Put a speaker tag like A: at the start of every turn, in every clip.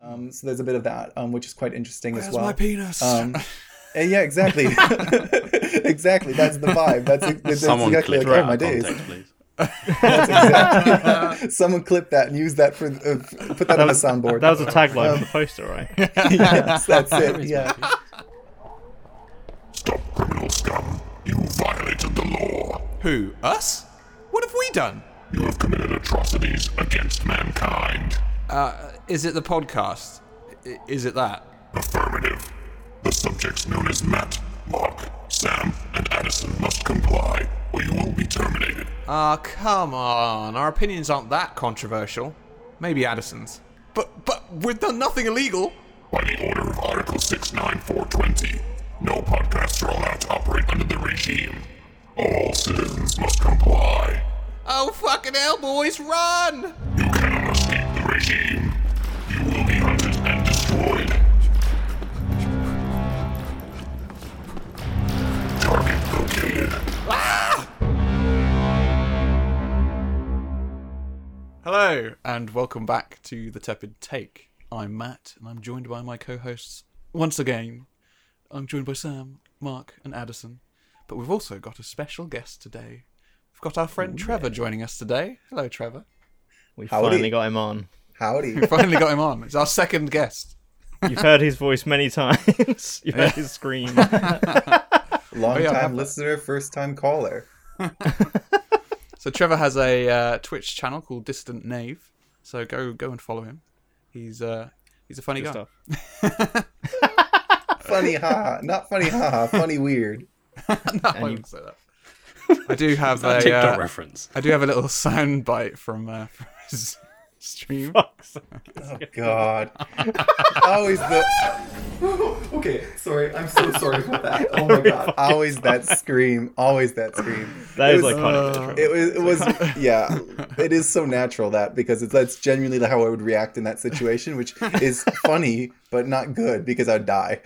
A: Um, so there's a bit of that, um, which is quite interesting as
B: Where's
A: well.
B: my penis?
A: Um, eh, yeah, exactly, exactly. That's the vibe. That's, that's
C: Someone
A: exactly like, oh
C: clip that
A: my
C: out of
A: days.
C: context, please.
A: That's exactly- Someone clip that and use that for uh, f- put that on the soundboard.
D: That was a tagline
A: Um,
D: for the poster, right?
A: yes, that's it. Yeah.
E: Stop, criminal scum. You violated the law.
B: Who? Us? What have we done?
E: You have committed atrocities against mankind.
B: Uh, is it the podcast? I- Is it that?
E: Affirmative. The subjects known as Matt, Mark, Sam, and Addison must comply, or you will be terminated.
B: Ah, come on. Our opinions aren't that controversial. Maybe Addison's. But but we've done nothing illegal.
E: By the order of Article 69-420, no podcasts are allowed to operate under the regime. All citizens must comply.
B: Oh fucking hell, boys, run!
E: You cannot escape the regime. You will be hunted and destroyed. Target located.
B: Hello and welcome back to the Tepid Take. I'm Matt and I'm joined by my co-hosts once again. I'm joined by Sam, Mark, and Addison. But we've also got a special guest today. We've got our friend Trevor joining us today. Hello, Trevor.
D: We
A: Howdy.
D: finally got him on.
A: Howdy.
B: Finally got him on. It's our second guest.
D: You've heard his voice many times. You've heard his scream.
A: Long
B: yeah,
A: time
B: Peppa.
A: listener, first time caller.
B: So Trevor has a uh, Twitch channel called Distant Knave. So go go and follow him. He's uh he's a funny guy.
D: stuff.
A: Funny ha, not funny ha, ha, funny weird.
B: I wouldn't say that. I do have a
C: TikTok
B: uh,
C: reference.
B: I do have a little sound bite from, uh, from his stream.
D: Fuck's sake.
A: God, always the. okay, sorry. I'm so sorry about that. Oh my god, always that scream, always that scream.
D: That
A: It
D: is
A: was-
D: iconic. Trevor.
A: It was, it was, yeah. It is so natural that because it's that's genuinely how I would react in that situation, which is funny but not good because I'd die.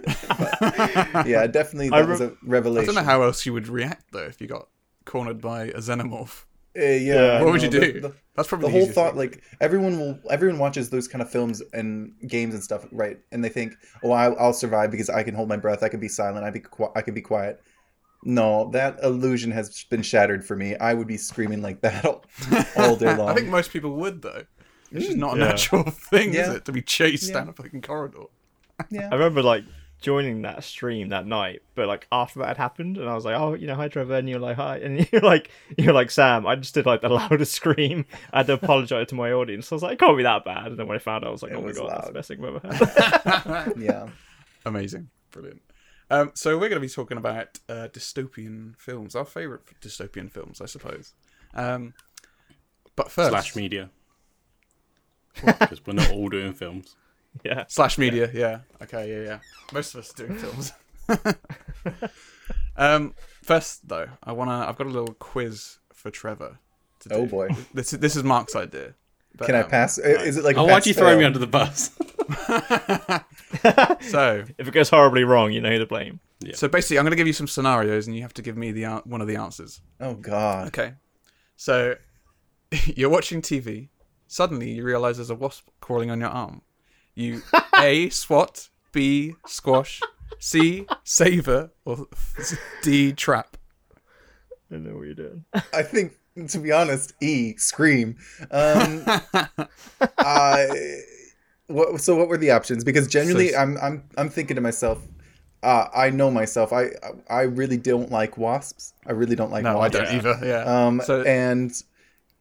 A: But, yeah, definitely
D: I
A: that was
D: re-
A: a
B: I
A: revelation.
B: don't know how else you would react though if you got cornered by a xenomorph.
A: Uh, yeah,
D: Yeah.
A: I
B: What would
A: know, the-
B: you do?
A: the-
B: That's probably
A: the
B: the
A: whole
B: easiest
A: thought
B: thing.
A: like everyone will everyone watches those kind of films and games and stuff right and they think oh I'll, I'll survive because i can hold my breath i can be silent i be qui- i can be quiet no that illusion has been shattered for me i would be screaming like that all, all day long Mm.
B: I think most people would though. It's just not a
D: Yeah.
B: natural thing, is
A: Yeah.
B: it, to be chased
A: Yeah.
B: down a fucking corridor?
A: yeah.
D: I remember like
A: uh,
D: joining that stream that night, but like after that had happened, and I was like, "Oh, you know, hi Trevor," and you're like, "Hi," and you're like, "You're like Sam." I just did like the loudest scream. I had to apologize to my audience. I was like, "It can't be that bad." And then when I found out, I was like,
A: It
D: "Oh my
A: was
D: god, that's the
A: loud.
D: best thing I've ever had."
A: yeah
B: Amazing. Brilliant. Um, so we're going to be talking about uh, dystopian films, our favourite dystopian films, I suppose. Um, but first,
C: Slash media. Because we're not all doing films.
D: yeah,
B: Slash media, yeah. Okay, yeah, yeah. Most of us are doing films. um, first, though, I wanna. I've got a little quiz for Trevor. To do.
A: oh boy
B: This this is Mark's idea. But,
A: can i
B: um,
A: pass is it like a
C: Oh, why'd
A: pass
C: you throw me
A: fail?
C: under the bus?
B: So,
D: if it goes horribly wrong, you know who to blame.
B: so basically, I'm gonna give you some scenarios, and you have to give me the an- one of the answers.
A: oh god
B: Okay. So you're watching TV. Suddenly you realize there's a wasp crawling on your arm. You A, swat, B, squash, C, savor, or D, trap.
D: I don't know what you're doing.
A: I think, to be honest, E scream. Um, uh, what? So what were the options? Because genuinely,
B: So-
A: I'm I'm I'm thinking to myself. Uh, I know myself. I I really don't like wasps. I really don't like
B: No, I
A: wasps.
B: don't either. Yeah.
A: Um,
B: so
A: and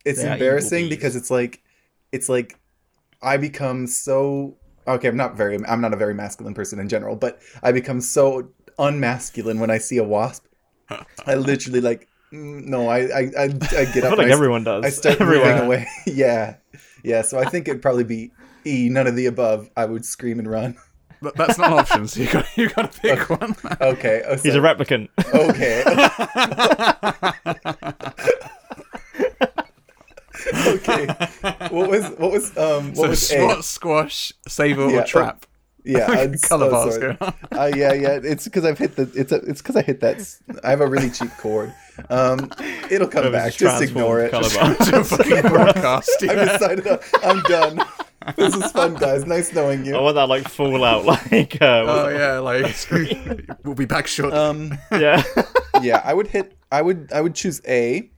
A: it's
D: They are
A: embarrassing
D: evil bees.
A: because it's like, it's like, I become so okay. I'm not very. I'm not a very masculine person in general, but I become so unmasculine when I see a wasp. I literally like. mm, No, I I I, I get
D: I
A: up.
D: feel
A: and
D: like
A: I s-
D: everyone does.
A: I start
D: Everyone.
A: moving away. yeah, yeah. So I think it'd probably be E. None of the above. I would scream and run.
B: but that's not an option. So you got you got to pick one.
A: Okay. Oh,
D: He's
A: so-
D: a replicant.
A: Okay. okay. What was what was um what
B: So
A: was A?
B: swat, squash, savor,
A: Yeah,
B: or
A: uh,
B: trap.
A: Yeah, I'd-
B: Color
A: oh,
B: bars
A: sorry.
B: going on.
A: Uh, yeah, yeah. It's because I've hit the. It's a, it's because I hit that. s- I have a really cheap cord. Um, it'll come
D: That was
A: back. Just ignore it.
D: transformed colour bar.
B: To a fucking broadcast.
A: I've decided. I'm done. This is fun, guys. Nice knowing
D: I
A: you.
D: want that like Fallout, like uh,
B: Oh yeah, like we'll be back shortly.
A: Um,
D: yeah.
A: yeah, I would hit. I would. I would choose a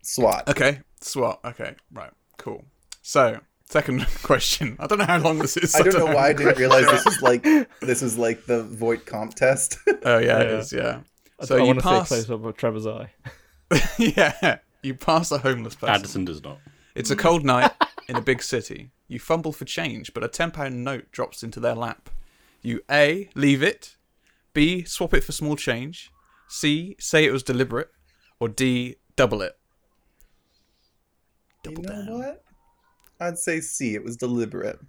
A: SWAT.
B: okay, SWAT. Okay, right, cool. So second question. I don't know how long this is.
A: I don't know why I didn't realize this
B: is.
A: was like this was like the Voight comp test.
B: Oh yeah, it
D: Yeah.
B: is. Yeah.
D: Oh, I
B: So you
D: want to
B: pass.
D: stay close up of Trevor's eye.
B: yeah, you pass a homeless person.
C: Addison does not.
B: It's a cold night in a big city. You fumble for change, but a £10 note drops into their lap. You A, leave it, B, swap it for small change, C, say it was deliberate, or D, double it.
A: you know what? I'd say C. It was deliberate.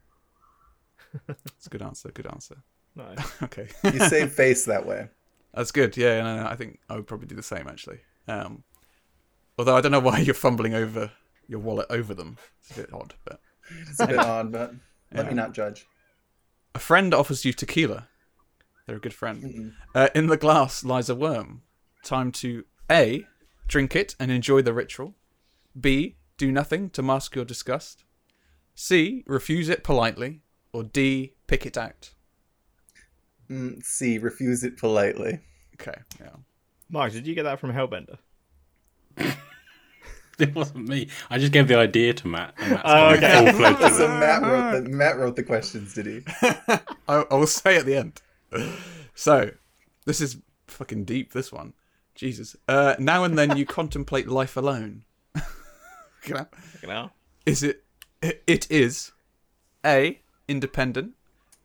B: That's a good answer, good answer.
D: No.
B: Okay.
A: You save face that way.
B: That's good. Yeah, no, no, I think I would probably do the same actually. Um, although I don't know why you're fumbling over your wallet over them. It's a bit odd, but
A: It's a bit odd, but let me not judge.
B: A friend offers you tequila. They're a good friend. Uh, in the glass lies a worm. Time to A. Drink it and enjoy the ritual. B. Do nothing to mask your disgust. C. Refuse it politely. Or D. Pick it out.
A: Mm, C. Refuse it politely.
B: Okay. Yeah.
D: Mark, did you get that from Hellbender?
C: It wasn't me. I just gave the idea to Matt. And Matt's
D: Oh,
C: oh,
D: okay.
C: okay. full fledged.
A: So Matt wrote the Matt wrote the questions, did he?
B: I, I will say at the end. So, this is fucking deep. This one, Jesus. Uh, now and then you contemplate life alone. Can I-
D: You know?
B: Is it? It is. A. Independent.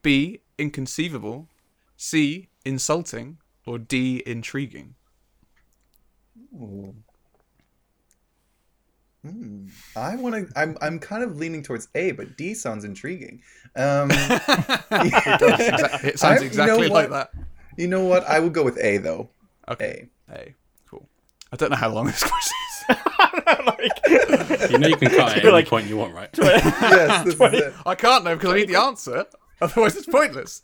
B: B. Inconceivable. C. Insulting. Or D. Intriguing.
A: I want to. I'm I'm kind of leaning towards A, but D sounds intriguing. Um,
B: It
A: I-
B: sounds
A: you
B: exactly
A: know
B: like
A: what?
B: that.
A: you know what? I will go with A though.
B: Okay.
A: A.
B: A. Cool. I don't know how long this question is.
C: You know you can cut it at any
D: Like-
C: point you want, right?
A: Yes, this is it.
B: I can't know because I need the answer. Otherwise, it's pointless.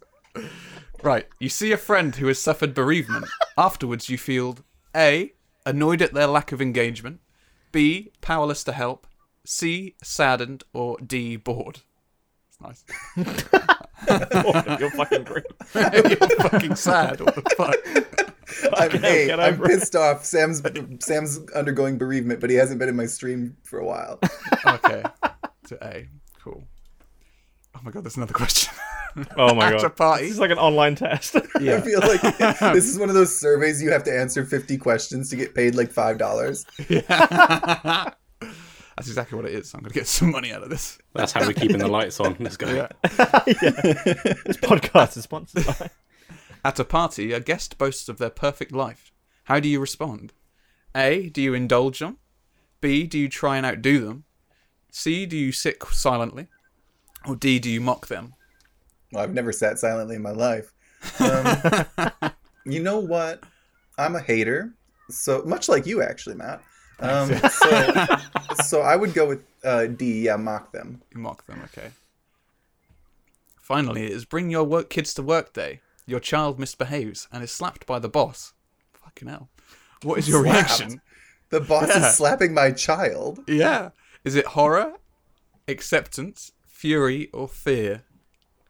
B: Right. You see a friend who has suffered bereavement. Afterwards, you feel A. Annoyed at their lack of engagement. B. Powerless to help. C. Saddened. Or D. Bored. It's nice.
D: Oh, you're fucking great.
B: You're fucking sad. What the fuck?
A: I'm
D: hell,
A: A.
D: get
A: I'm
D: over it.
A: pissed off. Sam's Sam's undergoing bereavement, but he hasn't been in my stream for a while.
B: Okay. To A. Cool. Oh my god, there's another question.
D: Oh my
B: After
D: god.
B: party.
D: This is like an online test.
A: I
B: yeah.
A: feel like this is one of those surveys you have to answer 50 questions to get paid like five dollars.
B: That's exactly what it is. I'm going to get some money out of this.
C: That's how we're keeping the lights on. Let's go.
D: this podcast is sponsored by.
B: At a party, a guest boasts of their perfect life. How do you respond? A. Do you indulge them? B. Do you try and outdo them? C. Do you sit silently? Or D. Do you mock them?
A: Well, I've never sat silently in my life. Um, you know what? I'm a hater, so much like you, actually, Matt. Um, so, so I would go with uh, D. Yeah, mock them.
B: You mock them, okay. Finally, it is Bring Your Work Kids to Work Day. Your child misbehaves and is slapped by the boss. Fucking hell. What is your
A: Slapped?
B: reaction?
A: The boss
B: Yeah.
A: is slapping my child.
B: Yeah. Is it horror, acceptance, fury, or fear?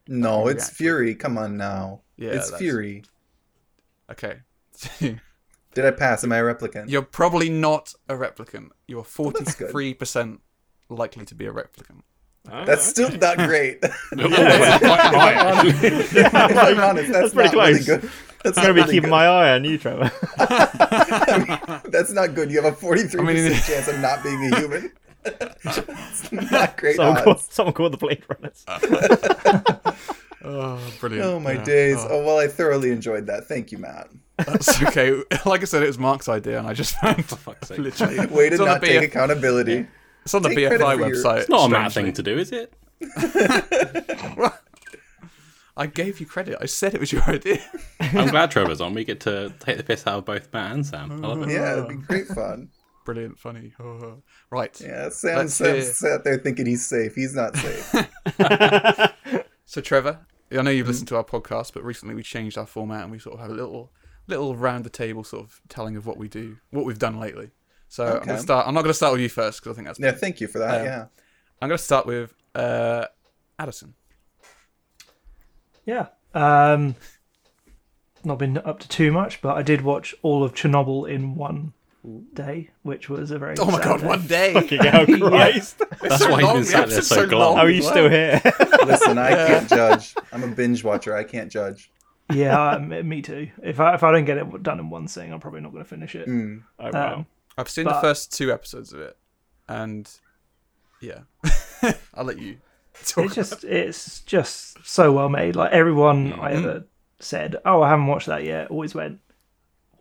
A: No, it's
B: reaction.
A: Fury. Come on now.
B: Yeah,
A: it's
B: that's-
A: Fury.
B: Okay.
A: Did I pass? Am I a replicant?
B: You're probably not a replicant. You're
A: Oh, that's good.
B: 43% likely to be a replicant.
A: That's still not great. if I'm honest, that's,
D: pretty
A: not
D: close.
A: Really good. That's not
D: I'm gonna be
A: really good.
D: keeping my eye on you, Trevor.
A: That's not good. You have a 43%
B: I mean-
A: chance of not being a human. it's not great
D: someone, call,
A: odds.
D: someone call the Blade Runners.
B: Oh, brilliant.
A: Oh my
B: Yeah.
A: days. Oh well, I thoroughly enjoyed that. Thank you, Matt.
B: That's okay. Like I said, it was Mark's idea, and I just found
C: For fuck's sake. It's
B: literally.
A: Way to
B: it's on
A: not
B: the
A: take
B: BF
A: accountability.
B: It's on the
A: Take credit
B: BFI
A: for your-
B: website.
A: It's
C: not a Matt
B: strangely.
C: thing to do, is it?
B: I gave you credit. I said it was your idea.
C: I'm glad Trevor's on. We get to take the piss out of both Matt and Sam. I love it.
A: Yeah,
B: Oh.
A: it'd be great fun.
B: Brilliant, funny. Oh, right.
A: Yeah, Sam,
B: Let's
A: Sam
B: hear-
A: sat there thinking he's safe. He's not safe.
B: So Trevor, I know
C: Mm-hmm.
B: you've listened to our podcast, but recently we changed our format and we sort of have a little, little round the table sort of telling of what we do, what we've done lately. So I'm
A: Okay.
B: gonna start. I'm not gonna start with you first because I think that's.
A: yeah, thank you for that. yeah.
B: I'm gonna start with uh, Addison.
F: Yeah. Um, not been up to too much, but I did watch all of Chernobyl in one day, which was a very
B: Oh my god,
F: sad
B: one day.
D: Yeah, Christ.
B: That's
C: why he's been sat there so long.
D: How are you still here?
A: Listen, I can't judge. I'm a binge watcher. I can't judge.
F: day. Yeah, um, me too. If I if I don't get it done in one sitting, I'm probably not going to finish it.
B: Mm.
F: Um,
D: Oh, wow.
B: I've seen the
F: But-
B: first two episodes of it, and yeah, I'll let you talk.
F: It's just it's just so well made. Like everyone
B: Mm.
F: I ever said, oh, I haven't watched that yet. Always went,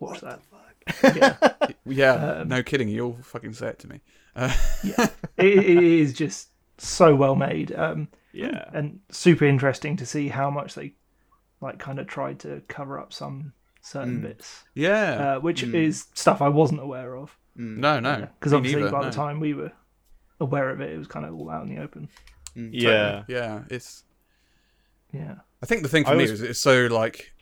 F: watch that.
B: yeah,
F: Um,
B: no kidding. You'll fucking say it to me.
F: it, it is just so well made. Um,
D: Yeah.
F: and super interesting to see how much they like kind of tried to cover up some certain
B: Mm.
F: bits
B: Yeah,
F: uh, which is stuff i wasn't aware of
B: no, Hmm. no,
F: because
B: me
F: um, obviously
B: neither,
F: by
B: no.
F: the time we were aware of it it was kind of all out in the open
D: Um, Yeah.
B: yeah, it's.
F: yeah
B: I think the thing for
D: I
B: me
D: was-
B: is it's so like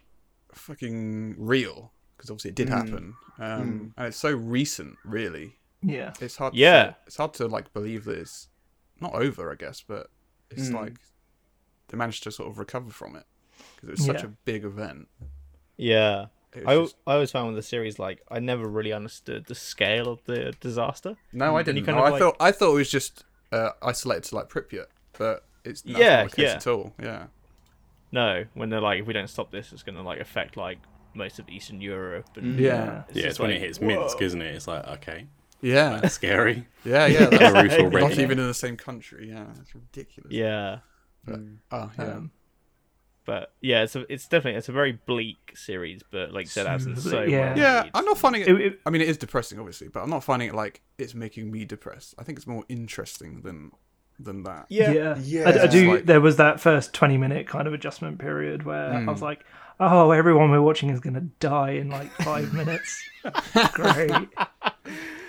B: fucking real because obviously it
D: Hmm.
B: did happen, um, and it's so recent. Really,
F: yeah
B: it's hard.
D: Yeah.
B: to, it's hard to like believe that it's not over. I guess, but it's
D: Hmm.
B: like they managed to sort of recover from it because it was such
F: Yeah.
B: a big event.
D: Yeah.
B: It
D: I,
B: was just-
D: I always found with the series like I never really understood the scale of the disaster.
B: No, I didn't.
D: kind
B: know.
D: of
B: I
D: like-
B: thought I thought it was just uh, isolated to like Pripyat, but it's that's
D: Yeah,
B: not the case
D: yeah.
B: at all. Yeah,
D: No, when they're like, if we don't stop this, it's gonna like affect like most of Eastern Europe. And
B: Mm. yeah,
D: it's
C: Yeah,
D: just
C: it's when
D: like,
C: it hits Minsk, isn't it? It's like, okay,
B: yeah,
C: that's scary.
B: yeah, yeah.
C: The
B: that's-
C: roof already.
B: not even in the same country. Yeah, it's ridiculous.
D: Yeah,
B: Oh, yeah.
D: but yeah, it's a, it's definitely it's a very bleak series, but like you said, Addison, so
F: Yeah.
D: well
B: yeah,
D: made.
B: I'm not finding it,
F: It- it-
B: I mean, it is depressing, obviously, but I'm not finding it like it's making me depressed. I think it's more interesting than than that.
D: yeah,
F: yeah,
A: Yeah.
F: I, I do
B: Like-
F: there was that first 20 minute kind of adjustment period where i
B: Hmm.
F: was like oh everyone we're watching is gonna die in like five minutes great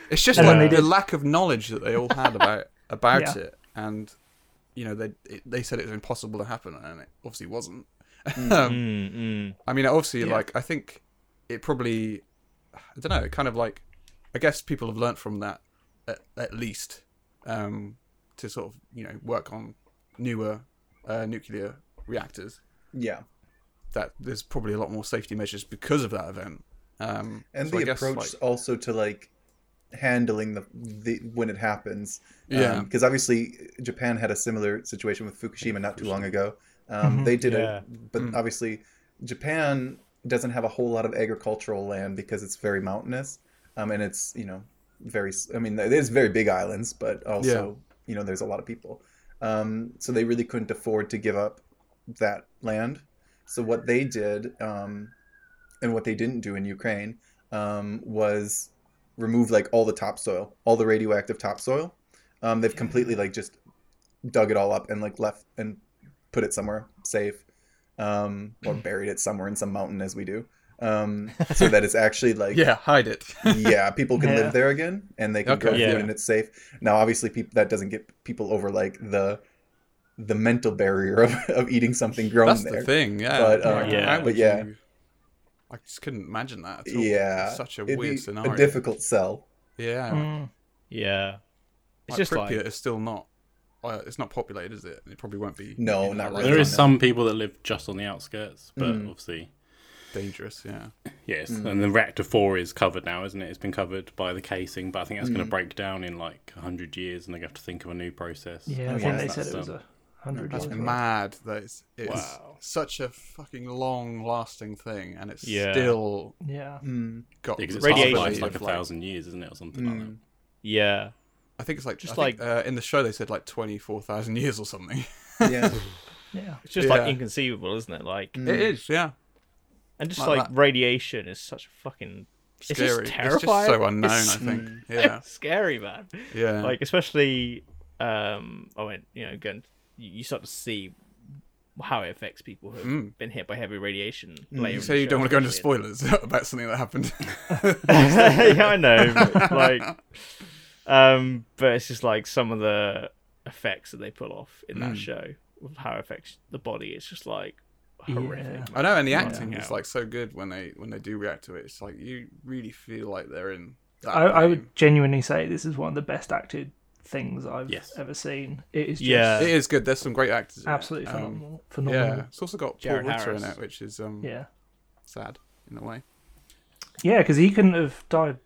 B: It's just
F: And then
B: like
F: they
B: the
F: did-
B: lack of knowledge that they all had about about
F: Yeah.
B: it, and you know, they it, they said it was impossible to happen, and it obviously wasn't.
D: Mm, mm.
B: I mean, obviously, like I think it probably, I don't know, kind of like, I guess people have learnt from that at, at least um, to sort of you know work on newer uh, nuclear reactors.
A: Yeah.
B: That there's probably a lot more safety measures because of that event. Um,
A: and
B: so I
A: the
B: guess,
A: approach
B: like-
A: also to like handling the, the when it happens
B: Yeah.
A: because Um, obviously japan had a similar situation with fukushima not too long ago um, they did
D: Yeah.
A: it but obviously japan doesn't have a whole lot of agricultural land because it's very mountainous um, and it's you know very s- i mean there's very big islands but also you know there's a lot of people um, so they really couldn't afford to give up that land so what they did um, and what they didn't do in Ukraine um, was remove like all the topsoil, all the radioactive topsoil. Um, they've completely like just dug it all up and like left and put it somewhere safe, um, or buried it somewhere in some mountain as we do, um, so that it's actually like
B: yeah, hide it.
A: yeah, people can
F: Yeah.
A: live there again and they can
B: Okay.
A: grow
D: Yeah.
A: food and it's safe. Now, obviously, people that doesn't get people over like the the mental barrier of, of eating something grown
B: That's
A: there.
B: the thing. Yeah,
A: But, uh,
B: Like,
D: Yeah.
B: how
A: but
B: would
A: yeah.
B: you- I just couldn't imagine that. At all.
A: Yeah,
B: it's such a
A: It'd
B: weird
A: be
B: scenario.
A: A difficult sell.
B: Yeah,
F: Mm.
D: yeah. It's
B: Like,
D: just
B: Pripyat
D: like
B: is still not. Uh, it's not populated, is it? It probably won't be.
A: No,
B: in
A: not
B: that
A: really.
B: range.
A: Yeah.
C: There is some people that live just on the outskirts, but obviously,
B: dangerous. Yeah.
C: yes. And the reactor four is covered now, isn't it? It's been covered by the casing, but I think that's going to break down in like hundred years, and they have to think of a new process.
F: yeah
A: yeah,
F: i think they
A: that's
F: said it
C: done.
F: was a 100
B: That's
F: years ago.
B: mad. That it's, it's
C: Wow.
B: such a fucking long-lasting thing, and it's
D: Yeah.
B: still
F: yeah
A: Hmm.
B: got
C: Because it's
D: Radiation.
C: half-life
B: possibility
C: like a
B: of, like-
C: thousand years, isn't it, or something like that?
D: yeah,
B: I think it's like just
D: Just
B: like uh, in the show they said like twenty-four thousand years or something.
A: Yeah. Hmm.
F: yeah
D: it's just
B: Yeah.
D: like inconceivable, isn't it? Like,
B: It is. Yeah.
D: and just
B: Mm. Like
D: like,
B: that.
D: radiation is such a fucking
B: Scary.
D: It's just terrifying.
B: It's just so unknown.
D: It's
B: I think. Yeah.
D: scary, man.
B: Yeah.
D: Like especially, um, I went, you know, going, you you start to see how it affects people who've been hit by heavy radiation. Later
B: Hmm. you say you don't want to go into spoilers about something that happened.
D: yeah, I know. but, like, um, but it's just like some of the effects that they pull off in
B: Hmm.
D: that show with how it affects the body. It's just like horrific.
F: Yeah.
B: I know, and the acting is
D: hell.
B: like so good when they when they do react to it. It's like you really feel like they're in. That
F: I, I
B: game.
F: would genuinely say this is one of the best acted things I've
C: Yes.
F: ever seen. It is just
D: Yeah.
B: It is good. There's some great actors. in it.
F: absolutely
B: Um,
F: phenomenal.
B: yeah,
F: phenomenal.
B: it's also got
C: Jared
B: Paul Ritter in
C: Harris.
B: it, which is um,
F: Yeah.
B: sad in a way.
F: Yeah, because he couldn't have died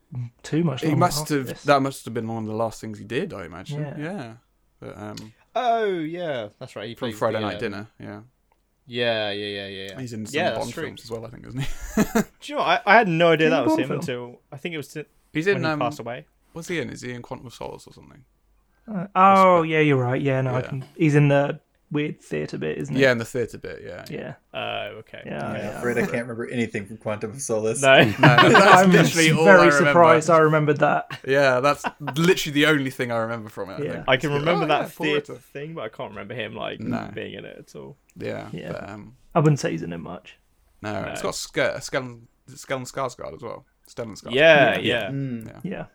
F: too much.
B: He
F: longer
B: must
F: after
B: have.
F: this.
B: That must have been one of the last things he did, I imagine. Yeah.
F: Yeah.
B: But um,
D: Oh yeah, that's right. He
B: from
D: played
B: Friday
D: the,
B: Night
D: uh,
B: Dinner, yeah,
D: Yeah, yeah, yeah, yeah. yeah.
B: he's in some
D: yeah, that's
B: Bond
D: true.
B: films as well, I think, isn't he?
D: Do you know? what? I, I had no idea
F: Is he
D: that was
F: Bond
D: him
F: film?
D: until I think it was t-
B: He's
D: when
B: in.
D: he
B: Um,
D: passed away.
B: what's he in? Is he in Quantum of Solace or something?
F: Uh, oh yeah, you're right. Yeah, no, I
B: Yeah.
F: can. He's in the weird theatre bit, isn't he?
B: Yeah, in the theatre bit. Yeah.
F: yeah,
D: Oh, okay.
F: yeah.
A: I'm
F: yeah.
A: afraid I can't remember anything from Quantum of Solace.
D: No,
B: No, that's
F: I'm
B: literally all I
F: very
B: remember.
F: surprised I remembered that.
B: Yeah, that's literally the only thing I remember from it. I
F: Yeah.
B: think.
D: I can remember
B: Oh, yeah,
D: that
B: Paul
D: theatre
B: Ritter.
D: thing, but I can't remember him like
B: No.
D: being in it at all.
B: Yeah.
F: Yeah.
B: But, um,
F: I wouldn't say he's in it much.
B: no, it's got Sk- Skellen, is it Skellen Skarsgård as well. Stellan Skarsgård.
D: Yeah, yeah, yeah.
A: Mm.
F: Yeah,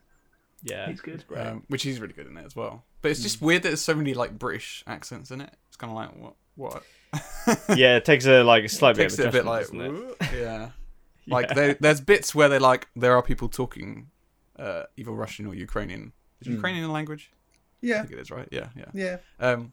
D: yeah.
F: he's good.
D: Right.
B: um, which he's really good in it as well. But it's just weird that there's so many like British accents in it. It's kind of like what what
D: yeah, it takes a like a slight bit
B: makes
D: of
B: it a bit like
D: adjustment, doesn't
B: "Whoa,"
D: it?
B: yeah. Like there- there's bits where they like there are people talking uh, either Russian or Ukrainian. Is Ukrainian a language? I
A: Yeah,
B: think it is, right? Yeah, yeah.
A: yeah.
B: Um,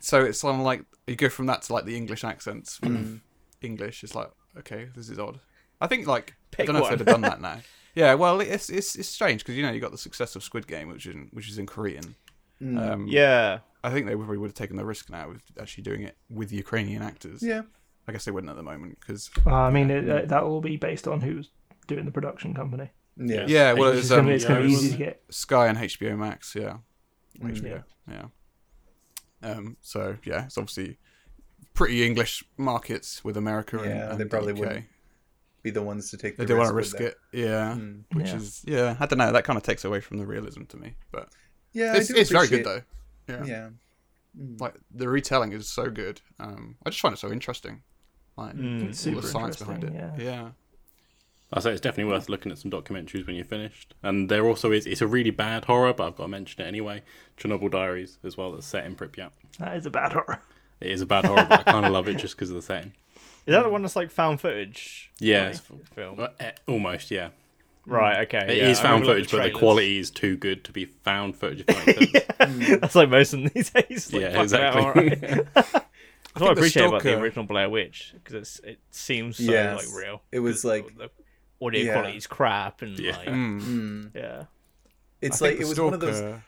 B: So it's kind of like you go from that to like the English accents.
F: Mm.
B: with English, it's like okay, this is odd. I think like I
D: Pick
B: don't know if
D: one.
B: they'd have done that now. Yeah, well, it's it's, it's strange because you know you got the success of Squid Game, which is in, which is in Korean.
F: Mm.
B: Um,
D: Yeah,
B: I think they probably would have taken the risk now with actually doing it with Ukrainian actors.
A: Yeah.
B: I guess they wouldn't at the moment because
F: Uh, I mean, it, uh, that will be based on who's doing the production company.
A: Yeah.
B: yeah, well,
F: It's
B: it's
F: gonna
B: um,
F: be, it's gonna be
C: yeah,
F: easy to
C: wasn't
F: get.
B: Sky and HBO Max. Yeah, HBO.
A: Mm-hmm.
F: Yeah.
B: Yeah. Um. So yeah, it's obviously pretty English markets with America. and-
A: Yeah,
B: and
A: they probably
B: UK.
A: wouldn't be the ones to take the
B: They do want to
A: risk
B: risk
A: with that. Hmm.
B: it. Yeah. Which
F: Yeah.
B: is yeah. I don't know. That kind of takes away from the realism to me, but
A: Yeah, I
B: it's,
A: do
B: it's very
A: appreciate-
B: good though. Yeah.
A: Yeah.
B: Like the retelling is so good. Um. I just find it so interesting. Like
A: Hmm.
F: It's
B: all
F: super
B: the science behind it.
F: interesting, yeah.
B: yeah.
C: I say it's definitely worth looking at some documentaries when you're finished. And there also is it's a really bad horror, but I've got to mention it anyway. Chernobyl Diaries as well. That's set in Pripyat.
F: That is a bad horror.
C: It is a bad horror, but I kind of love it just because of the setting.
D: is that the one that's like found footage?
C: Yeah, it's,
D: Film.
C: well, eh, almost. Yeah,
D: Right. Okay.
C: It is
D: yeah, I
C: found
D: remember,
C: footage,
D: like,
C: but the
D: trailers.
C: quality is too good to be found footage. If that makes sense.
D: That's like most of them these days. Like,
C: Yeah,
D: yeah, exactly.
C: exactly.
D: That's what I
B: the
D: appreciate about the
B: stalker-
D: original Blair Witch because it seems so
A: Yes.
D: like real.
A: It was like
D: the audio
A: Yeah.
D: quality is crap and
C: Yeah.
D: like yeah.
A: it's
B: I
A: like
B: think
A: it
B: The
A: was one of those
B: Stalker-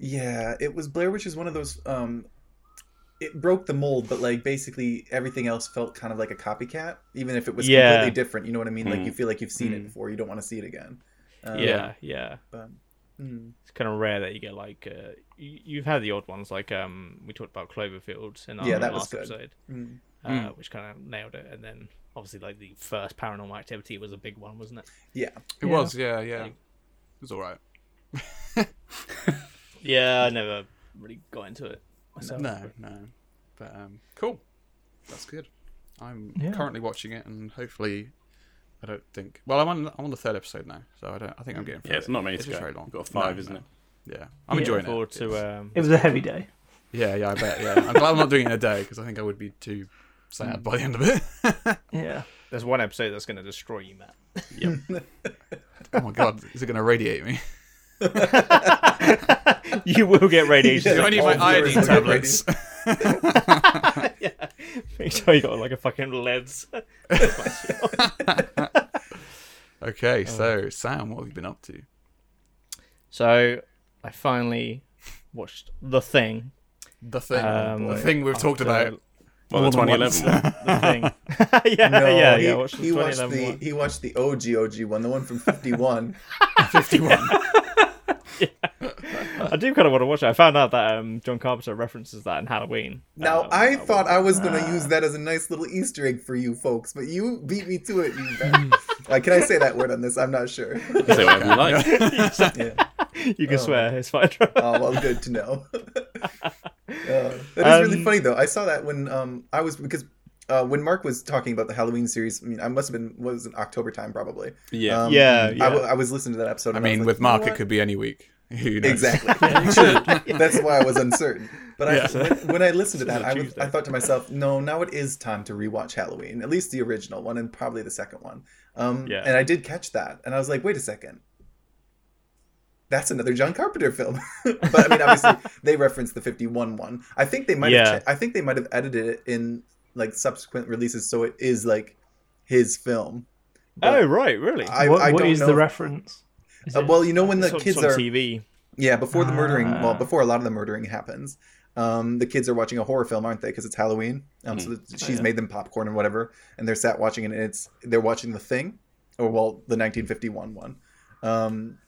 A: Yeah, it was Blair Witch is one of those. Um, it broke the mold, but like basically everything else felt kind of like a copycat, even if it was
D: Yeah.
A: completely different. You know what I mean? Like
B: Hmm.
A: you feel like you've seen it before, you don't want to see it again. Um,
D: yeah, yeah.
A: but, mm,
D: It's kind of rare that you get like uh, you, you've had the odd ones like um we talked about Cloverfield in our
A: Yeah, that was
D: last
A: good.
D: episode,
A: mm.
D: uh, which kind of nailed it, and then obviously like the first Paranormal Activity was a big one, wasn't it?
A: yeah,
B: It
F: Yeah.
B: was, yeah, yeah. It was all right.
D: Yeah, I never really got into it myself.
B: No, no. But um, cool. That's good. I'm
F: Yeah.
B: currently watching it, and hopefully, I don't think. Well, I'm on I'm on the third episode now, so I don't. I think I'm getting. through
C: yeah, it's not many
B: It's
C: to
B: just
C: go.
B: very long.
C: You've got five,
B: No,
C: isn't
B: no.
C: it?
B: Yeah, I'm
D: Yeah,
B: enjoying
D: forward
B: it.
D: to
B: It's-
D: um,
F: It was a heavy day.
B: Yeah, yeah, I bet. Yeah, I'm glad I'm not doing it in a day because I think I would be too
D: Mm.
B: sad by the end of it.
F: Yeah,
D: there's one episode that's going to destroy you, Matt.
B: oh my god, is it going to radiate me?
D: you will get radiation.
B: Do I need
A: all
B: my
A: the viewers
B: iodine
A: are gonna get
B: tablets?
D: Make sure you got like a fucking lens. Oh.
B: okay, so Sam, what have you been up to?
D: So I finally watched The Thing.
B: The thing,
D: Um,
B: the thing we've talked
D: after-
B: about.
C: Well, the
B: More than
C: 2011 one.
D: The Thing. yeah,
A: No,
D: yeah,
A: he,
D: yeah. I watched the
A: he watched
D: 2011
A: the
D: one.
A: he watched the OG OG one, the one from fifty one.
B: Fifty-one.
D: I do kind of want to watch it. I found out that um, John Carpenter references that in Halloween.
A: now
D: Um,
A: I thought I was gonna use
D: Ah.
A: that as a nice little Easter egg for you folks, but you beat me to it. You bet. like, can I say that word on this? I'm not sure.
C: Say whatever you like.
A: yeah.
D: you can swear it's fine.
A: Oh, well, good to know. uh, that is really
D: Um,
A: funny though. I saw that when um I was because uh, when Mark was talking about the Halloween series, I mean, I must have been what was it October time probably.
C: Yeah.
A: Um,
D: Yeah,
A: I
D: yeah.
A: wa- I was listening to that episode.
B: I
A: and
B: mean,
A: was like,
B: with
A: you know
B: Mark, it
A: what?
B: could be any week. Who knows?
A: exactly. True. That's why I was uncertain. But I, when, when I listened to that, I, was, I thought to myself, no, now it is time to rewatch Halloween, at least the original one and probably the second one. Um,
D: Yeah.
A: And I did catch that, and I was like, wait a second. that's another John Carpenter film. but I mean, obviously, they referenced the '51 one. I think they might.
D: Yeah.
A: Have cha- I think they might have edited it in like subsequent releases, so it is like his film.
D: Oh right, really?
A: I,
F: what
A: I
F: what
A: don't
F: is
A: know
F: the
A: if-
F: reference? Is
A: Uh,
F: it-
A: well, you know when the
D: It's on- it's
A: kids
D: on
A: are
D: TV.
A: yeah before the murdering. Well,
F: Ah.
A: before a lot of the murdering happens, um, the kids are watching a horror film, aren't they? Because it's Halloween. Um, so that she's
F: Hmm. Oh, yeah.
A: made them popcorn and whatever, and they're sat watching it. And it's they're watching The Thing, or well, the 1951 one. Um,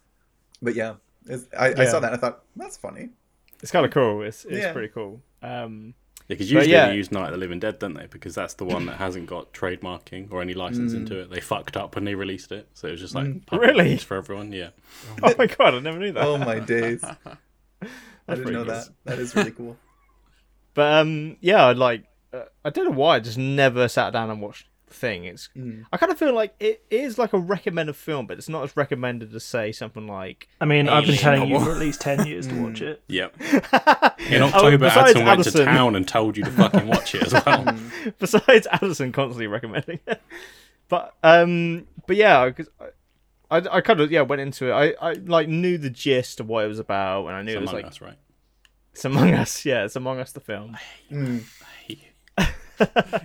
A: but yeah, it's, I, I
D: Yeah.
A: saw that and I thought that's funny.
D: It's kind of cool. It's it's
A: Yeah.
D: pretty cool. Um,
C: Because
D: But
C: usually
D: yeah.
C: they use Night of the Living Dead, don't they? Because that's the one that hasn't got trademarking or any licensing to it. They fucked up when they released it, so it was just like public
D: Mm. Really?
C: release for everyone. Yeah,
D: oh my god, I never knew that.
A: Oh my days! I didn't
D: pretty
A: know
D: cool.
A: that. That is really cool.
D: But um, yeah, I'd like uh, I don't know why I just never sat down and watched the thing. It's
A: Mm.
D: I kind of feel like it is like a recommended film, but it's not as recommended as say something like
F: I mean, I've been
C: Alien
F: telling you
C: novel.
F: for at least ten years to watch it.
C: yeah. In October,
D: Oh, besides
C: Addison went
D: Addison. Mm.
C: to town and told you to fucking watch it as well.
D: besides Addison constantly recommending it. But um, but yeah, because I, I, I kind of yeah went into it. I, I like knew the gist of what it was about, and I knew
C: It's
D: it was
C: Among
D: like
C: Us, right?
D: it's Among Us. Yeah, it's Among Us the film.
B: Mm.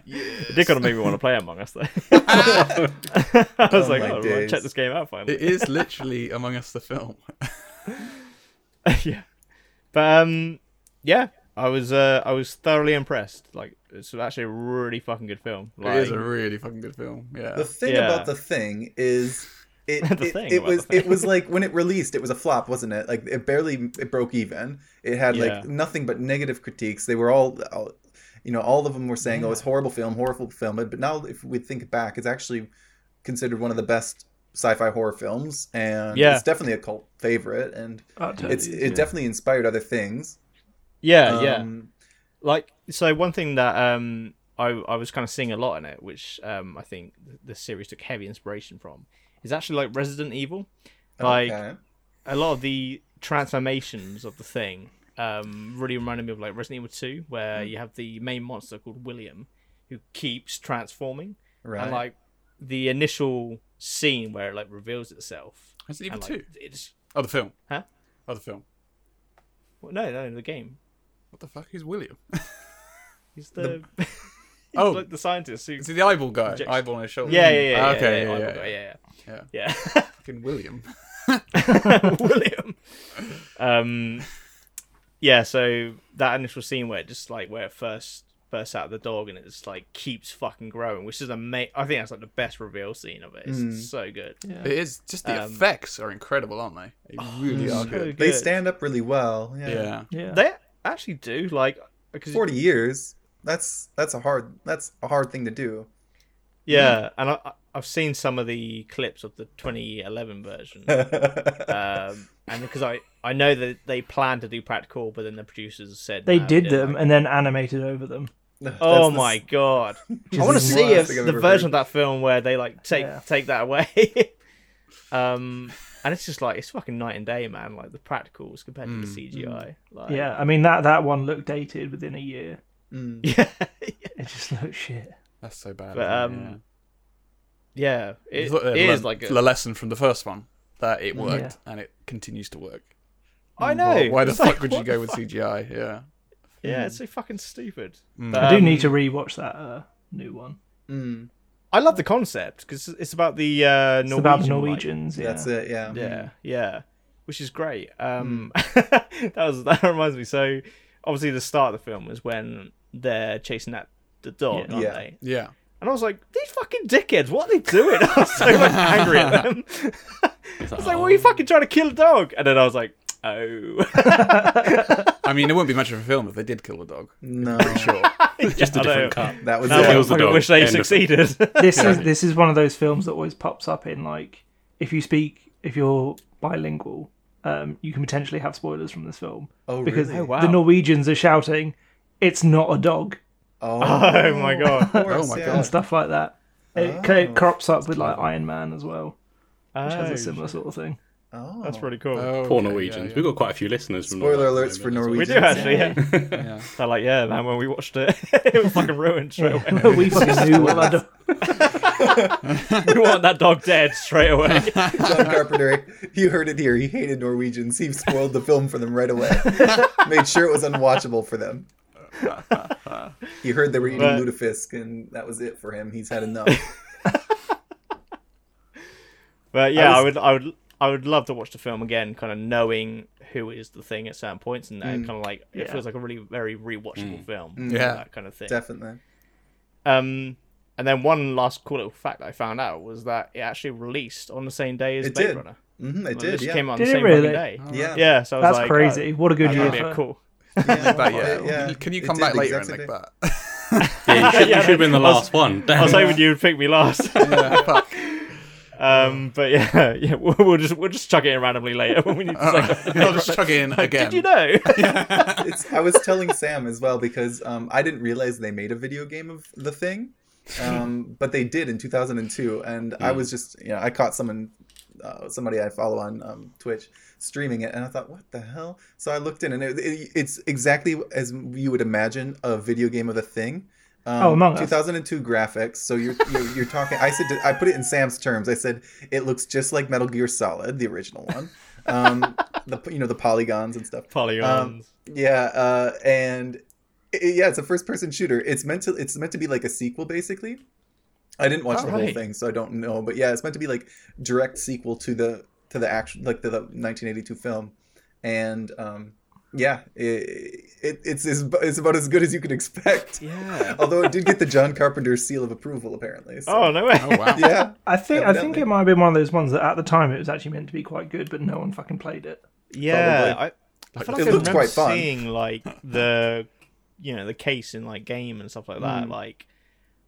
D: It did kind of make me want to play Among Us though. I was
A: Oh
D: like,
A: my
D: oh, well,
A: days.
D: check this game out finally.
B: It is literally Among Us the film.
D: yeah, but um, yeah, I was uh, I was thoroughly impressed. Like, it's actually a really fucking good film. Like,
B: It is a really fucking good film. Yeah.
A: The thing
D: Yeah.
A: about the thing is, it
D: The
A: it,
D: thing
A: it
D: about
A: was
D: the
A: it was like when it released, it was a flop, wasn't it? Like it barely it broke even. It had
D: Yeah.
A: like nothing but negative critiques. They were all, all you know, all of them were saying, "Oh, it's horrible film, horrible film." But, but now, if we think back, it's actually considered one of the best sci-fi horror films, and
D: Yeah.
A: it's definitely a cult favorite, and
F: Oh, totally.
A: it's it definitely inspired other things.
D: yeah, yeah.
A: Um,
D: like so one thing that um I, I was kind of seeing a lot in it which um I think th- the series took heavy inspiration from is actually like Resident Evil like
A: okay.
D: a lot of the transformations of the thing um really reminded me of like Resident Evil 2 where you have the main monster called William who keeps transforming
A: right.
D: and like the initial scene where it like reveals itself
B: Resident
D: and,
B: Evil
D: like,
B: 2.
D: it's
B: Oh, the film.
D: Huh?
B: Oh, the film.
D: well, no no the game
B: What the fuck? Who's William?
D: he's the,
B: Oh.
D: like the scientist who
B: Is he the eyeball guy?
D: Injection.
B: Eyeball on his shoulder.
D: Yeah, yeah, yeah. yeah,
B: okay,
D: yeah,
B: yeah,
D: yeah, yeah, yeah, yeah.
B: Fucking William.
D: Yeah. William. Um, yeah. So that initial scene where it just like where it first bursts out of the dog and it just like keeps fucking growing, which is amazing. I think that's like the best reveal scene of it. It's so good.
B: It is. Just the
D: Um, oh,
B: effects are incredible, aren't they? They really
D: So
B: are good.
A: they stand up really well. Yeah.
B: Yeah.
F: Yeah.
D: They actually do like because
A: Forty years. That's that's a hard that's a hard thing to do.
D: yeah, and I, I- I've seen some of the clips of the 2011 version. um, and because I, I know that they planned to do practical, but then the producers said
F: They
D: no,
F: did
D: we don't
F: them
D: like
F: and then animated over them.
D: Oh my god! I want
A: the
D: to see
A: worst
D: if
A: thing I've
D: the
A: ever
D: version of that film where they like take
F: Yeah.
D: take that away. um, and it's just like it's fucking night and day, man. Like the practicals compared
F: Hmm.
D: to the CGI. Like,
F: Yeah, I mean that that one looked dated within a year.
D: yeah,
F: It just looked shit.
B: That's so bad.
D: But,
B: isn't it?
D: um, yeah.
B: Yeah.
D: It,
B: Look,
D: it
B: they've
D: is
B: learned
D: like
B: the
D: a,
B: lesson from the first one that it worked and it continues to work.
D: I know.
B: Why- Why the
D: It's
B: fuck
D: like,
B: would you
D: what
B: go
D: the
B: with
D: fuck?
B: CGI? Yeah.
F: Hmm.
D: Yeah, it's so fucking stupid.
F: I do
D: Um,
F: need to rewatch that uh, new one.
A: Mm,
D: I love the concept because it's about the uh, Norwegian.
F: It's about the
D: like,
F: Norwegians. yeah.
A: That's it. Yeah.
D: Yeah, yeah, which is great. Um, that was that reminds me. So obviously the start of the film was when they're chasing that the dog, aren't
A: Yeah.
D: they?
B: Yeah.
D: And I was like, these fucking dickheads, what are they doing? I was so like, angry at them. I was like, well, you fucking trying to kill a dog, and then I was like, oh,
B: I mean, it wouldn't be much of a film if they did kill the dog.
A: No.
B: Sure.
C: Just a
D: I know.
C: different cut.
A: That was
D: I
A: it.
C: Kills the
D: fucking
C: dog.
D: wish they
C: End of-
D: succeeded.
F: This is this is one of those films that always pops up in like if you speak if you're bilingual, um, you can potentially have spoilers from this film
A: Oh,
F: because
A: really?
D: Oh, wow.
F: the Norwegians are shouting, "It's not a dog"
A: Oh,
D: oh my god.
A: course,
B: Oh my
A: yeah.
B: God.
F: and stuff like that.
D: Oh.
F: It, c it crops up with like Iron Man as well, which has
D: Oh,
F: a similar sort of thing.
A: Oh.
D: That's pretty cool.
B: Oh,
C: Poor
B: okay, yeah,
C: Norwegians.
B: yeah.
C: We've got quite a few listeners. From
A: Spoiler
C: Norway at
A: alerts
C: the
A: for
C: moment,
A: Norwegians.
D: we do actually. Yeah.
B: Yeah.
D: They're like, yeah, man. When we watched it, it was fucking ruined straight away.
F: we fucking knew what that.
D: we want that dog dead straight away.
A: John Carpenter, you heard it here. He hated Norwegians. He spoiled the film for them right away. Made sure it was unwatchable for them. he heard they were eating
D: But-
A: lutefisk, and that was it for him. He's had enough.
D: But yeah,
A: was-
D: I would, I would, I would love to watch the film again, kind of knowing who is the thing at certain points, and
A: Mm.
D: that kind of like it
F: Yeah.
D: feels like a really very rewatchable film.
B: Yeah.
D: that kind of thing.
A: Definitely.
D: Um, and then one last cool little fact I found out was that it actually released on the same day as
A: It
D: Blade
A: did.
D: Runner.
A: hmm it
D: It
A: did,
D: literally
A: yeah. Oh.
D: came out on
F: Did
D: the
F: it
D: same
F: really?
D: fucking day.
A: yeah.
D: Yeah, so I was
F: That's
D: like, uh, "Oh,
F: crazy. what a good
D: That's
F: year.
D: a bit
F: for-
D: cool.
A: Yeah,
B: But yeah,
A: it- yeah,
B: Can you
A: it
B: come
A: did
B: back
A: the
B: later and
A: exact same
B: like that?
C: Yeah, you should,
D: Yeah,
C: you should have been the
D: I was-
C: last one.
D: I was
C: Damn.
D: hoping you'd pick me last.
B: yeah, fuck.
D: um, but yeah, yeah, we'll, we'll just we'll just chuck it in randomly later when we need
A: Uh-huh.
D: to. say
B: I'll just chug in again.
D: Did you know?
A: it's, I was telling Sam as well because um, I didn't realize they made a video game of the thing, um, but they did in 2002, and I
F: Mm.
A: was just you know I caught someone, uh, somebody I follow on um, Twitch streaming it, and I thought what the hell? So I looked in, and it, it, it's exactly as you would imagine a video game of the thing. Um,
F: Oh, Among Us.
A: 2002 graphics. So you're you're, you're talking. I said I put it in Sam's terms. I said it looks just like Metal Gear Solid, the original one. Um, the you know the polygons and stuff. Um,
D: Polygons.
A: Yeah, uh, and i i- yeah, it's a first-person shooter. It's meant to it's meant to be like a sequel, basically. I didn't watch the whole
D: Alright.
A: thing, so I don't know. But yeah, it's meant to be like direct sequel to the to the action like the, the 1982 film, and um, yeah, it, it, it's as, it's about as good as you could expect.
D: yeah.
A: Although it did get the John Carpenter seal of approval, apparently. So.
D: Oh no way.
B: Oh wow.
A: yeah,
F: I think I think
A: Evidently.
F: it might have been one of those ones that at the time it was actually meant to be quite good, but no one fucking played it.
D: Yeah, I,
A: Probably. It
D: I feel like I
A: looked
D: remember
A: quite fun.
D: seeing like the you know the case in like game and stuff like that. Like,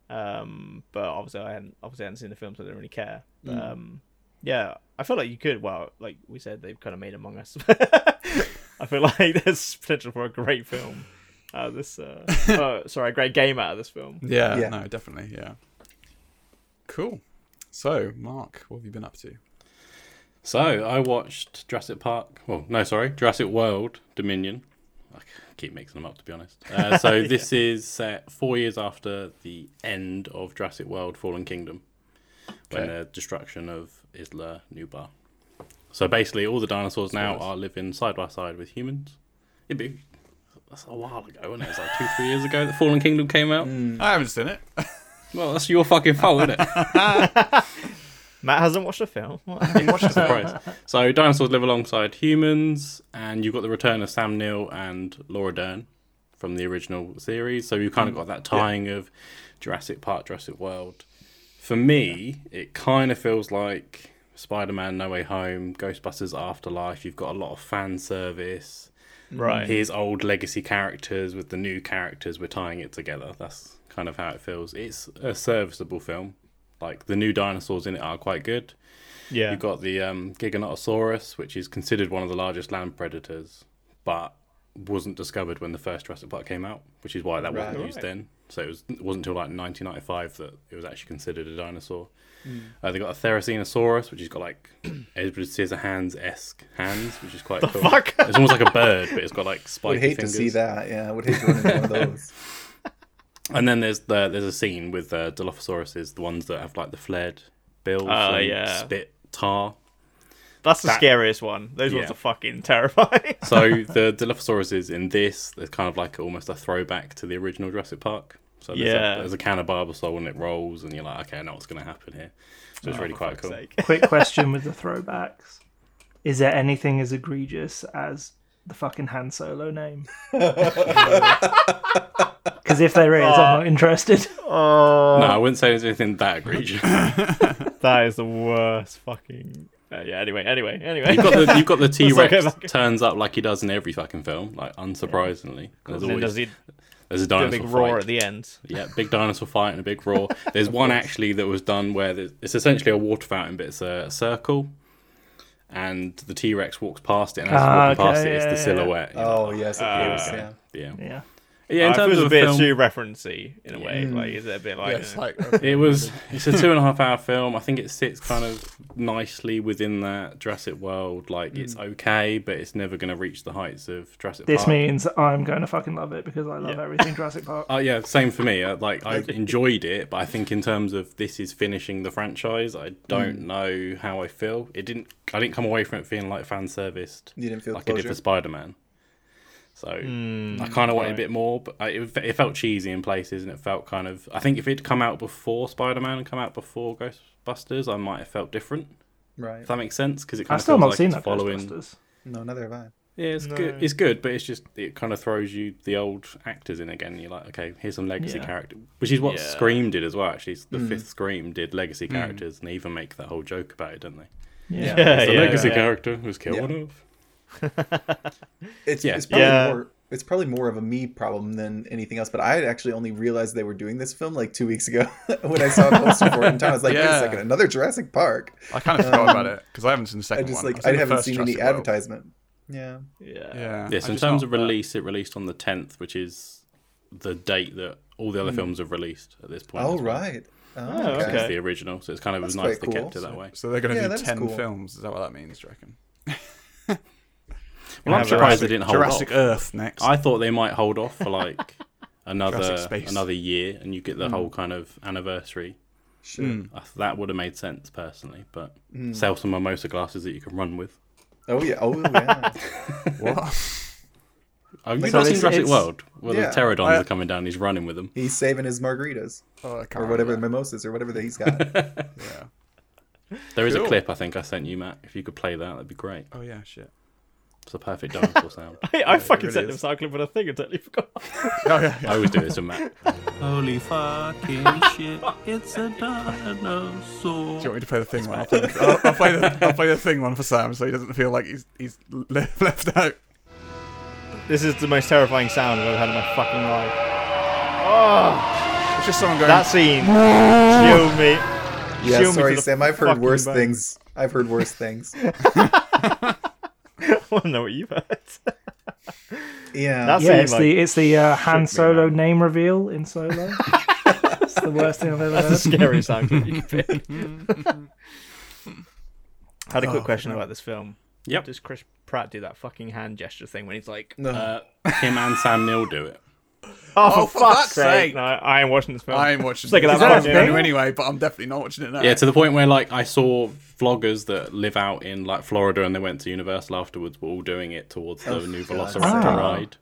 D: um, but obviously I hadn't obviously I hadn't seen the film, so I didn't really care. But, Um, yeah, I feel like you could. Well, like we said, they've kind of made Among Us. I feel like there's potential for a great film. Out of this, uh, oh, sorry, a great game out of this film.
B: Yeah,
A: Yeah.
B: no, definitely, yeah. Cool. So, Mark, what have you been up to?
C: So I watched Jurassic Park. Well, no, sorry, Jurassic World Dominion. I keep mixing them up, to be honest. Uh, so this is set four years after the end of Jurassic World: Fallen Kingdom, when
B: Okay.
C: the destruction of Isla Nublar. So basically, all the dinosaurs now
B: nice.
C: are living side by side with humans. It'd be that's a while ago, wasn't it? It's like two, three years ago that Fallen Kingdom came out.
B: I haven't seen it.
C: Well, that's your fucking fault, isn't it?
D: Matt hasn't watched the film.
C: Watch the prize. So dinosaurs live alongside humans, and you've got the return of Sam Neill and Laura Dern from the original series. So you've kind of got that tying of Jurassic Park, Jurassic World. For me, it kind of feels like Spider-Man: No Way Home, Ghostbusters Afterlife. You've got a lot of fan service.
D: right.
C: Here's old legacy characters with the new characters. We're tying it together. That's kind of how it feels. It's a serviceable film. Like the new dinosaurs in it are quite good.
D: yeah.
C: You've got the um, Giganotosaurus, which is considered one of the largest land predators, but wasn't discovered when the first Jurassic Park came out, which is why that wasn't used then. So it, was, it wasn't until like 1995 that it was actually considered a dinosaur.
A: Hmm.
C: Uh, they got a Therizinosaurus, which has got like Edward Scissorhands esque hands, which is quite cool.
D: fuck?
C: It's almost like a bird, but it's got like
A: I
C: spiky
A: would hate
C: fingers.
A: to see that. Yeah, I would hate to run into one of those.
C: And then there's the there's a scene with uh, Dilophosauruses, the ones that have like the flared bills,
D: Oh,
C: and
D: yeah.
C: spit tar.
D: That's the
C: that-
D: scariest one. Those ones
C: Yeah.
D: are fucking terrifying.
C: So the Dilophosaurus is in this. There's kind of like almost a throwback to the original Jurassic Park. So there's,
D: Yeah.
C: a, there's a can of barbasol when it rolls, and you're like, okay, I know what's going to happen here. So it's really quite cool.
D: Oh, Sake.
F: Quick question with the throwbacks: Is there anything as egregious as the fucking Han Solo name? Because if there is, I'm not interested.
C: No, I wouldn't say there's anything that egregious. you've
D: That is the worst fucking. Uh, yeah. Anyway. Anyway. Anyway.
C: got the you've got the T
D: go
C: Rex
D: back.
C: turns up like he does in every fucking film, like unsurprisingly. There's
D: And then does
C: always
D: he
C: there's a
D: do
C: dinosaur
D: a big
C: fight.
D: roar at the end?
C: Yeah, big dinosaur fight and a big roar. There's one actually that was done where there's, it's essentially a water fountain, but it's a circle, and the T Rex walks past it, and as it's
F: Ah,
C: walking
F: okay,
C: past it, it's
F: yeah,
C: the
F: yeah, yeah.
C: silhouette. you know.
A: Oh yes, of course. yeah.
C: Yeah.
F: Yeah,
C: Yeah, in
D: Uh, it
C: terms
D: was
C: of
D: a bit
C: film,
D: too referency in a way. Like, is it a bit like?
B: Yeah, it's
D: eh?
B: like
C: it was it's a two and a half hour film. I think it sits kind of nicely within that Jurassic World. Like it's
A: Mm.
C: okay, but it's never going to reach the heights of Jurassic.
F: This
C: Park.
F: means I'm going to fucking love it because I love everything Jurassic Park.
C: Oh yeah, same for me. I, like I enjoyed it, but I think in terms of this is finishing the franchise, I don't
A: Mm.
C: know how I feel. It didn't. I didn't come away from it feeling like fan serviced,
A: You didn't feel
C: like I did
A: closure. Mm.
C: for Spider Man. So
D: hmm.
C: I kind of wanted a bit more, but I, it, it felt cheesy in places, and it felt kind of. I think if it'd come out before Spider Man and come out before Ghostbusters, I might have felt different.
A: Right.
C: If that makes sense, because it kind
F: I've
C: of
F: still
C: feels
F: not
C: like
F: seen
C: it's
F: that
C: following.
F: Ghostbusters.
A: No, neither have I.
C: Yeah, it's good. It's good, but it's just it kind of throws you the old actors in again. You're like, okay, here's some legacy
F: Yeah. Mm.
C: character, which is what
D: Yeah.
C: Scream did as well. Actually, It's the fifth Scream did legacy characters, and they even make that whole joke about it, don't they?
F: Yeah.
D: yeah,
C: The
D: yeah,
C: legacy
D: yeah.
C: character was killed off.
A: It's,
C: Yeah.
A: it's probably
D: Yeah.
A: more it's probably more of a me problem than anything else. But I had actually only realized they were doing this film like two weeks ago when I saw a poster for it in town. I was like, wait
B: Yeah.
A: a second, another Jurassic Park.
B: I kind of forgot about it because I haven't seen the
A: Um, I
B: second
A: just
B: one.
A: like
B: I've
A: I
B: the
A: haven't
B: first
A: seen any
B: Jurassic World.
A: advertisement. Yeah.
D: Yeah.
B: Yeah.
C: Yes,
B: I
C: in
B: just
C: terms
B: not-
C: of release, it released on the 10th, which is the date that all the other
B: Hmm.
C: films have released at this point.
A: Oh
C: as well,
A: right. Oh,
D: Oh,
A: okay.
C: Since
D: okay.
C: the original, so it's kind of it was
A: That's
C: nice they
A: quite
C: kept it
A: cool.
C: that way.
B: So they're going to
A: Yeah,
B: do
A: that is
B: ten
A: cool.
B: films. Is that what that means? Do you reckon?
C: Well, I'm
D: have
C: surprised they
B: Jurassic-
C: didn't hold
B: Jurassic
C: off.
B: Earth next.
C: I thought they might hold off for like
B: Jurassic
C: another
B: Space. Hmm.
C: another year, and you get the whole kind of anniversary.
A: Sure.
C: I th- That would have made sense personally, but
A: Hmm.
C: sell some mimosa glasses that you can run with.
A: Oh yeah. Oh yeah.
B: what?
C: Have
A: Like, so
C: you not seen
A: it's-
C: Jurassic
A: it's-
C: World? Well,
A: yeah.
C: the pterodons
B: I-
C: are coming down. He's running with them.
A: he's saving his margaritas
B: Oh, I can't
A: or whatever
B: remember.
A: mimosas or whatever that he's got.
B: Yeah.
C: There is
B: Cool.
C: a clip I think I sent you, Matt. If you could play that, that'd be great.
B: Oh yeah. Shit.
C: It's a perfect dinosaur sound.
D: I, I fucking
B: really
D: sent
B: is.
D: them cycling with a thing and totally forgot.
B: Oh yeah.
C: I always do this to Matt.
G: Holy fucking shit, it's a dinosaur.
B: Do you want me to play the thing one? I'll play the, I'll, I'll play the, I'll play the thing one for Sam, so he doesn't feel like he's he's le- left out.
D: This is the most terrifying sound I've ever had in my fucking life.
B: It's just someone going.
D: That scene killed me.
A: yeah.
D: Show me
A: sorry,
D: to the
A: Sam. I've heard
D: fucking
A: worse
D: bank.
A: things. I've heard worse things.
D: I want to know what you've heard.
A: Yeah.
D: That's
F: Yeah,
D: scene,
F: it's
D: like,
F: the it's the uh, Han
D: shook me,
F: Solo
D: man.
F: name reveal in Solo. it's the worst thing I've ever
D: That's the
F: heard.
D: scary sound you could pick. Had a quick
B: Oh,
D: question
B: no.
D: about this film.
C: Yep.
D: Does Chris Pratt do that fucking hand gesture thing when he's like,
A: no.
C: Uh, him and Sam Neill do it.
D: "Oh,
B: for fuck's sake.
D: No, I ain't watching this film.
B: I ain't watching.
D: Sick of
B: this.
D: that
B: I was
D: fucking
B: going to
D: thing.
B: anyway, but I'm definitely not watching it now.
C: Yeah, to the point where like I saw vloggers that live out in like Florida and they went to Universal afterwards were all doing it towards
A: Oh,
C: the new
A: God's
C: Velociraptor
F: sake.
C: ride.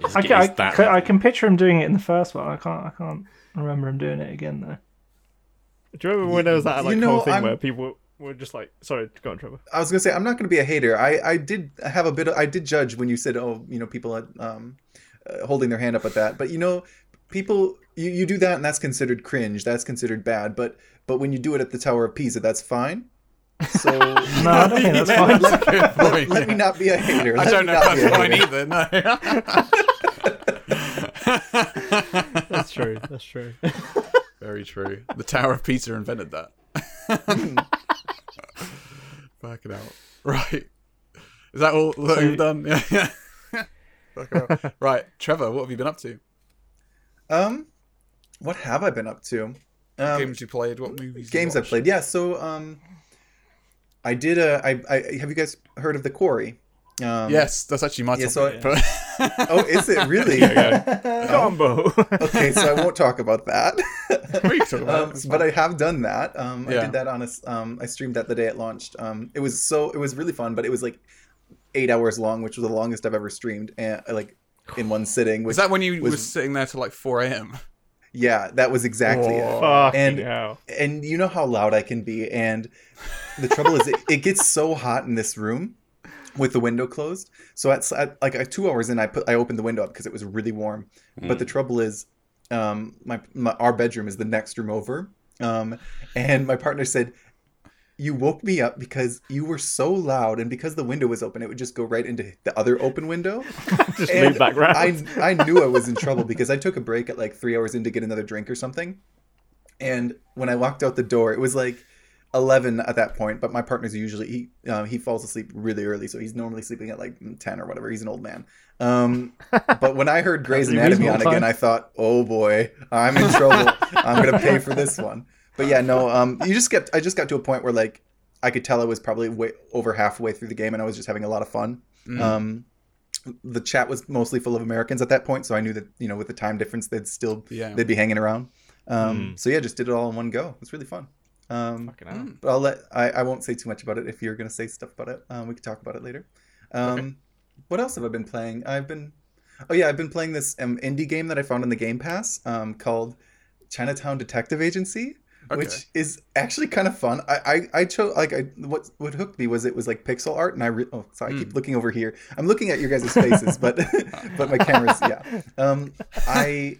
C: It's,
F: I,
C: it's
F: ca- I,
C: that
F: ca- I
C: level.
F: can picture him doing it in the first one. I can't I can't remember him doing it again though.
D: Do you remember when there was that
A: You
D: like
A: know,
D: whole thing
A: I'm-
D: where people were just like, "Sorry, go on, Trevor."
A: I was gonna say I'm not gonna be a hater. I I did have a bit. Of, I did judge when you said, oh, you know, people at, um, uh, holding their hand up at that. But you know, people, you, you do that and that's considered cringe. That's considered bad. But but when you do it at the Tower of Pisa, that's fine. So
F: No, I don't think that's fine.
B: That's a good point,
A: let
B: yeah.
A: me not be a hater.
B: I
A: Let
B: don't
A: me
B: know if
A: not be
B: that's
A: a
B: mine
A: hater.
B: either. No.
D: That's true. That's true.
B: Very true. The Tower of Pizza invented that. Fucking out. Right. Is that all that we've done? Yeah. yeah. Fucking hell. right, Trevor, what have you been up to?
A: Um, what have I been up to? Um,
B: Games you played? What movies?
A: games
B: you
A: I've played. Yeah, so um, I did a. I, I have you guys heard of the Quarry? Um,
B: Yes, that's actually my
A: Yeah,
B: topic.
A: so I-
B: but-
A: Oh, is it really?
D: Combo.
A: okay, so I won't talk about that.
B: We can talk about it,
A: um,
B: that's
A: but
B: fine.
A: I have done that. Um, I
B: Yeah.
A: did that on a. s- Um, I streamed that the day it launched. Um, it was so. It was really fun, but it was like eight hours long, which was the longest I've ever streamed, and like in one sitting. Which
B: was that when you
A: was-
B: were sitting there till like 4 a.m.?
A: yeah, that was exactly it.
B: Whoa.
D: Fucking
A: And-
D: hell.
A: And you know how loud I can be, and the trouble is, it, it gets so hot in this room with the window closed. So at, at like uh, two hours in, I put I opened the window up because it was really warm. But the trouble is, um, my, my our bedroom is the next room over, um, and my partner said, "You woke me up because you were so loud, and because the window was open, it would just go right into the other open window."
D: Just
A: And
D: move back round.
A: I I knew I was in trouble because I took a break at like three hours in to get another drink or something, and when I walked out the door, it was like eleven at that point, but my partner's usually he um, he falls asleep really early, so he's normally sleeping at like ten or whatever. He's an old man. Um, but when I heard Grey's
D: Perfectly
A: Anatomy on
D: reasonable
A: again,
D: time.
A: I thought, oh boy, I'm in trouble. I'm gonna pay for this one. But yeah, no. Um, you just kept. I just got to a point where like I could tell I was probably way over halfway through the game, and I was just having a lot of fun. Um, the chat was mostly full of Americans at that point, so I knew that you know with the time difference they'd still
B: Yeah.
A: they'd be hanging around. Um, So yeah, just did it all in one go. It was really fun. Um,
D: Fucking hell.
A: but I'll let I, I won't say too much about it. If you're gonna say stuff about it, um, we can talk about it later. Um, What else have I been playing? I've been oh yeah, I've been playing this um, indie game that I found in the Game Pass um, called Chinatown Detective Agency,
B: Okay.
A: which is actually kind of fun. I I, I chose like I what what hooked me was it was like pixel art, and I re- oh sorry, I keep
B: Hmm.
A: looking over here. I'm looking at your guys' faces, but but my camera's yeah. Um, I.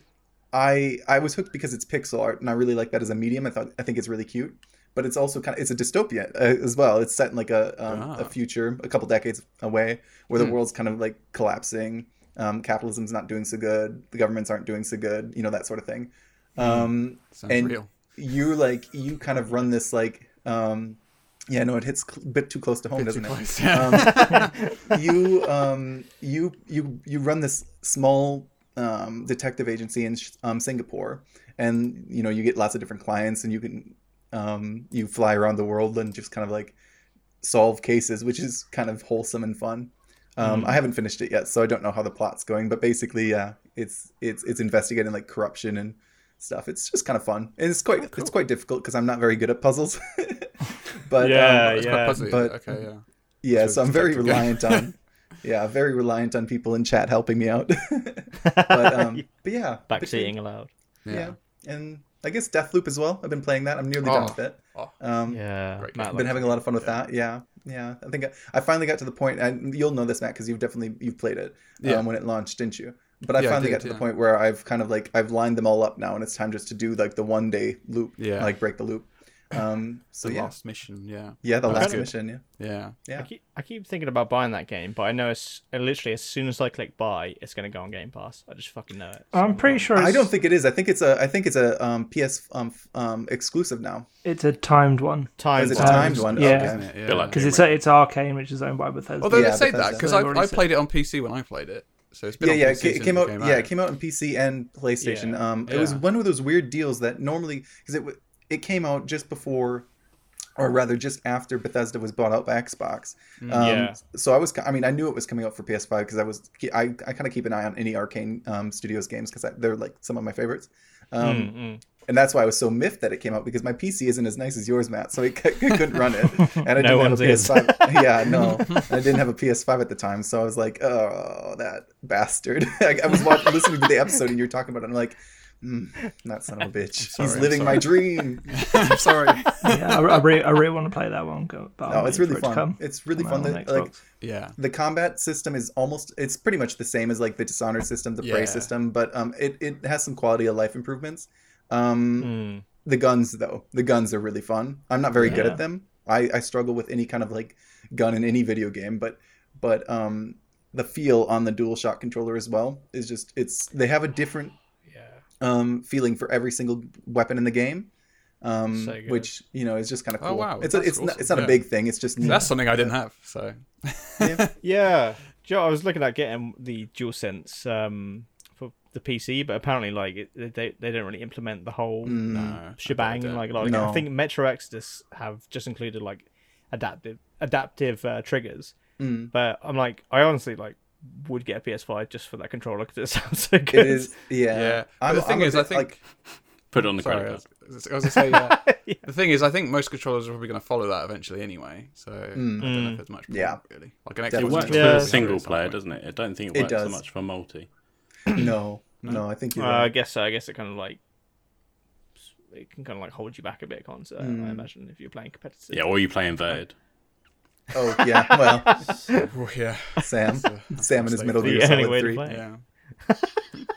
A: I I was hooked because it's pixel art, and I really like that as a medium. I thought I think it's really cute, but it's also kind of it's a dystopia uh, as well. It's set in like a um,
B: Ah. Hmm.
A: a future, a couple decades away, where the world's kind of like collapsing. Um, capitalism's not doing so good. The governments aren't doing so good. You know that sort of thing.
B: Hmm.
A: Um,
B: Sounds
A: and
B: real.
A: you like you kind of run this like um, yeah no it hits cl- a bit too close to home
B: Bit too
A: doesn't it?
B: close.
A: Uh, Um, you um you you you run this small um, detective agency in um, Singapore, and you know you get lots of different clients, and you can um, you fly around the world and just kind of like solve cases, which is kind of wholesome and fun. Um, I haven't finished it yet, so I don't know how the plot's going. But basically, yeah, it's it's it's investigating like corruption and stuff. It's just kind of fun, and it's quite it's quite difficult because I'm not very good at puzzles. but um,
D: yeah,
B: It's quite
D: yeah.
B: puzzly.
A: but-
B: okay, yeah.
A: yeah,
B: So
A: so I'm very
B: detective
A: reliant on yeah, very reliant on people in chat helping me out. but um but yeah. between-
D: Backseating allowed.
A: Yeah. And I guess Deathloop as well. I've been playing that. I'm nearly done
B: Oh.
A: with it.
B: Oh.
A: Um
D: Yeah,
B: Great
D: Matt
A: I've
D: likes
A: been having a lot of fun with that. Yeah. Yeah. I think I, I finally got to the point and you'll know this Matt because you've definitely you've played it
B: Yeah.
A: um, when it launched, didn't you? But I
B: Yeah, I
A: finally
B: did,
A: got to
B: yeah.
A: the point where I've kind of like I've lined them all up now and it's time just to do like the one day loop.
B: Yeah.
A: Like break the loop. Um so
B: The
A: yeah.
B: last mission, yeah.
A: Yeah, the
B: That's
A: last
B: good.
A: mission, yeah.
B: Yeah.
A: Yeah.
D: I keep, I keep thinking about buying that game, but I know it's and literally as soon as I click buy, it's gonna go on Game Pass. I just fucking know it. So
F: I'm pretty sure it's,
A: I don't think it is. I think it's a. I think it's a um, PS um, f- um, exclusive now.
F: it's a timed one
D: time.
A: Is it a
D: wise.
A: timed one?
F: yeah.
A: Okay.
B: Isn't it? Yeah.
C: Bit like
F: because it's it's Arcane, which is owned by Bethesda.
B: Although
A: Yeah,
B: they say that
A: Bethesda.
B: because
F: They've
B: I,
F: already
B: I
F: said-
B: played it on PC when I played it, so it's been
A: Yeah,
B: on
A: yeah,
B: PC
A: it ca- it
B: since
A: came out.
B: Came
A: Yeah, it came out on PC and PlayStation.
D: Yeah.
A: Um, it was
B: Yeah.
A: one of those weird deals that normally because it w- it came out just before, or rather just after Bethesda was bought out by Xbox.
B: Mm,
A: Um,
D: yeah.
A: So I was. ki- I mean, I knew it was coming out for PS5 because I was. I I kind of keep an eye on any Arcane um, Studios games because they're like some of my favorites. Um,
B: Hmm.
D: Mm, mm.
A: and that's why I was so miffed that it came out because my PC isn't as nice as yours, Matt. So I c- couldn't run it, and I didn't have a
D: one's is.
A: PS5. yeah, no, And I didn't have a PS5 at the time, so I was like, "Oh, that bastard!" I, I was watching, listening to the episode, and you were talking about it. And I'm like, mm, "That son of a bitch!
B: sorry,
A: He's
B: I'm
A: living my dream."
B: I'm sorry.
F: yeah, I, I really, I really want to play that one. go- But
A: No,
F: I'm
A: Oh, it's
F: waiting
A: really
F: for it
A: fun.
F: to come
A: It's really
F: on
A: fun.
F: my- on
A: that,
F: my
A: like
F: Xbox.
B: Yeah.
A: the combat system is almost it's pretty much the same as like the Dishonored system, the
B: Yeah.
A: Prey system, but um, it it has some quality of life improvements. Um,
D: Mm.
A: The guns, though, the guns are really fun. I'm not very good
D: Yeah.
A: at them. I, I struggle with any kind of like gun in any video game, but but um the feel on the DualShock controller as well is just it's they have a different um feeling for every single weapon in the game, um
D: So good.
A: which you know is just kind of
B: Oh,
A: cool.
B: wow,
A: It's a,
B: that's
A: it's not
B: awesome.
A: it's not
B: Yeah.
A: a big thing. It's just
B: That's something I didn't have. So
A: yeah.
D: Yeah. Joe, I was looking at getting the DualSense um, for the PC, but apparently, like, it, they they don't really implement the
A: Mm.
D: whole uh,
B: no. I bet
D: shebang.
B: they don't.
D: Like, like
A: No.
D: I think Metro Exodus have just included like adaptive adaptive uh, triggers.
A: Mm.
D: But I'm like, I honestly like would get a PS5 just for that controller because it sounds so good.
A: It is yeah.
B: yeah. But
A: I'm-
B: the thing
A: I'm a
B: is, I
A: bit,
B: think.
A: like,
C: Put it on the
B: Sorry, I
C: credit
B: was, I was gonna say yeah. The thing is, I think most controllers are probably going to follow that eventually anyway. So I don't know if there's much. Point,
A: Mm. Yeah.
B: really. Like an Xbox
A: It
C: card. It
A: was
C: works
B: controller
D: Mm. Yeah.
B: would
C: for
B: be
C: single
B: at some
C: player,
B: point.
C: doesn't it? I don't think
A: It
C: it works so
A: does.
C: much for multi.
A: no,
B: Hmm?
A: no, I think
D: Uh,
A: you're
D: I
A: right.
D: guess so. I guess it kind of like it can kind of like hold you back a bit, can't it?
A: Mm.
D: I imagine if you're playing competitive.
C: Yeah, or you play inverted.
A: Oh yeah, well,
B: Well, yeah.
A: Sam, Sam and his middle
D: the
A: gear
D: only
A: solid
D: way to
A: three.
D: play.
B: Yeah.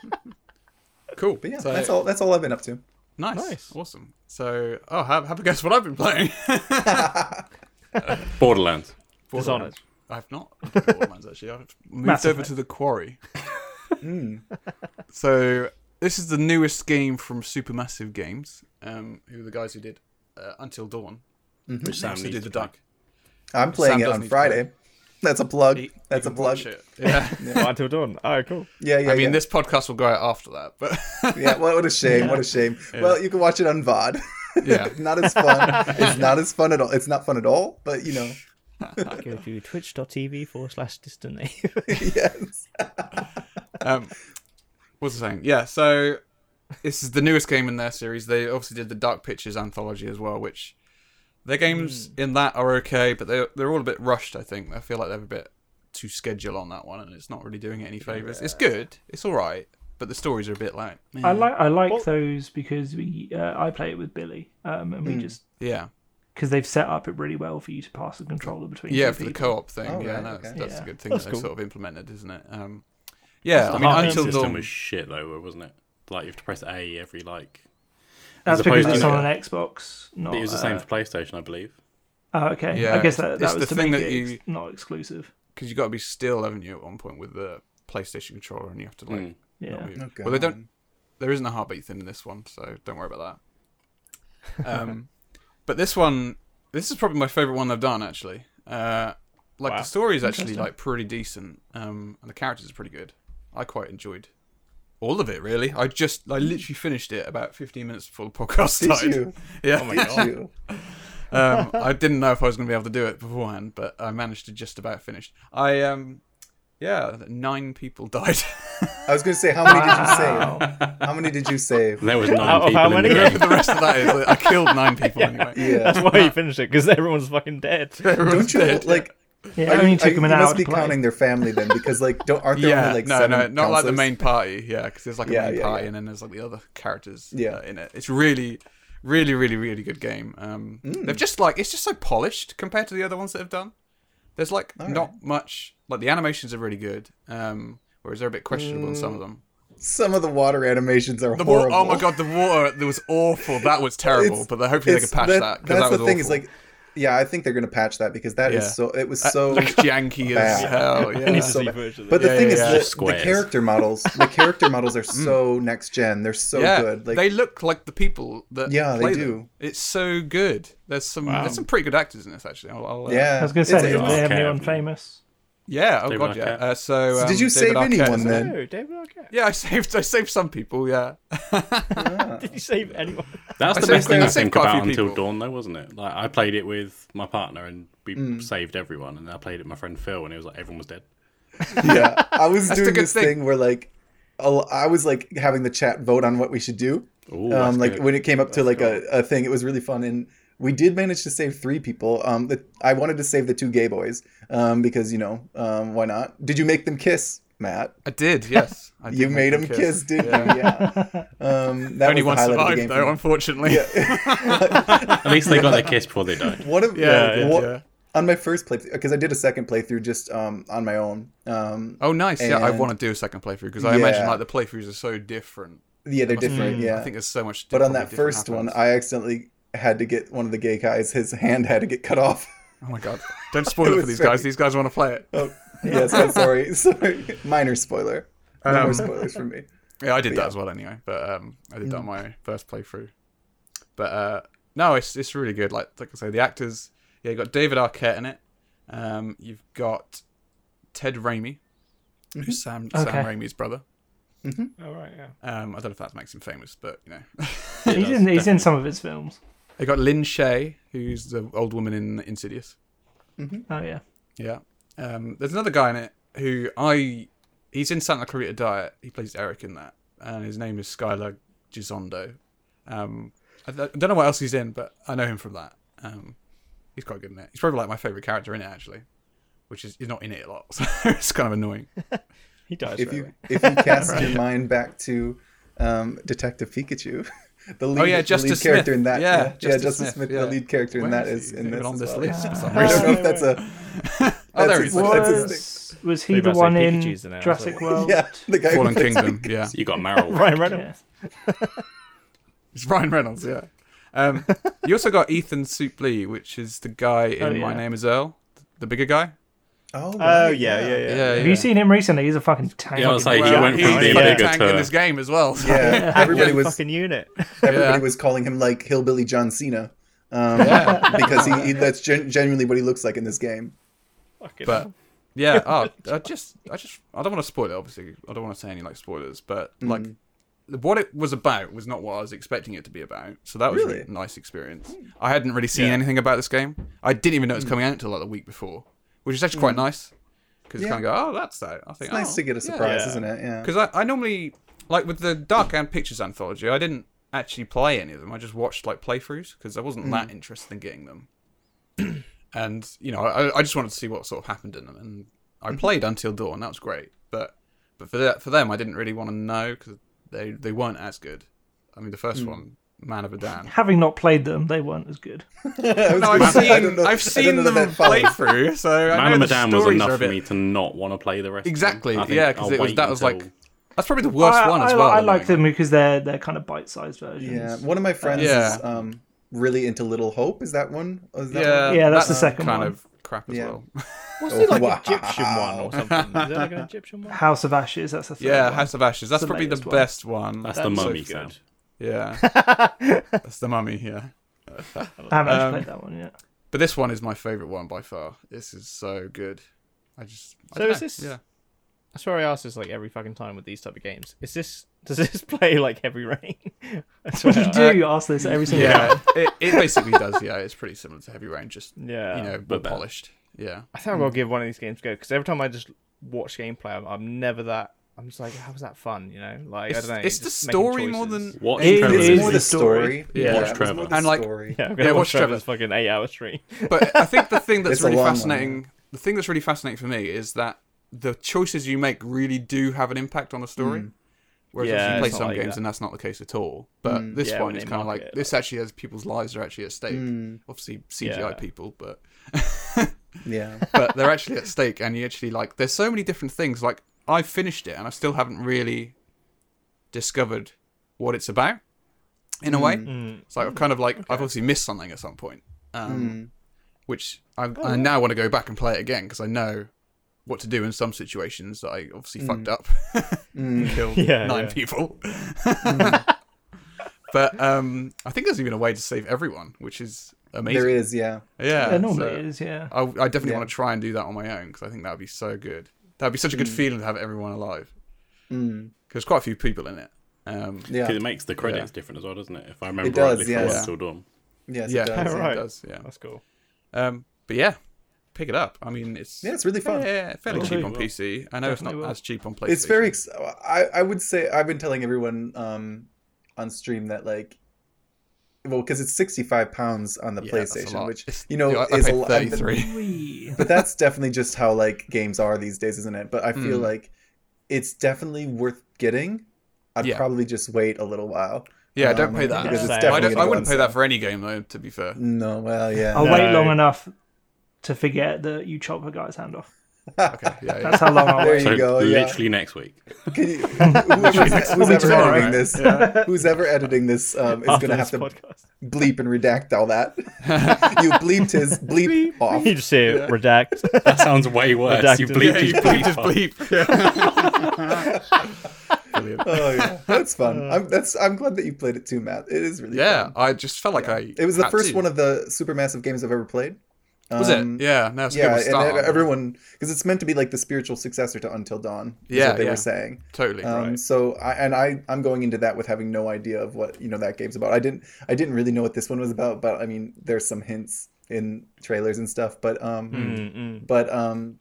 B: cool.
A: But yeah,
B: So-
A: that's all. That's all I've been up to.
B: Nice.
D: Nice.
B: Awesome. So, oh, have, have a guess what I've been playing.
C: Borderlands.
D: Dishonored.
B: I've not played Borderlands actually. I've moved
F: Mass
B: over
F: Effect.
B: to the Quarry. So this is the newest game from Supermassive Games, um, who are the guys who did uh, Until Dawn.
C: which Sam
B: to
C: needs
B: do
C: to
B: the duck.
A: I'm playing
B: Sam
A: it
B: does
A: on
B: need to
A: Friday. That's a plug.
B: You- you
A: That's a
B: can
A: plug.
B: watch it. Yeah.
D: Not until dawn. Oh, cool.
A: Yeah, yeah.
B: I mean,
A: yeah.
B: this podcast will go out after that, but
A: Yeah, well, what a shame. What a shame. Well, you can watch it on VOD.
B: yeah.
A: not as fun. it's not as fun at all. It's not fun at all, but you know.
D: Go to twitch.tv forward slash distant
A: Yes.
B: um, what's the saying? Yeah, so this is the newest game in their series. They obviously did the Dark Pictures anthology as well, which their games
A: Hmm.
B: in that are okay, but they they're all a bit rushed. I think I feel like they're a bit too schedule on that one, and it's not really doing it any favors. It's good, it's all right, but the stories are a bit like meh.
F: I like I like those because we uh, I play it with Billy, um,
A: Hmm.
F: and we just
B: yeah,
F: because they've set up it really well for you to pass the controller between.
B: yeah
F: two
B: for the
F: people.
B: co-op thing.
A: Oh,
B: yeah,
A: right,
B: no, that's,
A: okay.
B: that's
F: Yeah.
B: a good thing
D: That's
B: that
D: cool.
B: they've sort of implemented, isn't it? Um, yeah, I mean,
C: Heartbeat
B: until
C: system
B: Dawn,
C: was shit though, wasn't it? Like you have to press A every like.
F: That's
C: as
F: because
C: opposed
F: it's
C: to-
F: on an Xbox. Not,
C: It was the same
F: uh,
C: for PlayStation, I believe.
F: Oh, okay.
B: Yeah,
F: I
B: it's-
F: guess that,
B: it's
F: that was
B: the
F: to
B: thing
F: make
B: that
F: it ex-
B: you-
F: not exclusive.
B: because you got to be still, haven't you, at one point with the PlayStation controller, and you have to like
C: Mm.
F: Yeah.
B: move.
A: Okay.
B: Well, they don't. There isn't a heartbeat thing in this one, so don't worry about that. Um, but this one, this is probably my favorite one they've done actually. Uh, like the story is actually like pretty decent, um, and the characters are pretty good. I quite enjoyed all of it really. I just I literally finished it about 15 minutes before the podcast
A: Did
B: started.
A: you?
B: Yeah,
A: You.
B: um, I didn't know if I was going to be able to do it beforehand, but I managed to just about finish. I um, yeah, nine people died.
A: I was going to say, how many did you save? How many did you save?
C: And there was nine
D: Out of
C: people
D: how
C: in
D: many?
C: the
B: the rest of that is uh, I killed nine people anyway.
A: Yeah.
D: That's why you finished it, because everyone's fucking dead.
A: Don't you like?
F: Yeah,
A: are
F: it
A: you-
F: only
A: are
F: took
A: you-
F: them an
A: you
F: hour
A: must
F: to
A: be
F: play.
A: counting their family then, because like, don't aren't there
B: Yeah,
A: only like
B: no,
A: seven
B: no, not like the
A: counselors?
B: main party. Yeah, because there's like a
A: Yeah,
B: main
A: yeah,
B: party,
A: yeah.
B: and then there's like the other characters.
A: Yeah.
B: uh, in it, it's really, really, really, really good game. Um,
A: Mm.
B: they've just like it's just so polished compared to the other ones that have done. There's like not much. Like the animations are really good, um, whereas they're a bit questionable in
A: Mm.
B: some of them.
A: Some of the water animations are
B: The wa-
A: horrible.
B: oh my god, the water that was awful. That was terrible.
A: It's-
B: but they- hopefully they
A: It's-
B: can patch
A: that-
B: that because
A: That's
B: that was
A: the thing is
B: awful.
A: like, yeah, I think they're going to patch that because that is
B: Yeah.
A: so. It was
B: That
A: so.
B: looks janky as
A: bad.
B: hell. Yeah.
D: I need to
A: so
D: see
A: bad.
D: version of
A: But the
B: Yeah,
A: thing
B: yeah,
A: is,
B: yeah.
A: the-
B: Just
A: the,
C: squares.
A: character models, the character models are so next gen. They're so
B: Mm. yeah,
A: good. Like,
B: they look like the people that
A: Yeah, they
B: play
A: do.
B: them. It's so good. There's some there's some pretty good actors in this actually. I'll, I'll, uh,
A: yeah,
F: I was going to
A: It's-
F: say, did
A: it's-
F: they have
C: Arquette,
F: anyone
C: haven't they?
F: famous?
B: yeah. Oh
C: David
B: god, yeah.
C: Arquette.
B: Uh, so,
A: did
B: um,
A: you
B: David
A: save
B: Arquette
A: anyone
B: is in it.
A: then?
D: No, David Arquette.
B: Yeah, I saved I saved some people. Yeah,
D: Did you save anyone?
C: That's
B: I
C: the
B: say-
C: best thing
B: I
C: I
B: say
C: think
B: quite a
C: about
B: few
C: Until
B: people.
C: Dawn, though, wasn't it? Like I played it with my partner and we
B: Hmm.
C: saved everyone, and I played it with my friend Phil, and it was like everyone was dead.
A: yeah. I was
B: the
A: doing
B: good
A: this
B: thing.
A: thing. where like, I'll- I was like having the chat vote on what we should do.
C: Ooh, that's
A: um, like
C: good.
A: when it came up to like a, a thing, it was really fun, and we did manage to save three people. Um, the, I wanted to save the two gay boys, um, because you know, um, why not? Did you make them kiss, Matt?
B: I did. Yes, I did
A: You
B: make
A: made
B: them
A: them kiss, didn't you? Yeah. Um, that
B: Only
A: was
B: one
A: the highlight of the game
B: survived
A: for
B: though,
A: me.
B: unfortunately.
C: At least they got their kiss before they died.
A: One of
D: Yeah, yeah,
A: what-
B: yeah.
A: on my first playthrough because I did a second playthrough just um on my own. Um,
B: Oh, nice. Yeah, I
A: And-
B: want to do a second playthrough because I imagine
A: Yeah.
B: like the playthroughs are so different.
A: yeah, they're different. Yeah,
B: Mm, I think there's so much.
A: but on
B: probably
A: that
B: different
A: first one,
B: happens.
A: I accidentally had to get one of the gay guys. His hand had to get cut off.
B: oh my god, don't spoil it for
A: was
B: these
A: very-
B: guys. These guys want to play it.
A: Oh, yes, I'm sorry. Sorry, minor spoiler. No
B: Um,
A: more spoilers from me.
B: Yeah, I did that as well anyway, but um, I
A: Mm.
B: did that on my first playthrough. But uh, no, it's it's really good. Like like I say, the actors. Yeah, you got David Arquette in it. Um, you've got Ted Raimi,
A: Mm-hmm.
B: who's Sam
F: Okay.
B: Sam Raimi's brother.
D: All right, yeah.
B: Um, I don't know if that makes him famous, but you know,
F: he's in he's in some of his films.
B: they got Lynn Shay, who's the old woman in Insidious.
F: Oh yeah.
B: Yeah. Um, there's another guy in it who I he's in Santa Clarita Diet. He plays Eric in that, and his name is Skylar Gisondo. Um, I, th- I don't know what else he's in, but I know him from that. Um, he's quite good in it. He's probably like my favorite character in it actually, which is he's not in it a lot, so it's kind of annoying.
D: He dies.
A: If
D: right
A: you
D: away.
A: if you cast your mind back to um, Detective Pikachu, the lead,
B: Oh, yeah,
A: the
B: Justice
A: lead character
B: Smith.
A: in that,
B: Yeah,
A: yeah, yeah,
B: Justice
A: Justice
B: Smith,
A: Smith,
B: yeah.
A: the lead character in
B: Where
A: that
B: is
A: is
B: he?
A: in
B: He's
A: this
B: on
A: as
B: this
A: well.
B: list for some
A: I
B: reason.
A: don't know if that's a
B: Oh, there
A: That's
B: he is.
A: his-
B: That's his-
F: Was was he
D: They
F: the
D: must say
F: one in
D: Pikachu's in it,
F: Jurassic
D: that's all.
F: World?
A: yeah, the guy who
B: Fallen
A: plays-
B: Kingdom. Yeah,
C: So you got Meryl.
D: Ryan Reynolds.
F: Yeah.
B: it's Ryan Reynolds. Yeah. Um, you also got Ethan Soup Lee, which is the guy in
F: Oh,
B: My
F: yeah.
B: Name Is Earl, the bigger guy.
A: Oh,
D: Oh,
A: right,
D: yeah, yeah, yeah.
B: Yeah,
F: Have you seen him recently? He's a fucking tank.
C: Yeah, I was like,
B: Well,
C: you went
B: he's
C: from
B: a
C: being
D: yeah.
C: a
B: fucking
C: bigger
B: tank in this
C: to
B: game as well. so-
A: Yeah, everybody was
D: fucking unit.
A: everybody
B: Yeah.
A: was calling him like hillbilly John Cena. um, because he, he that's gen- genuinely what he looks like in this game.
D: Fucking
B: but yeah, oh, I just, I just, I don't want to spoil it. Obviously, I don't want to say any like spoilers, but
A: Mm.
B: like what it was about was not what I was expecting it to be about. So that was a
A: Really?
B: really nice experience. I hadn't really seen anything about this game. I didn't even know it
A: Mm.
B: was coming out until like the week before, which is actually quite nice because
A: Yeah.
B: you kind of go, oh, that's that. I
A: It's
B: think
A: nice
B: oh,
A: to get a
B: yeah.
A: surprise,
D: Yeah.
A: isn't it? Yeah.
B: because I, I normally like with the Dark and Pictures anthology, I didn't actually play any of them. I just watched like playthroughs because I wasn't
C: Mm.
B: that interested in getting them. and you know, I, I just wanted to see what sort of happened in them, and
C: Mm-hmm.
B: I played Until Dawn. That was great, but but for that, for them, I didn't really want to know because they they weren't as good. I mean, the
C: Mm.
B: first one, Man of a Dan.
F: Having not played them, they weren't as good.
A: I was
B: No,
A: gonna
B: I've
A: say, I
B: seen
A: don't know-
B: I've
A: I don't
B: seen
A: know
B: them
A: that that
B: play
A: follows.
B: through, so I
C: Man
B: know
C: of
B: the
C: Medan was
B: stories
C: enough
B: are a
C: for
B: bit-
C: me to not want to play the rest.
B: Exactly,
C: of them. I think
B: yeah, because
C: I'll
B: it was
C: wait
B: that was like
C: until-
B: that's probably the worst
F: I,
B: one as
F: I-
B: well.
F: I,
B: annoyingly.
F: like them because they're they're kind of bite-sized versions.
A: Yeah, one of my friends
B: Yeah.
A: is um, really into Little Hope. Is that one? Oh, Is that
B: Yeah,
A: one?
F: Yeah, that's the
B: that's
F: second
B: kind
F: one.
B: of crap as
A: Yeah.
B: well.
D: was it like
A: wow.
D: Egyptian one or something? Is there like an Egyptian one?
F: House of Ashes. That's the third
B: yeah,
F: one.
B: House of Ashes. That's
F: the
B: probably the
F: latest one.
B: best one.
C: That's the
D: That's
C: mummy
D: so good.
C: sound.
B: yeah, that's the mummy. Yeah,
F: I haven't
B: Um,
F: actually played that one yet.
B: but this one is my favorite one by far. This is so good. I just I
D: So
B: don't
D: is
B: know.
D: this-
B: Yeah,
D: I swear I ask this like every fucking time with these type of games. Is this does this play like heavy rain? I swear.
F: You do ask this every single time.
B: yeah. it, it basically does. Yeah, it's pretty similar to Heavy Rain, just
D: Yeah.
B: you know, more
C: but better.
B: polished. Yeah,
D: I think I will give one of these games a go because every time I just watch gameplay, I'm, I'm never that. I'm just like, how was that fun? You know, like I
B: it's,
D: don't know.
B: it's the
D: just making
B: story more
D: choices.
B: than
C: Watch
B: anything.
C: Trevor.
A: It's
F: It is
A: more
F: the
A: the story.
F: story.
B: Yeah.
A: it
B: Watch
A: was
C: Trevor.
A: more the
B: And, like,
A: story.
D: Yeah, I'm gonna
B: Yeah,
D: watch
B: watch Trevor.
D: Trevor's fucking eight-hour stream.
B: but I think the thing that's
A: It's a
B: really
A: long one,
B: fascinating, the thing that's really fascinating for me is that the choices you make really do have an impact on the
A: Hmm.
B: story. Whereas
D: Yeah,
B: obviously you
D: it's
B: play
D: not
B: some
D: like
B: games
D: that.
B: and that's not the case at all. But
A: Hmm.
B: this
D: Yeah,
B: one
D: when
B: is
D: they
B: kind of
D: market
B: like
D: it,
B: this actually has people's lives are actually at stake.
A: Hmm.
B: Obviously CGI
D: Yeah.
B: people, but
A: Yeah.
B: but they're actually at stake and you actually like there's so many different things. Like I finished it and I still haven't really discovered what it's about in a way.
A: Mm.
D: Mm.
B: It's like I've kind of like I've obviously missed something at some point. Um,
A: Mm.
B: which I,
A: Oh,
B: I now want to go back and play it again because I know what to do in some situations that I
A: Mm.
B: obviously fucked up, killed
D: Yeah,
B: nine
D: yeah.
B: people.
A: Mm.
B: but um, I think there's even a way to save everyone, which is amazing.
A: There is, yeah.
B: Yeah,
F: Yeah, normally
B: so
F: it is. Yeah.
B: I, I definitely
A: Yeah.
B: want to try and do that on my own because I think that would be so good. That would be such a good feeling to have everyone alive
A: Mm.
B: because quite a few people in it. Um,
A: Yeah.
C: 'Cause it makes the credits
B: Yeah.
C: different as well, doesn't it? If I remember
A: does,
C: rightly,
A: yes.
C: from Until Dawn.
A: Yes,
B: yeah,
A: it does.
D: Oh,
A: Yeah.
D: right.
B: it does. Yeah,
D: That's cool.
B: um, but yeah, pick it up. I mean, it's
A: Yeah, it's really fun.
B: Yeah, fairly
C: Will
B: cheap
C: do.
B: on PC. I know it's
F: Definitely
B: not
F: will.
B: as cheap on PlayStation.
A: It's very. ex- I I would say I've been telling everyone um on stream that like, well, because it's sixty five pounds on the
B: Yeah, that's a
A: PlayStation,
B: lot.
A: which
B: It's-
A: you know
B: I, I
A: is a
B: paid
A: lot.
B: Thirty-three.
F: Wee.
A: but that's definitely just how like games are these days, isn't it? But I feel
B: Mm.
A: like it's definitely worth getting. I'd
B: Yeah.
A: probably just wait a little while.
B: Yeah, don't
A: Um,
B: pay that.
A: because
D: it's
B: I,
A: definitely
B: don't,
A: gonna
B: I
A: go
B: wouldn't
A: on
B: pay that
A: sale.
B: for any game though. To be fair,
A: No, well, yeah.
F: I'll wait
D: No.
F: long enough to forget that you chop a guy's hand off.
B: okay, yeah, yeah.
F: That's how long I'll
A: There
F: wait.
A: you
C: So
A: go. Yeah.
C: literally next week.
A: Can you, whoever's, who's ever
F: tomorrow,
A: editing
F: right?
A: this, who's ever editing this, um, is
D: After
A: gonna have
D: this
A: to
D: podcast,
A: bleep and redact all that. you bleeped his bleep off.
D: you just hear redact.
C: That sounds way worse. You
D: Redacted.
C: bleep,
D: Yeah,
C: you
D: you
C: bleep,
B: just bleep. Yeah. Brilliant.
A: Oh yeah, that's fun. I'm, that's I'm glad that you played it too, Matt. It is really
B: Yeah,
A: fun.
B: I just felt like I.
A: It was the
B: had
A: first
B: to.
A: one of the supermassive games I've ever played.
B: Was
A: Um,
B: it? Yeah, no, it's a
A: Yeah,
B: good
A: and
B: start.
A: ev- everyone because it's meant to be like the spiritual successor to Until Dawn. Is
B: Yeah,
A: what they
B: yeah.
A: were saying.
B: totally.
A: Um, So I and I I'm going into that with having no idea of what you know that game's about. I didn't I didn't really know what this one was about, but I mean there's some hints in trailers and stuff. But
D: Mm,
A: um
D: Mm-mm.
A: but um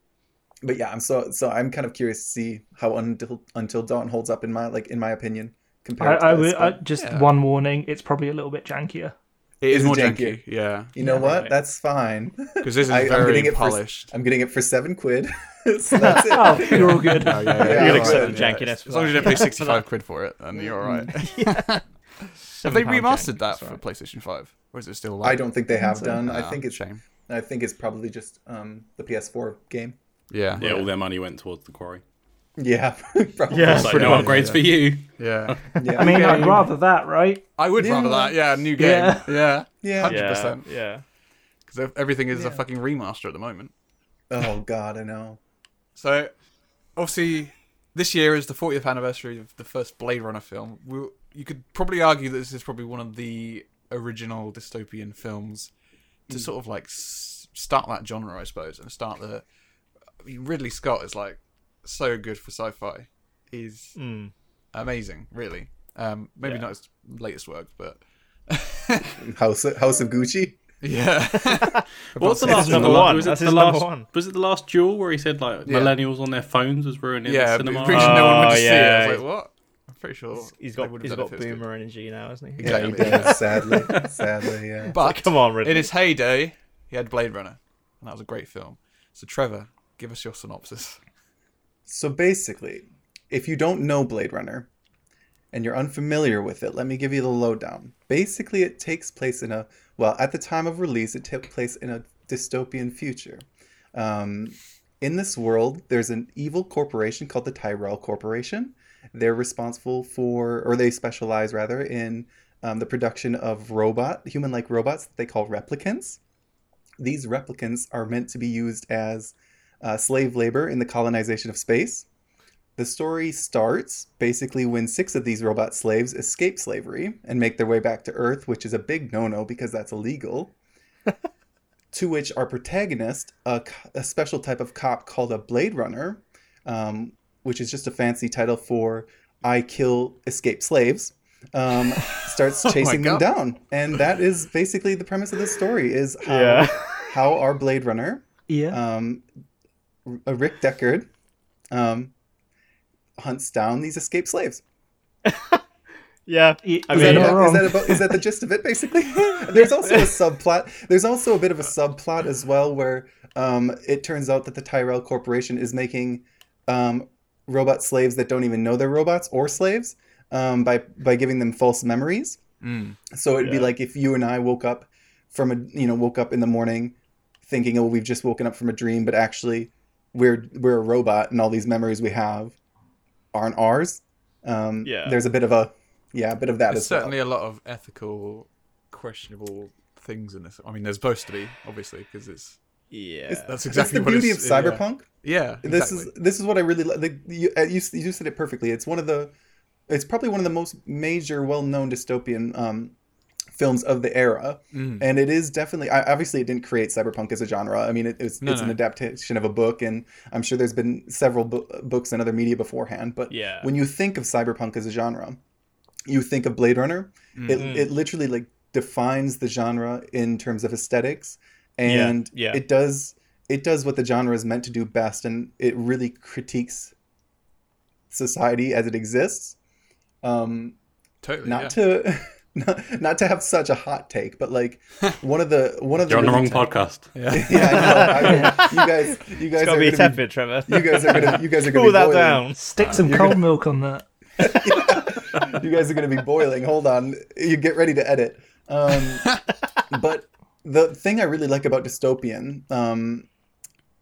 A: but yeah I'm so so I'm kind of curious to see how Until Until Dawn holds up in my like in my opinion
F: I,
A: compared
F: I
A: to this.
F: would I,
A: but-
F: just
B: Yeah.
F: one warning. It's probably a little bit jankier.
B: it is
A: is
B: more janky.
A: janky.
B: Yeah,
A: You know
D: Yeah,
A: what?
D: right.
A: That's fine.
B: because this is
A: I- I'm
B: very
A: getting it for-
B: polished.
A: I'm getting it for seven quid. so that's it.
F: Oh, you're all good.
B: No, yeah, yeah,
A: Yeah,
B: yeah,
A: You'll
B: yeah,
A: accept
D: the
B: yeah.
D: jankiness
B: As
D: for
B: long as you
D: that.
B: don't pay sixty-five quid for it, then you're all right.
A: Mm.
B: Have they remastered that for PlayStation Five, or is it still?
A: I
B: Like,
A: don't think they have done. I
B: Ah,
A: think it's
B: shame.
A: I think it's probably just um, the PS4 game.
B: Yeah,
C: Yeah, all their money went towards the quarry.
A: Yeah, probably.
D: Yeah.
C: It's like, no
B: much,
C: upgrades
B: yeah.
C: for you.
B: yeah.
A: yeah.
F: I mean, I'd
B: game.
F: rather that, right?
B: I would
A: Yeah.
B: rather that. Yeah, new game.
F: Yeah.
B: Yeah,
A: Yeah.
B: hundred
D: Yeah,
B: percent.
D: yeah.
B: Because everything is a fucking remaster at the moment.
A: oh God, I know.
B: So, obviously, this year is the 40th anniversary of the first Blade Runner film. We, you could probably argue that this is probably one of the original dystopian films to sort of like s- start that genre, I suppose, and start the. I mean, Ridley Scott is like so good for sci-fi. He's amazing, really. Um, maybe not his latest work, but
A: House of, House of Gucci.
B: yeah.
C: What's the
D: That's
C: last
D: number
C: one?
D: one.
C: Was it
D: That's
C: the
D: his number
C: last?
D: one.
C: Was it the last duel where he said like millennials on their phones was ruining
B: yeah,
C: the
B: but
C: cinema?
B: pretty sure no one
D: Oh,
B: went to see it. I
D: yeah.
B: was like, what? I'm pretty sure
D: He's
B: they
D: got
B: would've
D: he's
B: done it
D: got
B: if it was good.
D: boomer energy now, isn't he?
A: Yeah, he
B: Exactly,
A: does. Sadly, sadly, yeah.
B: But
D: Come on, Ridley.
B: in his heyday, he had Blade Runner, and that was a great film. So Trevor, give us your synopsis.
A: So basically, if you don't know Blade Runner and you're unfamiliar with it, let me give you the lowdown. Basically, it takes place in a, well, at the time of release, it took place in a dystopian future. Um, in this world, there's an evil corporation called the Tyrell Corporation. They're responsible for, or they specialize rather, in um, the production of robot, human like robots that they call replicants. These replicants are meant to be used as uh, slave labor in the colonization of space. The story starts basically when six of these robot slaves escape slavery and make their way back to Earth, which is a big no no because that's illegal. to which our protagonist, a, c- a special type of cop called a Blade Runner, um, which is just a fancy title for I kill escape slaves. Um, starts chasing them
B: God.
A: down, and that is basically the premise of this story: is how,
D: Yeah.
A: how our Blade Runner
F: Yeah.
A: um, R- Rick Deckard um, hunts down these escaped slaves.
D: yeah.
F: Y-
D: I
F: is
A: Is, that,
D: mean,
F: you're
A: about,
F: not
A: is,
F: wrong.
A: that about, is that the gist of it, basically? There's also a subplot. There's also a bit of a subplot as well, where um, it turns out that the Tyrell Corporation is making um, robot slaves that don't even know they're robots or slaves um, by by giving them false memories. So it'd be
D: Mm. Yeah.
A: like if you and I woke up from a you know woke up in the morning thinking oh we've just woken up from a dream but actually we're we're a robot and all these memories we have aren't ours. Um,
D: Yeah.
A: There's a bit of a yeah a bit of that
B: There's
A: as well.
B: certainly a lot of ethical, questionable things in this. I mean, there's supposed to be, obviously, because it's
D: Yeah.
B: that's
A: That's
B: exactly
A: the
B: what
A: beauty of
B: it's- yeah.
A: cyberpunk.
B: Yeah,
A: This
B: exactly.
A: is this is what I really like. The, you, uh, you you said it perfectly. It's one of the, it's probably one of the most major, well-known dystopian um, films of the era,
B: Mm,
A: and it is definitely. I, obviously, it didn't create cyberpunk as a genre. I mean, it, it's
B: No,
A: it's an
B: no.
A: adaptation of a book, and I'm sure there's been several bo- books and other media beforehand. But
D: Yeah.
A: when you think of cyberpunk as a genre, you think of Blade Runner.
D: Mm-hmm.
A: It it literally like defines the genre in terms of aesthetics, and
D: yeah.
A: it does it does what the genre is meant to do best, and it really critiques society as it exists. Um,
B: totally.
A: not
B: yeah.
A: to not, not to have such a hot take, but like one of the one of
C: You're on the
A: really
C: wrong
A: te-
C: podcast.
A: Yeah, I know. I mean, you guys, you guys
D: It's gotta
A: are
D: be
A: gonna
D: tepid, Trevor.
A: you guys are gonna you guys are gonna
D: Cool
A: be
D: that
A: boiling.
D: down.
F: Stick some cold milk on that.
A: you guys are going to be boiling. Hold on. You get ready to edit. Um, but the thing I really like about dystopian um,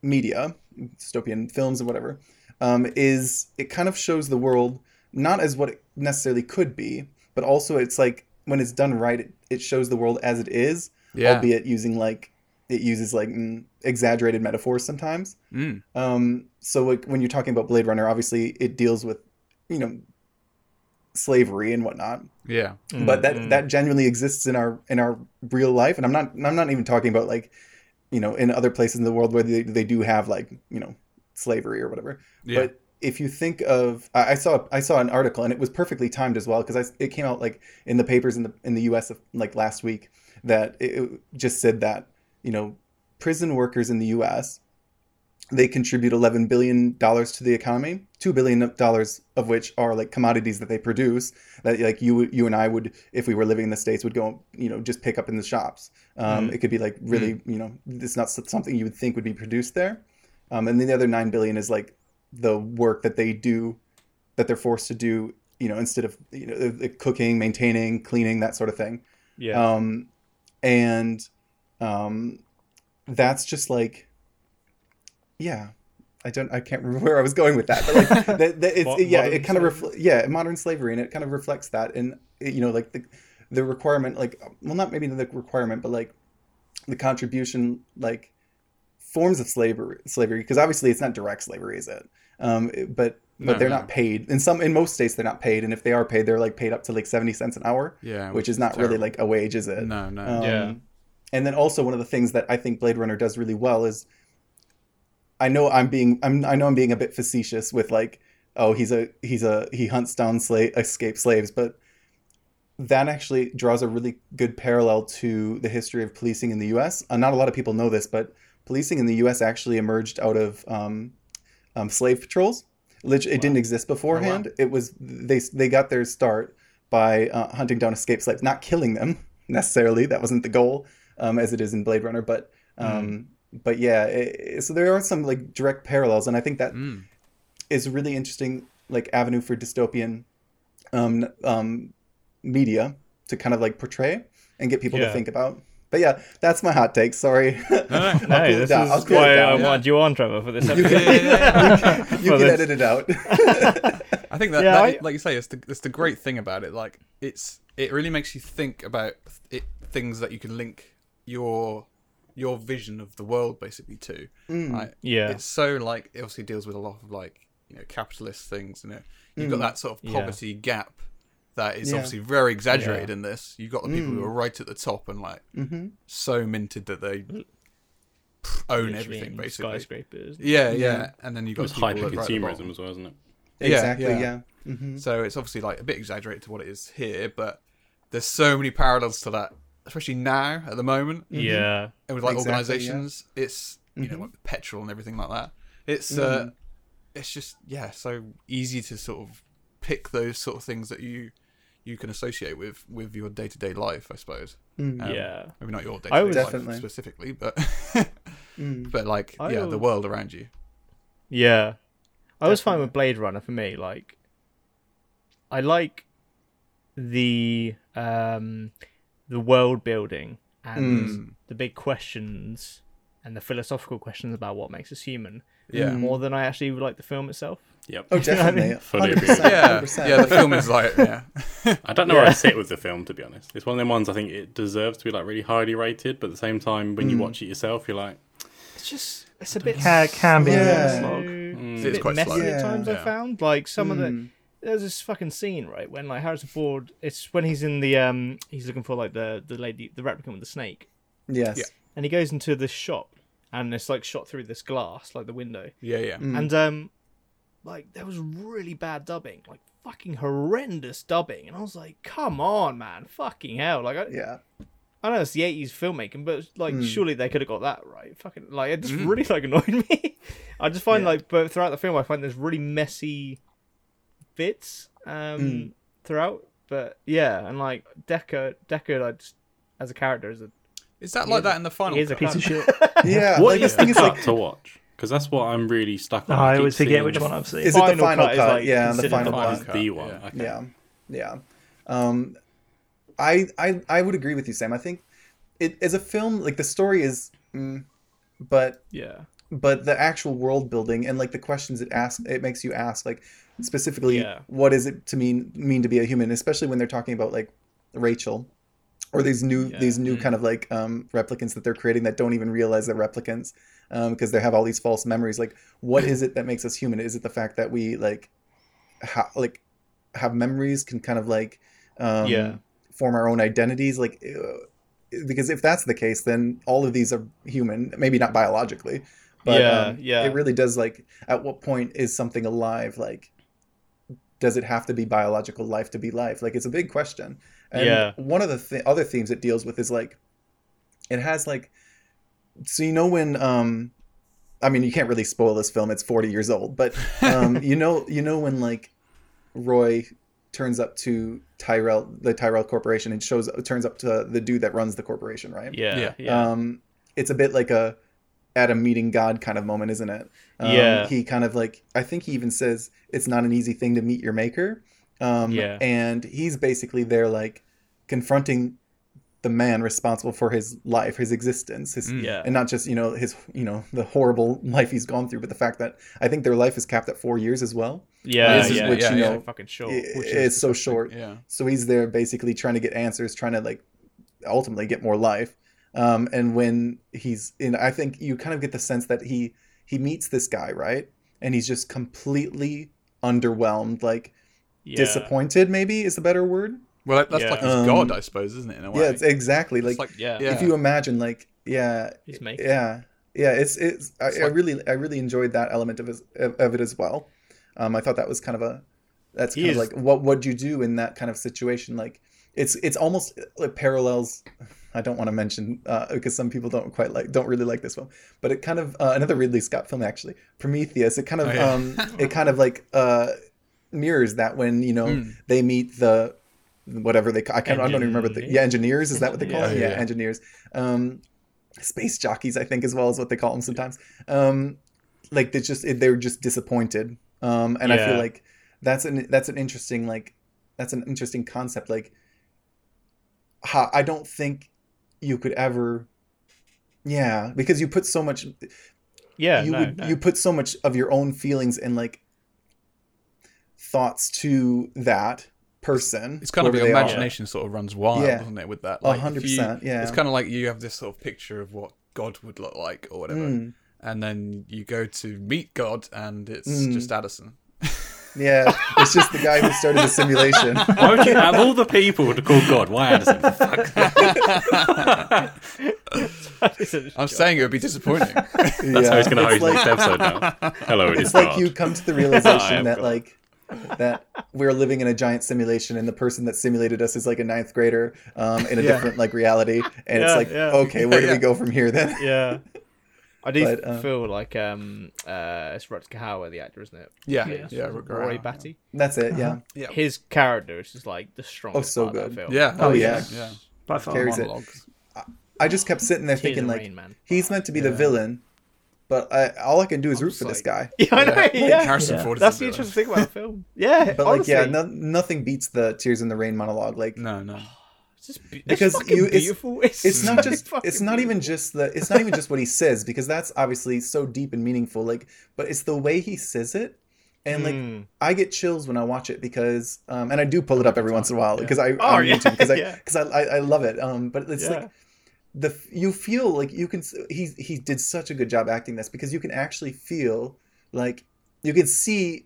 A: media, dystopian films and whatever, um, is it kind of shows the world not as what it necessarily could be, but also it's like when it's done right, it, it shows the world as it is,
B: Yeah.
A: albeit using like it uses like mm, exaggerated metaphors sometimes.
B: Mm,
A: Um, so like when you're talking about Blade Runner, obviously it deals with you know slavery and whatnot
B: yeah.
A: but that that genuinely exists in our in our real life and i'm not i'm not even talking about like you know in other places in the world where they, they do have like you know slavery or whatever
B: Yeah.
A: but if you think of i I saw i saw an article and it was perfectly timed as well because it came out like in the papers in the in the us of, like last week that it, it just said that you know prison workers in the us they contribute 11 billion dollars to the economy 2 billion dollars of which are like commodities that they produce that like you you and I would if we were living in the states would go you know just pick up in the shops um, it could be like really you know it's not something you would think would be produced there um, and then the other 9 billion is like the work that they do that they're forced to do you know instead of you know the- the cooking maintaining cleaning that sort of thing
D: Yeah.
A: um and um that's just like yeah i don't i can't remember where i was going with that but like that, that it's,
D: Mo-
A: yeah
D: modern
A: it kind of refle- yeah modern slavery and it kind of reflects that and it- you know like the the requirement like well not maybe the requirement but like the contribution like forms of slavery slavery because obviously it's not direct slavery is it um it- but but they're not paid. In some, in most states, they're not paid, and if they are paid, they're like paid up to like seventy cents an hour.
B: Yeah,
A: which is not really
B: terrible.
A: like a wage, is it?
B: No, no.
A: Um,
D: Yeah.
A: And then also one of the things that I think Blade Runner does really well is, I know I'm being I'm I know I'm being a bit facetious with like, oh he's a he's a he hunts down slave escaped slaves, but that actually draws a really good parallel to the history of policing in the U.S. Uh, not a lot of people know this, but policing in the U.S. actually emerged out of um, um, slave patrols. Lit- It didn't exist beforehand. It was they they got their start by uh, hunting down escaped slaves, not killing them necessarily. That wasn't the goal, um, as it is in Blade Runner. But um, but yeah, it, it- so there are some like direct parallels, and I think that is
B: Mm.
A: a really interesting like avenue for dystopian um, um, media to kind of like portray and get people to
D: Yeah.
A: think about. But yeah, that's my hot take. Sorry. I'll cool
D: No,
A: it
D: this
A: down. I'll
D: is um,
A: cool it
D: why I
A: down.
D: wanted you on, Trevor, for this episode.
B: Yeah, yeah, yeah.
A: you
D: for
A: can
D: this.
A: edit it out.
B: I think that,
D: Yeah,
B: that
D: I-
B: is- like you say, it's the it's the great thing about it. Like it's it really makes you think about it, things that you can link your your vision of the world basically to. Like,
D: Yeah.
B: it's so like it obviously deals with a lot of like you know capitalist things. You know, you've got that sort of
D: Yeah.
B: poverty gap that is
A: Yeah.
B: obviously very exaggerated
D: Yeah.
B: in this. You've got the people who are right at the top and like so minted that they pff, own
D: Mm. Literally
B: everything
D: in
B: basically.
D: Skyscrapers.
B: Yeah, yeah, and then you've got
C: It's
B: people
C: hyper
B: at- right at the bottom.
C: consumerism as well, isn't it?
B: Yeah,
A: exactly.
B: yeah.
A: Yeah.
B: Mm-hmm. So it's obviously like a bit exaggerated to what it is here, but there's so many parallels to that, especially now at the moment,
D: Yeah.
B: and with like
A: Exactly, yeah. Mm-hmm.
B: organizations, it's you know like petrol and everything like that. It's uh, it's just yeah, so easy to sort of pick those sort of things that you you can associate with with your day to day life, I suppose. Um,
D: Yeah.
B: maybe not your day
D: I
B: to
D: would-
B: day life
A: Mm. Definitely. Mm.
B: specifically, but but like
D: I
B: yeah, the
D: would-
B: world around you.
D: Yeah. I was fine with Blade Runner for me, like I like the um the world building and the big questions and the philosophical questions about what makes us human.
B: Yeah.
D: More than I actually would like the film itself.
C: Yep.
A: Oh, definitely.
C: Fully agree.
A: 100%,
B: Yeah,
A: 100%.
B: yeah. The film is like yeah.
C: I don't know where I sit with the film, to be honest. It's one of them ones I think it deserves to be like really highly rated, but at the same time, when you watch it yourself, you're like,
D: It's just it's a bit
F: Ca- can be a bit of a
A: Yeah.
F: slog.
D: It's
B: Mm. It's
D: a bit
B: quite
D: messy
B: slow.
D: at times.
B: Yeah.
D: I found like some of the there's this fucking scene right when like Harrison Ford. It's when he's in the um he's looking for like the the lady the replicant with the snake,
A: Yes.
B: Yeah.
D: and he goes into this shop, and it's like shot through this glass like the window,
B: Yeah, yeah.
A: Mm.
D: and um like there was really bad dubbing, like fucking horrendous dubbing, and I was like, come on, man, fucking hell, like I,
A: Yeah.
D: I know it's the eighties filmmaking, but like surely they could have got that right. Fucking like it just really like annoyed me. I just find like but throughout the film I find there's really messy bits um throughout. But yeah, and like Deckard Deckard I just as a character is a
B: Is that like that in the final?
D: he is a
B: cut?
D: Oh, piece of shit.
A: Yeah.
C: what
A: like,
C: is
A: the thing
C: the
A: is, like,
C: cut to watch? Because that's what I'm really stuck
F: Oh,
C: on.
F: I
C: keep
F: always forget
C: seeing
F: which
C: the
F: one I've seen.
A: is it the
D: final
A: final
D: cut
A: cut?
D: is, like,
A: yeah, the
D: considered
A: final
D: the
C: Oh, it's
A: cut.
B: final
C: the
B: cut,
C: one.
B: yeah.
C: Okay.
A: Yeah, yeah. Um, I, I I would agree with you, Sam. I think it as a film, like the story is, mm, but
D: Yeah.
A: but the actual world building and like the questions it asks, it makes you ask, like specifically,
D: Yeah.
A: what is it to mean mean to be a human? Especially when they're talking about like Rachel, or these new these new kind of like um, replicants that they're creating that don't even realize they're replicants because they have all these false memories. Like, what is it that makes us human? Is it the fact that we like, ha- like, have memories can kind of like, um,
D: Yeah.
A: form our own identities? Like, uh, because if that's the case, then all of these are human. Maybe not biologically, but
D: Yeah,
A: um,
D: yeah.
A: it really does. Like, at what point is something alive? Like, does it have to be biological life to be life? Like, it's a big question. And
D: Yeah.
A: one of the th- other themes it deals with is like, it has like, so you know when, um, I mean, you can't really spoil this film; it's forty years old. But um, you know, you know when like Roy turns up to Tyrell, the Tyrell Corporation, and shows turns up to the dude that runs the corporation, right?
D: Yeah.
B: Yeah.
D: Yeah.
A: Um, it's a bit like a at a meeting God kind of moment, isn't it? Um,
D: Yeah.
A: He kind of like I think he even says it's not an easy thing to meet your maker. Um,
D: Yeah.
A: And he's basically there like confronting the man responsible for his life, his existence, his
D: Yeah.
A: and not just you know his you know the horrible life he's gone through, but the fact that I think their life is capped at four years as well.
D: yeah,
A: This is
D: yeah,
A: which,
D: yeah,
A: you
D: yeah,
A: know,
D: fucking sure.
A: I- it's so short.
B: Yeah.
A: So he's there basically trying to get answers, trying to like ultimately get more life. Um, and when he's in, I think you kind of get the sense that he he meets this guy, right? And he's just completely underwhelmed, like
C: Yeah.
A: disappointed. Maybe is the better word.
B: Well, that- that's
C: Yeah.
B: like his
A: Um,
B: god, I suppose, isn't it? In a way.
A: Yeah, it's exactly
B: It's
A: like,
C: Yeah.
B: yeah.
A: if you imagine, like yeah,
D: He's making.
A: yeah, yeah. It's it's. I,
B: It's
A: I
B: like-
A: really I really enjoyed that element of his, of of it as well. Um, I thought that was kind of a that's
D: He
A: kind of
D: is-
A: like what would you do in that kind of situation? Like it's it's almost it parallels. I don't want to mention uh, because some people don't quite like don't really like this film, but it kind of uh, another Ridley Scott film actually Prometheus. It kind of
B: Oh, yeah.
A: um, it kind of like uh, mirrors that when you know
D: Hmm.
B: Mm.
A: they meet the whatever they ca- I can't I don't even remember the
D: Engineers?
A: yeah engineers is that what they call
D: Yeah.
A: them
B: Yeah.
A: yeah engineers um space jockeys I think as well as what they call them sometimes um like they just they're just disappointed um and I feel
C: Yeah.
A: like that's an that's an interesting like that's an interesting concept like how I don't think you could ever yeah because you put so much
D: Yeah,
A: you
D: no,
A: would,
D: no.
A: you put so much of your own feelings and like thoughts to that person.
B: It's kind of
A: whoever
B: your
A: they are.
B: imagination sort of runs wild,
A: Yeah.
B: doesn't it? With that,
A: A
B: Like,
A: hundred
B: if you-
A: percent, yeah.
B: It's kind of like you have this sort of picture of what God would look like or whatever,
A: Mm.
B: and then you go to meet God, and it's
A: Mm.
B: just Addison.
A: Yeah, it's just the guy who started the simulation.
C: Why would you have all the people to call God? Why Addison? For fuck's sake.
B: I'm saying it would be disappointing.
C: That's how he's going to
A: it's
C: host
A: like,
C: next episode now. Hello, it is
A: It's like
C: God.
A: you come to the realization
C: am
A: that
C: God.
A: like that we're living in a giant simulation, and the person that simulated us is like a ninth grader um, in a
B: Yeah.
A: different like reality, and it's
D: Yeah,
A: like,
D: yeah.
A: okay, where do
B: Yeah.
A: we go from here then?
D: yeah. I do
A: But, uh,
D: feel like um uh it's Rutger Hauer, the actor, isn't it?
B: yeah, yeah,
F: Yeah.
B: yeah. Rory
D: Roy
B: Brown.
D: Batty.
A: That's it. Yeah,
B: Yeah.
D: His character is just like the strongest.
A: Oh, so
D: part Of
A: good.
D: that film.
B: Yeah.
A: Oh,
B: yeah.
A: yeah.
B: Yeah.
F: By far.
A: Carries it.
B: Monologues.
A: I just kept sitting there
D: Tears
A: thinking
D: in
A: like,
D: Rain Man.
A: he's meant to be the villain, but I, all I can do is root
D: just
A: for this guy.
D: like- Yeah, I know. Yeah.
B: Harrison
F: Yeah.
B: Ford. is
D: That's the
B: in it,
D: interesting thing about the film. Yeah,
A: But
D: honestly,
A: like, yeah, no, nothing beats the tears in the rain monologue. Like,
B: though. No, no.
D: it's just be- it's
A: because
D: fucking
A: you- it's-
D: beautiful.
A: it's not
D: so
A: just,
D: fucking
A: it's not even just the, it's not even just what he says because that's obviously so deep and meaningful. Like, but it's the way he says it, and like,
D: Mm.
A: I get chills when I watch it because, um, and I do pull it up every once in a while because I
D: Oh,
A: on
D: yeah,
A: YouTube because I
D: yeah.
A: because I, I I love it. Um, but it's
D: Yeah.
A: like the you feel like you can. He he did such a good job acting this because you can actually feel like you can see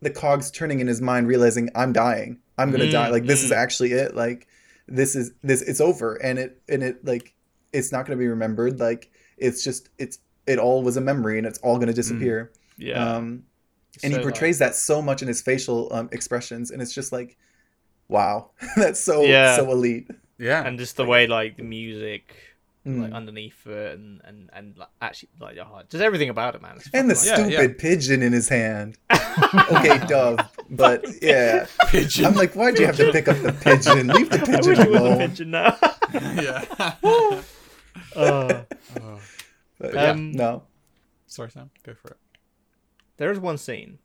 A: the cogs turning in his mind, realizing I'm dying. I'm gonna die. Like this
D: Mm-hmm.
A: is actually it. Like this is this. It's over, and it and it like it's not gonna be remembered. Like it's just it's it all was a memory, and it's all
D: Mm.
A: gonna disappear.
D: yeah.
A: Um, and
D: So,
A: he portrays that so much in his facial um, expressions, and it's just like, wow, that's so
D: Yeah.
A: so elite.
B: Yeah.
D: like, and just the way like the music
A: Mm.
D: like underneath it and and and like, actually like your heart, just everything about it, man. It's
A: and the
D: fucking,
B: Yeah,
A: stupid pigeon in his hand. okay, dove, but yeah,
B: Pigeon.
A: I'm like, why'd you have to pick up the pigeon? Leave the
D: like, I wish
A: pigeon
D: it was a
A: alone.
D: pigeon now.
B: yeah.
D: Uh,
A: But,
D: Um,
A: yeah, no,
B: Sorry, Sam. Go for it.
D: there is one scene,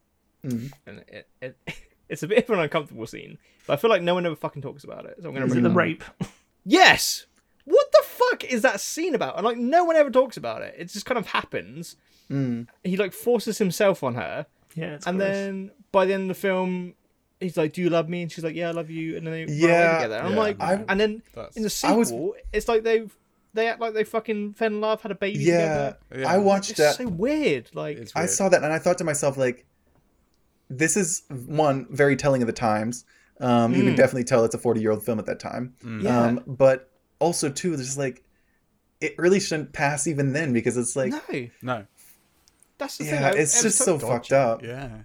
A: Mhm.
D: and it, it it's a bit of an uncomfortable scene, but I feel like no one ever fucking talks about it. So I'm gonna
F: Is
D: bring
F: it
D: it
F: the
D: up.
F: rape?
D: Yes. What the fuck is that scene about? And like no one ever talks about it. It just kind of happens.
A: Mm.
D: He like forces himself on her,
F: Yeah, it's
D: and
F: gross.
D: then by the end of the film, he's like, "Do you love me?" And she's like, "Yeah, I love you." And then they run
A: Yeah.
D: away together. And
B: Yeah.
D: I'm like,
A: I-
D: and then
B: That's-
D: in the
A: I
D: sequel,
A: was-
D: it's like they've they act like they fucking fell in love, had a baby
A: yeah,
D: together.
B: Yeah.
A: I watched
D: It's
A: that.
D: so weird. Like,
B: It's
A: I
B: weird.
A: saw that and I thought to myself, like, this is one very telling of the times. Um, You can
B: Hmm.
A: definitely tell it's a forty-year-old film at that time.
D: Yeah.
A: Um, but also too, there's just, like, it really shouldn't pass even then because it's like,
D: no,
B: No.
D: that's the thing.
A: yeah,
D: I-
A: it's
D: every
A: just
D: time-
A: so
D: Dodgy.
A: fucked up.
B: Yeah.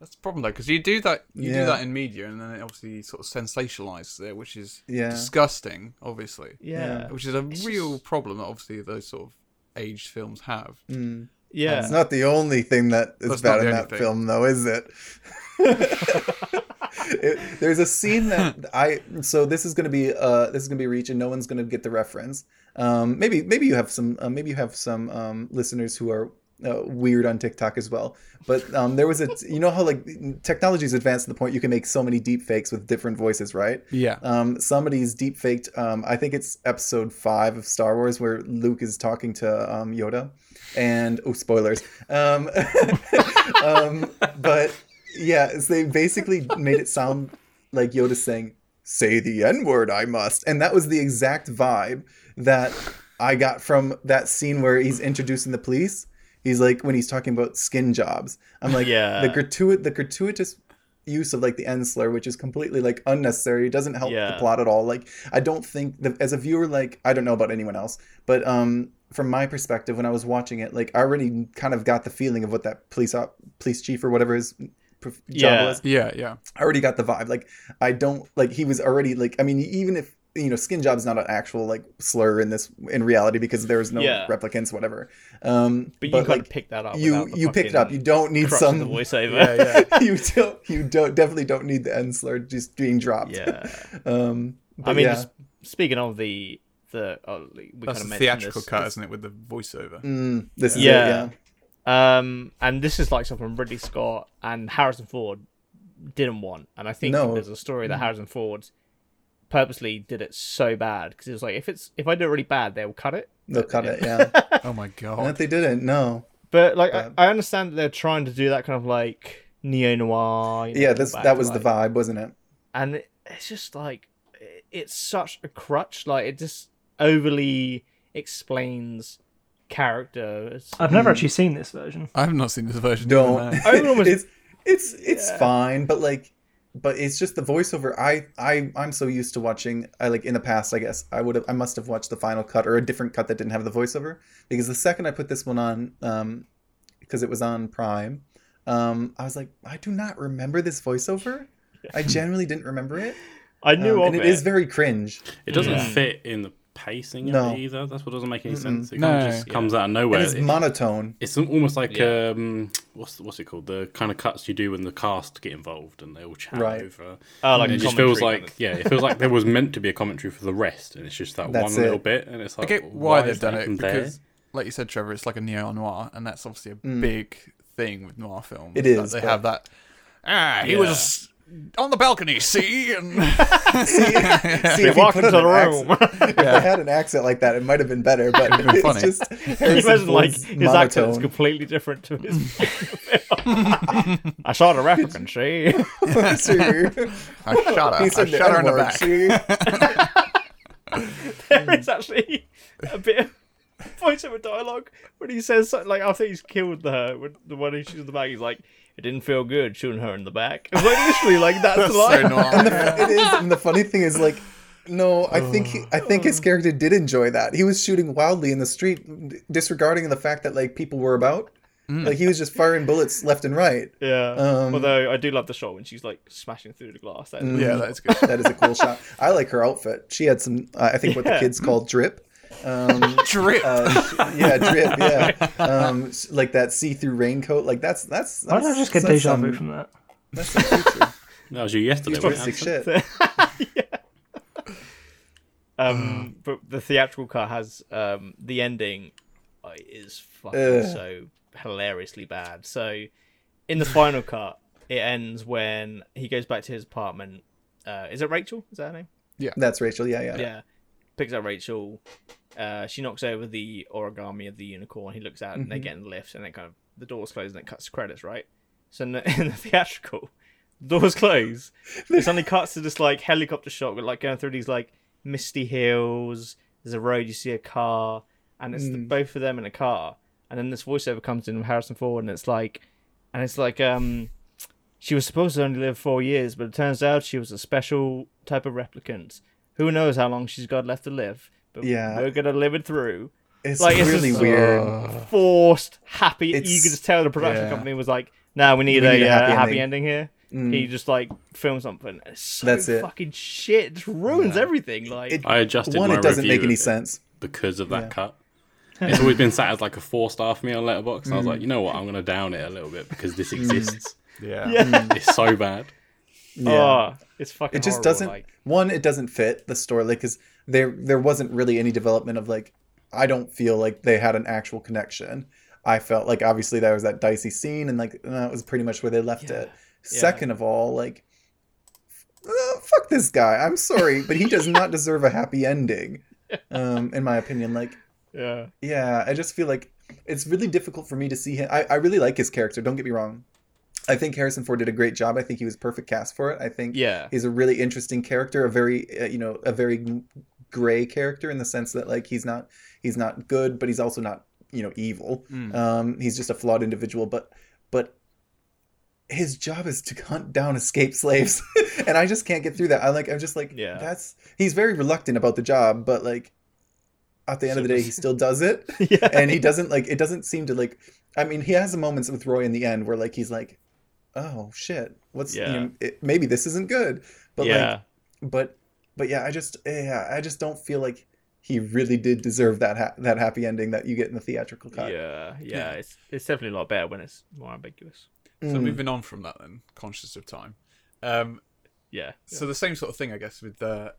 B: That's the problem though, because you do that you do
A: Yeah.
B: that in media and then it obviously sort of sensationalizes it, which is
A: Yeah.
B: disgusting, obviously.
D: Yeah,
B: Which is a real problem that obviously those sort of aged films have.
A: Mm.
D: yeah.
A: It's not the only thing that is
B: That's not
A: bad
B: the
A: in
B: only
A: that
B: thing.
A: film, though, is it? It- There's a scene that I. So this is going to be uh, this is going to be reach, and no one's going to get the reference. Um, maybe maybe you have some uh, maybe you have some um, listeners who are uh, weird on TikTok as well. But um, there was a you know how like technology's advanced to the point you can make so many deep fakes with different voices, right?
B: Yeah.
A: um, somebody's deep faked. Um, I think it's episode five of Star Wars where Luke is talking to um, Yoda, and oh, spoilers. Um, um, but yeah, so they basically made it sound like Yoda saying, "Say the N word, I must," and that was the exact vibe that I got from that scene where he's introducing the police. He's like when he's talking about skin jobs. I'm like
D: Yeah.
A: the gratuit the gratuitous use of like the end slur, which is completely like unnecessary, doesn't help the
D: Yeah.
A: plot at all. Like I don't think the, as a viewer, like I don't know about anyone else, but um from my perspective, when I was watching it, like I already kind of got the feeling of what that police op, police chief or whatever his prof- job
D: Yeah.
A: was.
B: Yeah, yeah.
A: I already got the vibe. Like I don't like he was already like I mean even if you know skin job's not an actual like slur in this in reality because there's no
D: Yeah.
A: replicants whatever. Um,
D: But you
A: but,
D: kind
A: like
D: of pick that up.
A: you
D: without the
A: you picked it
D: fucking
A: up. You don't need
D: crux of
A: some.
D: the
B: Yeah,
D: voiceover.
B: yeah.
A: you don't you don't definitely don't need the end slur just being dropped.
D: Yeah.
A: Um,
D: I
A: but
D: mean,
A: yeah.
D: just speaking of the the oh,
B: That's
D: we kind of
B: the
D: mentioned
B: theatrical
D: this.
B: cut, isn't it, with the voiceover?
A: Mm, this is
D: Yeah.
A: it. Yeah.
D: Um, and this is like something Ridley Scott and Harrison Ford didn't want. And I think
A: No. Mm.
D: there's a story that Harrison Ford purposely did it so bad because it was like if it's if I do it really bad, they'll cut it.
A: They'll cut it. Yeah.
B: Oh my
A: and
B: god.
A: if they didn't, no.
D: But like
A: Yeah.
D: I, I understand that they're trying to do that kind of like neo noir.
A: Yeah. This that was the vibe, wasn't it?
D: and it- it's just like it- it's such a crutch like it just overly explains characters
F: I've never actually seen this version.
B: I have not seen this version.
A: don't.
B: no.
D: I would almost-
A: it's it's it's
D: Yeah.
A: fine, but like, but it's just the voiceover. I I I'm so used to watching. I like in the past, I guess I would have I must have watched the final cut or a different cut that didn't have the voiceover because the second I put this one on, um, because it was on Prime, um, I was like, I do not remember this voiceover. I genuinely didn't remember it,
D: i knew
A: Um,
D: of
A: and
D: it,
A: it is very cringe.
C: It doesn't
D: Yeah.
C: fit in the pacing
A: No.
C: of it either. That's what doesn't make any
A: Mm-mm.
C: sense. It
B: No.
C: kind of just
B: Yeah.
C: comes out of nowhere.
D: Uh,
A: and it's
C: It-
A: monotone.
C: it's almost like
D: Yeah.
C: um, what's what's it called? The kind of cuts you do when the cast get involved and they all chat
A: Right.
C: over.
D: Oh, like
C: And
D: a
C: it just feels
D: commentary
C: like
D: kind of-
C: yeah, it feels like there was meant to be a commentary for the rest, and it's just that
A: That's
C: one little
A: it.
C: bit. And it's
B: I
C: like
B: get why,
C: is
B: they've done
C: that
B: it
C: even
B: because, like you said, Trevor, it's like a neo noir, and that's obviously a big thing with noir films.
A: Mm. It
B: that
A: is,
B: They
A: but-
B: have that. Ah, he
D: Yeah.
B: was on the balcony, see, and
A: See, see,
D: They
A: if he
D: walk
A: put
D: into
A: on
D: the
A: an
D: room.
A: accent- if I had an accent like that, it might have been better. But
B: Would've been
A: it's
B: funny.
A: just
D: Can you
A: Harrison
D: imagine like
A: Ford's
D: his accent is
A: monotone.
D: completely different to his i shot a replicant she
A: Sir.
B: I shot her.
A: He
B: I
A: said
B: shot
A: the
B: her in the
A: N-word,
B: back.
A: see?
D: there is actually a bit of voiceover dialogue when he says something like after he's killed her when the one who shoots in the back he's like it didn't feel good shooting her in the back like literally like that's,
B: That's
D: the line
B: so noir.
A: it is, and the funny thing is, like, no, I think he, I think his character did enjoy that. He was shooting wildly in the street, d- disregarding the fact that like people were about.
B: Mm.
A: Like he was just firing bullets left and right.
D: Yeah.
A: Um,
D: Although I do love the shot when she's like smashing through the glass. That
A: Mm.
B: yeah, that's good.
A: That is a cool shot. I like her outfit. She had some, uh, I think, what the
D: Yeah.
A: kids call drip. Um,
B: Drip.
A: uh, yeah, drip. Yeah, um, s- like that see-through raincoat. Like that's that's.
F: Why
A: that's
F: did I just get
A: that's um, some-
F: deja vu from that?
A: That's some future.
C: That was you yesterday. wasn't it,
A: futuristic
C: Anson?
A: shit. Mm.
D: um, but the theatrical cut has um the ending uh, is fucking
A: Ugh.
D: so hilariously bad. So in the final cut, it ends when he goes back to his apartment. Uh, is it Rachel? Is that her name?
A: That's Rachel. Yeah, yeah.
D: Yeah. Picks up Rachel. Uh, she knocks over the origami of the unicorn. He looks out and
A: Mm-hmm.
D: they get in the lift, and then kind of the doors close and it cuts to credits, right? So in the, in the theatrical, the doors close. it suddenly cuts to this like helicopter shot with like going through these like misty hills. There's a road. You see a car, and it's the, both of them in a car. And then this voiceover comes in with Harrison Ford, and it's like, and it's like, um, she was supposed to only live four years, but it turns out she was a special type of replicant. Who knows how long she's got left to live? But
A: Yeah.
D: we're gonna live it through.
A: It's
D: Like, it's
A: really
D: just-
A: weird.
B: Uh,
D: Forced, happy.
A: It's-
D: You could just tell the production
B: yeah.
D: company was like, "No, we need,
A: We
D: a,
A: need a
D: happy,
A: happy
D: uh, happy ending,
A: ending. Mm.
D: here." He just like filmed something. It's so
A: That's it.
D: fucking shit. It just ruins everything. Like
A: It-
C: I adjusted
A: One,
C: my
A: it doesn't
C: review
A: make
C: of
A: any
C: it
A: sense.
C: because of that cut. It's always been sat as like a four star for me on Letterbox. I was
A: Mm.
C: like, you know what, I'm gonna down it a little bit because this exists.
B: Yeah.
C: it's so bad.
D: oh, it's fucking.
A: it just
D: horrible,
A: doesn't
D: Like,
A: one it doesn't fit the story like because there there wasn't really any development of like i don't feel like they had an actual connection i felt like obviously there was that dicey scene and like that was pretty much where they left it second of all like uh, fuck this guy i'm sorry but he does not deserve a happy ending um in my opinion like
D: yeah.
A: yeah, I just feel like it's really difficult for me to see him. I, I really like his character, don't get me wrong. I think Harrison Ford did a great job. I think he was perfect cast for it. I think
D: Yeah.
A: he's a really interesting character, a very uh, you know, a very gray character in the sense that like he's not he's not good, but he's also not you know evil.
D: Mm.
A: Um, he's just a flawed individual, but but his job is to hunt down escaped slaves, and I just can't get through that. I like I'm just like
D: Yeah.
A: that's he's very reluctant about the job, but like at the end of the day, he still does it,
D: Yeah.
A: and he doesn't like it. Doesn't seem to like. I mean, he has moments with Roy in the end where like he's like, oh shit, what's you
D: Yeah.
A: know, it, maybe this isn't good, but like uh,
D: yeah.
A: but but yeah, I just yeah, I just don't feel like he really did deserve that ha- that happy ending that you get in the theatrical cut.
D: yeah. Yeah.
B: Yeah.
D: It's it's definitely a lot better when it's more ambiguous.
B: So
A: Mm.
B: moving on from that, then conscious of time. Um,
D: Yeah.
B: So the same sort of thing, I guess, with the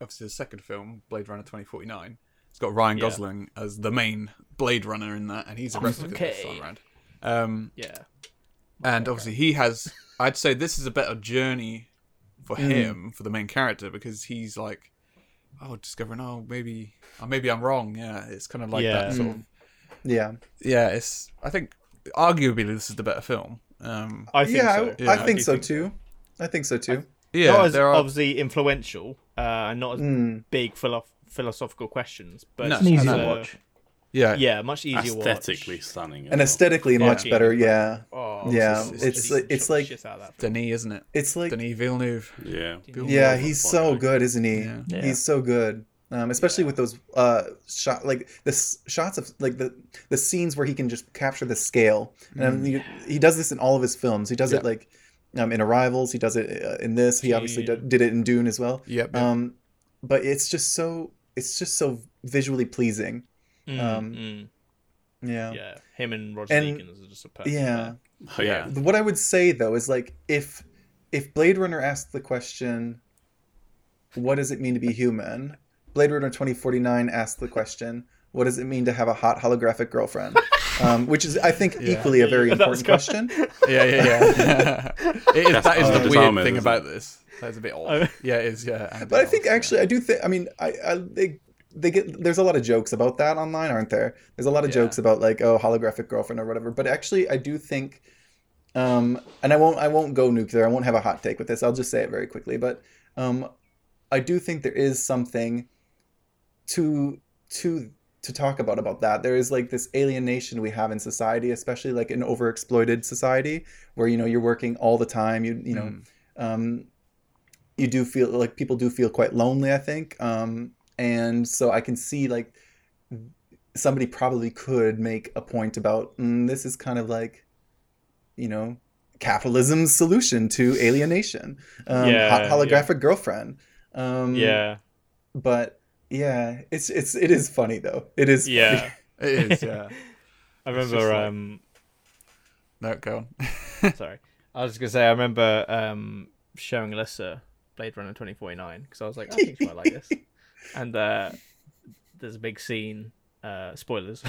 B: obviously the second film, Blade Runner 2049. It's got Ryan
D: Yeah.
B: Gosling as the main Blade Runner in that, and he's a replicant this time
D: Okay.
B: around. Um,
D: Yeah.
B: and obviously he has. I'd say this is a better journey for
A: Mm.
B: him for the main character because he's like, oh, discovering, oh, maybe, oh, maybe I'm wrong. Yeah, it's kind of like
D: Yeah.
B: that sort of.
A: Yeah,
B: Yeah, it's. I think arguably this is the better film. Um,
D: I think
A: yeah, I,
D: so.
A: I
B: Yeah, I
A: think
D: do
A: so
D: think
A: too. I think so too.
B: yeah,
D: not as
B: there are.
D: obviously influential uh, and not as
A: Mm.
D: big philo- philosophical questions, but
B: No,
F: It's an easy
B: no.
D: uh,
F: watch.
B: Yeah,
D: Yeah, much easier watch.
C: Aesthetically stunning. as
A: And
C: well.
A: aesthetically, much
D: Yeah.
A: better. Yeah,
D: Oh,
A: Yeah,
D: it's,
A: it's like- it's like-
B: Denis, isn't it?
A: it's like
B: Denis Villeneuve.
C: Yeah.
A: yeah, he's so good, isn't he?
B: Yeah.
F: Yeah.
A: He's so good. Um, especially with those uh shot like the s- shots of like the the scenes where he can just capture the scale and um, he, he does this in all of his films he does
B: Yeah.
A: it like um in arrivals he does it uh, in this he obviously did, did it in dune as well
B: Yep. yep.
A: um but it's just so it's just so visually pleasing um, yeah yeah,
D: yeah, him and Roger
A: and-
D: Deakins are just a perfect. pair.
C: Oh, yeah.
A: Th- what i would say though is like if if blade runner asked the question what does it mean to be human blade runner 2049 asked the question what does it mean to have a hot holographic girlfriend um, which is i think equally a very
D: Yeah, that's
A: important question
B: yeah, yeah, yeah. it is,
C: That's
B: that is
C: part
B: the
C: of his
B: weird
C: armour,
B: thing
C: isn't
B: about
C: it?
B: this. That's a bit odd. yeah, it is. Yeah, and a
A: but
B: bit
A: i think
B: odd, yeah.
A: actually i do think i mean i, I they, they get there's a lot of jokes about that online aren't there there's a lot of
B: Yeah.
A: jokes about like oh holographic girlfriend or whatever but actually i do think um and i won't i won't go nuclear i won't have a hot take with this i'll just say it very quickly but um i do think there is something to to to talk about about that there is like this alienation we have in society especially like an overexploited society where you know you're working all the time you you know um you do feel like people do feel quite lonely i think um and so i can see like somebody probably could make a point about mm, this is kind of like you know capitalism's solution to alienation um
D: Yeah,
A: hot
D: yeah.
A: holographic girlfriend um
D: Yeah,
A: but yeah it's it's it is funny though it is funny.
D: yeah.
B: it is. Yeah.
D: I
B: It's just
D: remember.
B: like-
D: Um,
B: No, go on.
D: sorry, I was just gonna say I remember um showing Alyssa Blade Runner 2049 because I was like, I think she might like this. And uh, there's a big scene. Uh, spoilers.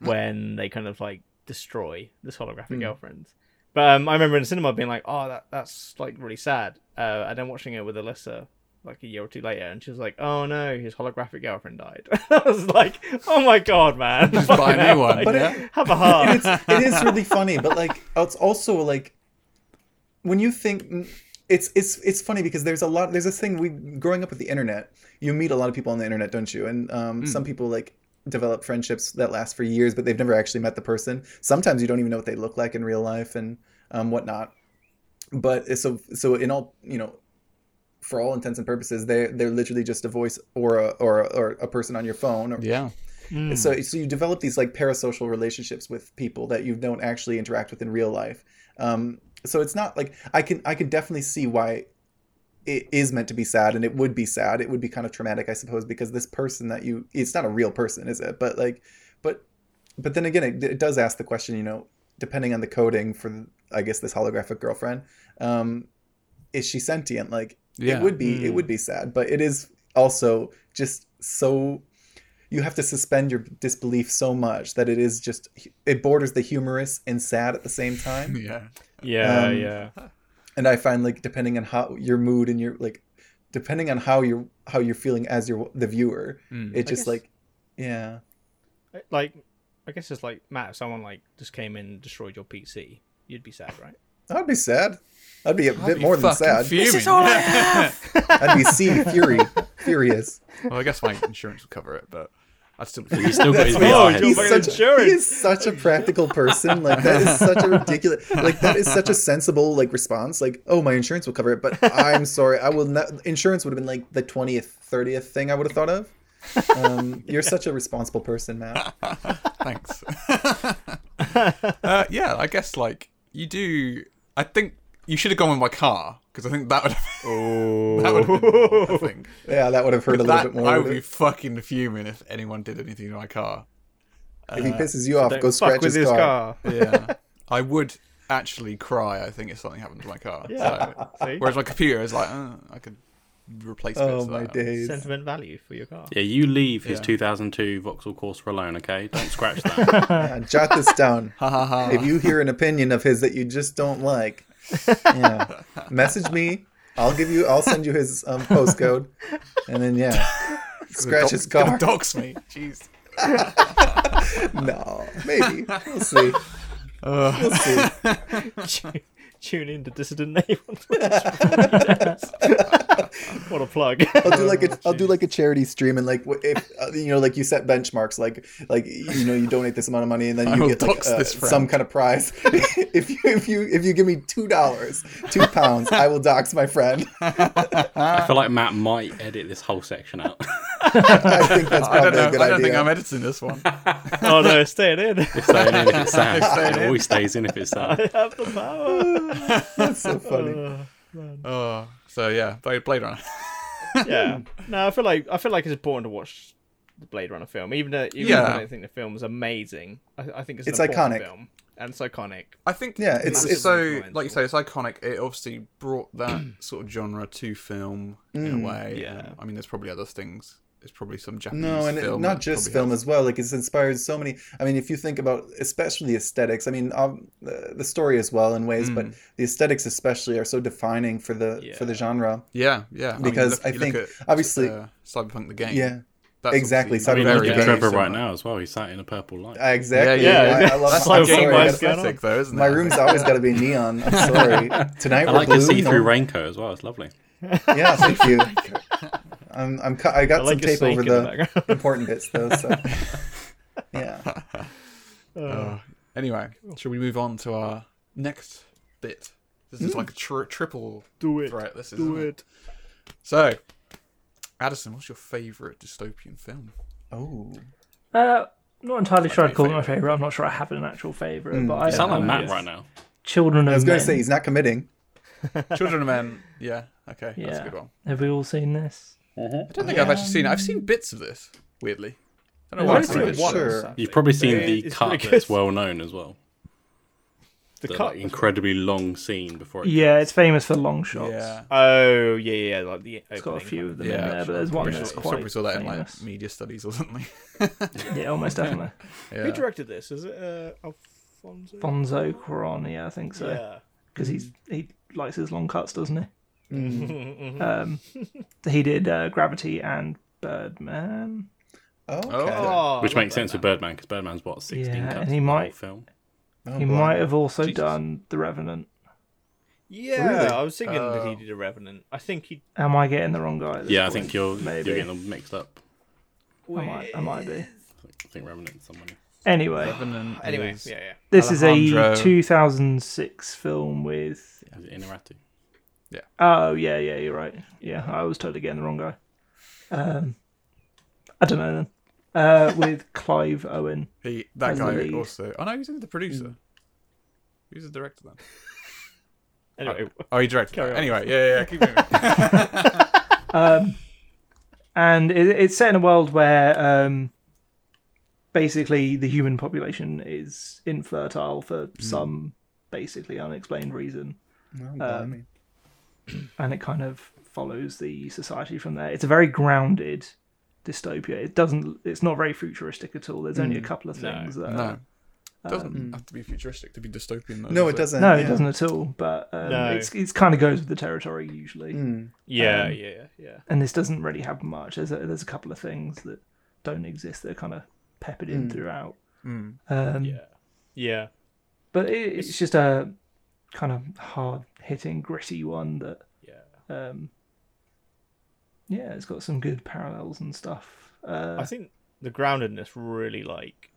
D: when they kind of like destroy this holographic
B: Hmm.
D: girlfriend. But um, I remember in cinema being like, "Oh, that that's like really sad." Uh, and then watching it with Alyssa like a year or two later, and she was like, "Oh no, his holographic girlfriend died." I was like, "Oh my god, man!
B: Just buy a
D: Fucking hell,
B: new one,
D: like,
A: But it-
D: have a heart."
A: it's, it is really funny, but like it's also like when you think it's it's it's funny because there's a lot there's this thing we growing up with the internet you meet a lot of people on the internet don't you and um, some people like develop friendships that last for years but they've never actually met the person sometimes you don't even know what they look like in real life and um, whatnot but it's so so in all you know for all intents and purposes they they're literally just a voice or a or a, or a person on your phone or
B: Yeah.
A: and
D: Hmm.
A: So, so you develop these like parasocial relationships with people that you don't actually interact with in real life. Um, so it's not like I can I can definitely see why it is meant to be sad, and it would be sad. It would be kind of traumatic, I suppose, because this person that you it's not a real person, is it? But like, but but then again, it, it does ask the question, you know, depending on the coding for I guess this holographic girlfriend, um, is she sentient? Like,
B: Yeah.
A: it would be it would be sad, but it is also just so you have to suspend your disbelief so much that it is just it borders the humorous and sad at the same time
B: Yeah.
D: yeah,
A: um,
D: yeah,
A: and i find like depending on how your mood and your like depending on how you're how you're feeling as your the viewer
B: Hmm.
A: it just
D: guess-
A: like yeah
D: like I guess it's like Matt. If someone like just came in and destroyed your PC, you'd be sad, right?
A: i'd be sad i'd be a bit
B: Be
A: more than
B: fucking
A: sad
B: Fuming.
A: i'd be seeing fury furious
B: well, I guess my insurance will cover it, but I'd still
C: He's still got his VR
D: you're
A: He's
C: headset.
D: fucking
A: such, he
D: insurance.
A: is such a practical person. Like that is such a ridiculous. Like that is such a sensible like response. Like oh my insurance will cover it, but I'm sorry, I will not. Insurance would have been like the twentieth, thirtieth thing I would have thought of. Um, you're such a responsible person, Matt.
B: Thanks. uh, yeah, I guess like you do. I think you should have gone with my car because I think that would have, that would have been more, I think
A: Yeah, that would have hurt a little
B: that
A: bit more.
B: I
A: would
B: would be
A: it?
B: fucking fuming if anyone did anything to my car.
A: if he pisses you off, go
D: Don't
A: scratch
D: fuck with
A: his car.
B: Yeah, I would actually cry. I think if something happened to my car.
D: Yeah.
B: So,
D: See?
B: whereas my computer is like, uh I could replace. bits
A: Oh
B: of
A: my
B: that.
A: days!
D: Sentiment value for your car.
C: Yeah, you leave his
B: Yeah.
C: 2002 Vauxhall Corsa alone, okay? Don't scratch that.
A: Yeah, Uh, jot this down.
B: Ha ha ha.
A: if you hear an opinion of his that you just don't like, yeah, message me. I'll give you. I'll send you his um, postcode, and then yeah, scratch his
B: Gonna
A: car.
B: dox me. Jeez.
A: No, maybe we'll see. We'll see.
D: Tu- Tune in to Dissident Name. on Twitch. what a plug.
A: I'll do
B: Oh,
A: like a will do like a charity stream and like wh- if uh, you know like you set benchmarks like like you know you donate this amount of money and then
B: I
A: you
B: will
A: get like
B: dox
A: uh,
B: this friend.
A: some kind of prize. if you if you if you give me two dollars, two pounds, I will dox my friend.
C: I feel like Matt might edit this whole section out.
A: I think that's probably
B: I don't know.
A: a good
B: I don't
A: idea.
B: think I'm editing this one.
D: oh no, it's staying in.
C: It's staying in if it's sad.
B: staying
C: It
B: in.
C: always stays in if it's sad.
D: I have the power.
A: that's so funny.
D: Uh,
B: Oh, so yeah, Blade Blade Runner.
D: yeah. No, I feel like I feel like it's important to watch the Blade Runner film, even though even
B: Yeah.
D: if I don't think the film's amazing. I, I think it's an
A: It's
D: important
A: iconic.
D: film, and it's iconic.
B: I think
A: Yeah, it's-
B: was
A: it's-
B: so like you say, it's iconic. It obviously brought that sort of genre to film in a way.
D: yeah.
B: Um, I mean, there's probably other things. There's probably some Japanese.
A: Mm, No, and it-
B: film
A: not
B: that
A: just
B: probably
A: film
B: has-
A: as well. Like it's inspired so many. I mean, if you think about especially aesthetics, I mean, um, the, the story as well in ways, but the aesthetics especially are so defining for the for the genre.
B: Yeah, yeah.
A: Because
B: I,
A: I
B: mean, you look- you
A: think,
B: look at,
A: obviously-
B: uh, Cyberpunk the game.
A: Yeah.
B: That's
A: Exactly,
B: obviously
C: I mean, look
A: Very,
C: at
A: very
C: Trevor
B: similar.
C: right now as well. He's sat in a purple light.
A: Uh, Exactly.
D: Yeah, yeah,
A: I-
D: yeah.
A: I, love.
B: That's
A: I'm
B: like
A: sorry,
B: game
A: I
B: by
A: gotta-
B: aesthetic, though, isn't
A: My
B: it?
A: room's always got to be neon. I'm sorry. Tonight
C: I
A: we're
C: like
A: blue.
C: a see-through
A: no-
C: raincoat as well. It's lovely.
A: Yeah, thank you. I'm, I'm cu- I got
D: like
A: some
D: a
A: tape
D: snake
A: over
D: in the
A: the
D: background.
A: important bits though. So. Yeah.
B: Uh, Anyway, shall we move on to our next bit? This
A: Mm.
B: is like a tri- triple
D: Do it.
B: threat. This is
D: Do
B: isn't
D: it.
B: So, Addison, what's your favourite dystopian film?
A: Oh.
F: Uh, not entirely sure I'd
B: your
F: call it my favourite. I'm not sure I have an actual favourite, but I
C: You sound like
F: uh,
C: Matt right now.
F: Children of
A: I was
F: Men.
A: going to say he's not committing.
B: Children of Men. Yeah. Okay.
F: yeah.
B: That's a good one.
F: Have we all seen this?
B: I don't think I've actually seen it. I've seen bits of this. Weirdly. I don't know why
F: Yeah, I've
B: I've seen
F: seen
B: bits.
F: it once.
A: Sure.
C: You've probably seen the
D: it's
C: cut
D: pretty good.
C: that's well known as well.
D: The
C: The
D: cut.
C: like, incredibly long scene before it.
F: Yeah, it's famous for long shots.
B: Yeah.
D: Oh yeah, yeah, like the
F: It's got a
D: opening.
F: few of them
B: Yeah,
F: in there, but there's one
B: Pretty
F: that's
B: sure-
F: quite
B: probably saw that in
F: famous.
B: like media studies or something.
F: Yeah, almost definitely.
D: Who directed this? Is it uh, Alfonso?
F: Bonzo Cuarón, yeah, I think so,
D: Yeah.
F: because he's he likes his long cuts, doesn't he? um, he did uh, Gravity and Birdman.
A: Oh, okay.
D: Oh,
C: Which
D: I love
C: makes sense with Birdman because Birdman's what sixteen
F: Yeah,
C: cuts
F: and he
C: of the
F: might-
C: film.
A: Oh,
F: he
A: boy.
F: might have also done The Revenant.
D: Yeah,
A: Really?
D: I was thinking that he did a Revenant. I think he.
F: Am I getting the wrong guy? at this
C: Yeah, I
F: point?
C: think you're
F: maybe.
C: you're getting them mixed up.
F: I might, I might be.
C: I think Remnant somebody.
F: Anyway,
D: Anyway, yeah, yeah.
F: this is a
B: Alejandro. 20
F: 2006 film with.
C: Is it Inarritu?
F: Oh yeah, yeah, you're right. Yeah, I was totally getting the wrong guy. Um, I don't know then. Uh, with Clive Owen.
B: He, that
F: As the
B: guy
F: lead.
B: also. Oh no, he's the
F: Mm.
B: producer. He's the director then.
D: Anyway,
F: Uh,
B: Oh, he directed. that. Anyway, yeah, yeah, yeah, keep moving.
F: and it, it's set in a world where um, basically the human population is infertile for
B: Hmm.
F: some basically unexplained reason,
A: Oh,
D: Uh,
A: blimey.
F: and it kind of follows the society from there. It's a very grounded dystopia. It doesn't. It's not very futuristic at all. There's only a couple of things that.
B: Hmm. No,
F: uh,
B: doesn't
F: mm.
B: have to be futuristic to be dystopian. Though,
A: no,
B: does
A: it doesn't.
F: No,
A: yeah.
F: it doesn't at all. But um,
D: No.
F: it's it's kind of goes with the territory usually,
A: Mm.
D: Hmm. yeah,
F: um,
D: yeah, yeah.
F: and this doesn't really have much. There's a, there's a couple of things that don't exist that are kind of peppered in throughout. Um,
D: Mm. Yeah.
F: but it, it's just a kind of hard hitting gritty one that yeah um yeah it's got some good parallels and stuff uh
D: I think the groundedness really like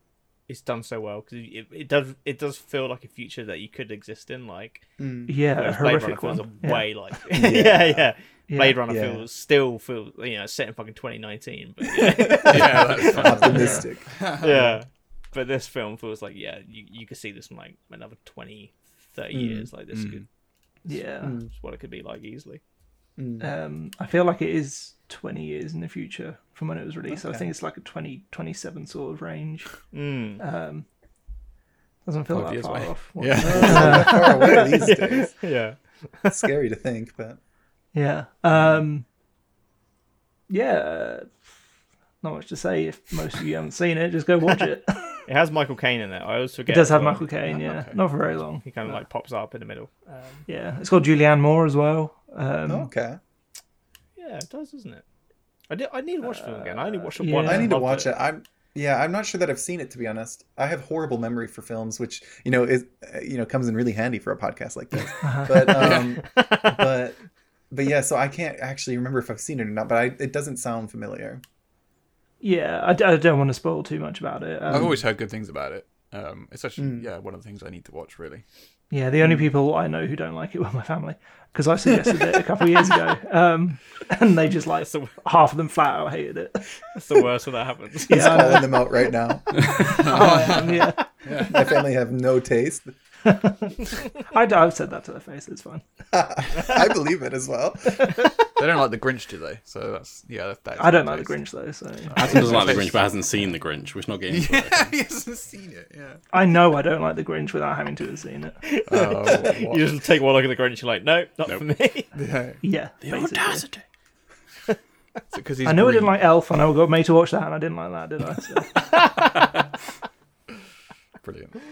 D: it's done so well because it, it does it does feel like a future that you could exist in. Like
F: Yeah, a
D: whereas Blade Runner
F: horrific
D: feels
F: one. Yeah.
D: a way like yeah. yeah Blade
F: Yeah.
D: Runner
A: Yeah.
D: feels still feels you know set in fucking 2019, but
B: yeah, that's fine.
A: Optimistic.
D: yeah. But this film feels like yeah you you could see this in like another 20, 30 years like this could
F: Yeah.
D: is what it could be like easily.
F: Um, I feel like it is 20 years in the future from when it was released. So I think it's like a 20, 27 sort of range. Um, doesn't feel
B: Hmm. Five
F: that
B: years
F: far
B: away.
F: off.
B: Yeah.
A: Far away these days.
D: Yeah.
A: It's scary to think, but
F: Yeah. Um, yeah. uh, Not much to say. If most of you haven't seen it, just go watch it. it
D: It has Michael Caine in it. I always forget.
F: does
D: as
F: have
D: well.
F: Michael Caine. Yeah, not for very long.
D: He kind of like pops up in the middle. Um,
F: Yeah, it's called Julianne Moore as well. Um,
B: Oh.
A: okay.
D: Yeah, it does, doesn't it? I did. I need to watch the film again. I only watched it once.
F: yeah.
A: I need to
D: Loved
A: watch it. I'm yeah, I'm not sure that I've seen it to be honest. I have horrible memory for films, which you know is uh, you know comes in really handy for a podcast like this.
D: Uh-huh.
A: But um, but but yeah, so I can't actually remember if I've seen it or not. But I, it doesn't sound familiar.
F: Yeah, I, d- I don't want to spoil too much about it. Um,
B: I've always heard good things about it. Um, it's actually
A: Mm.
B: yeah one of the things I need to watch really.
F: Yeah, the
D: Hmm.
F: only people I know who don't like it were my family because I suggested it a couple of years ago, um, and they just like
D: the-
F: half of them flat out hated it.
D: It's the worst when that happens.
A: He's calling them out right now.
D: Oh,
F: Um, yeah,
A: My family have no taste.
F: I, have said that to their face. It's fine.
A: I believe it as well.
B: They don't like the Grinch, do they? So that's yeah. That, that's
F: I don't like the Grinch though, so
C: Adam doesn't like the Grinch, but hasn't seen the Grinch. We're not getting into it.
B: he hasn't seen it. Yeah.
F: I know I don't like the Grinch without having to have seen it.
B: Oh,
D: You just take one look at the Grinch. You're like, no, not for me.
F: Yeah, basically.
B: because he's.
F: I know I didn't
B: green.
F: like Elf, and I got made to watch that, and I didn't like that, did I? So,
B: Brilliant.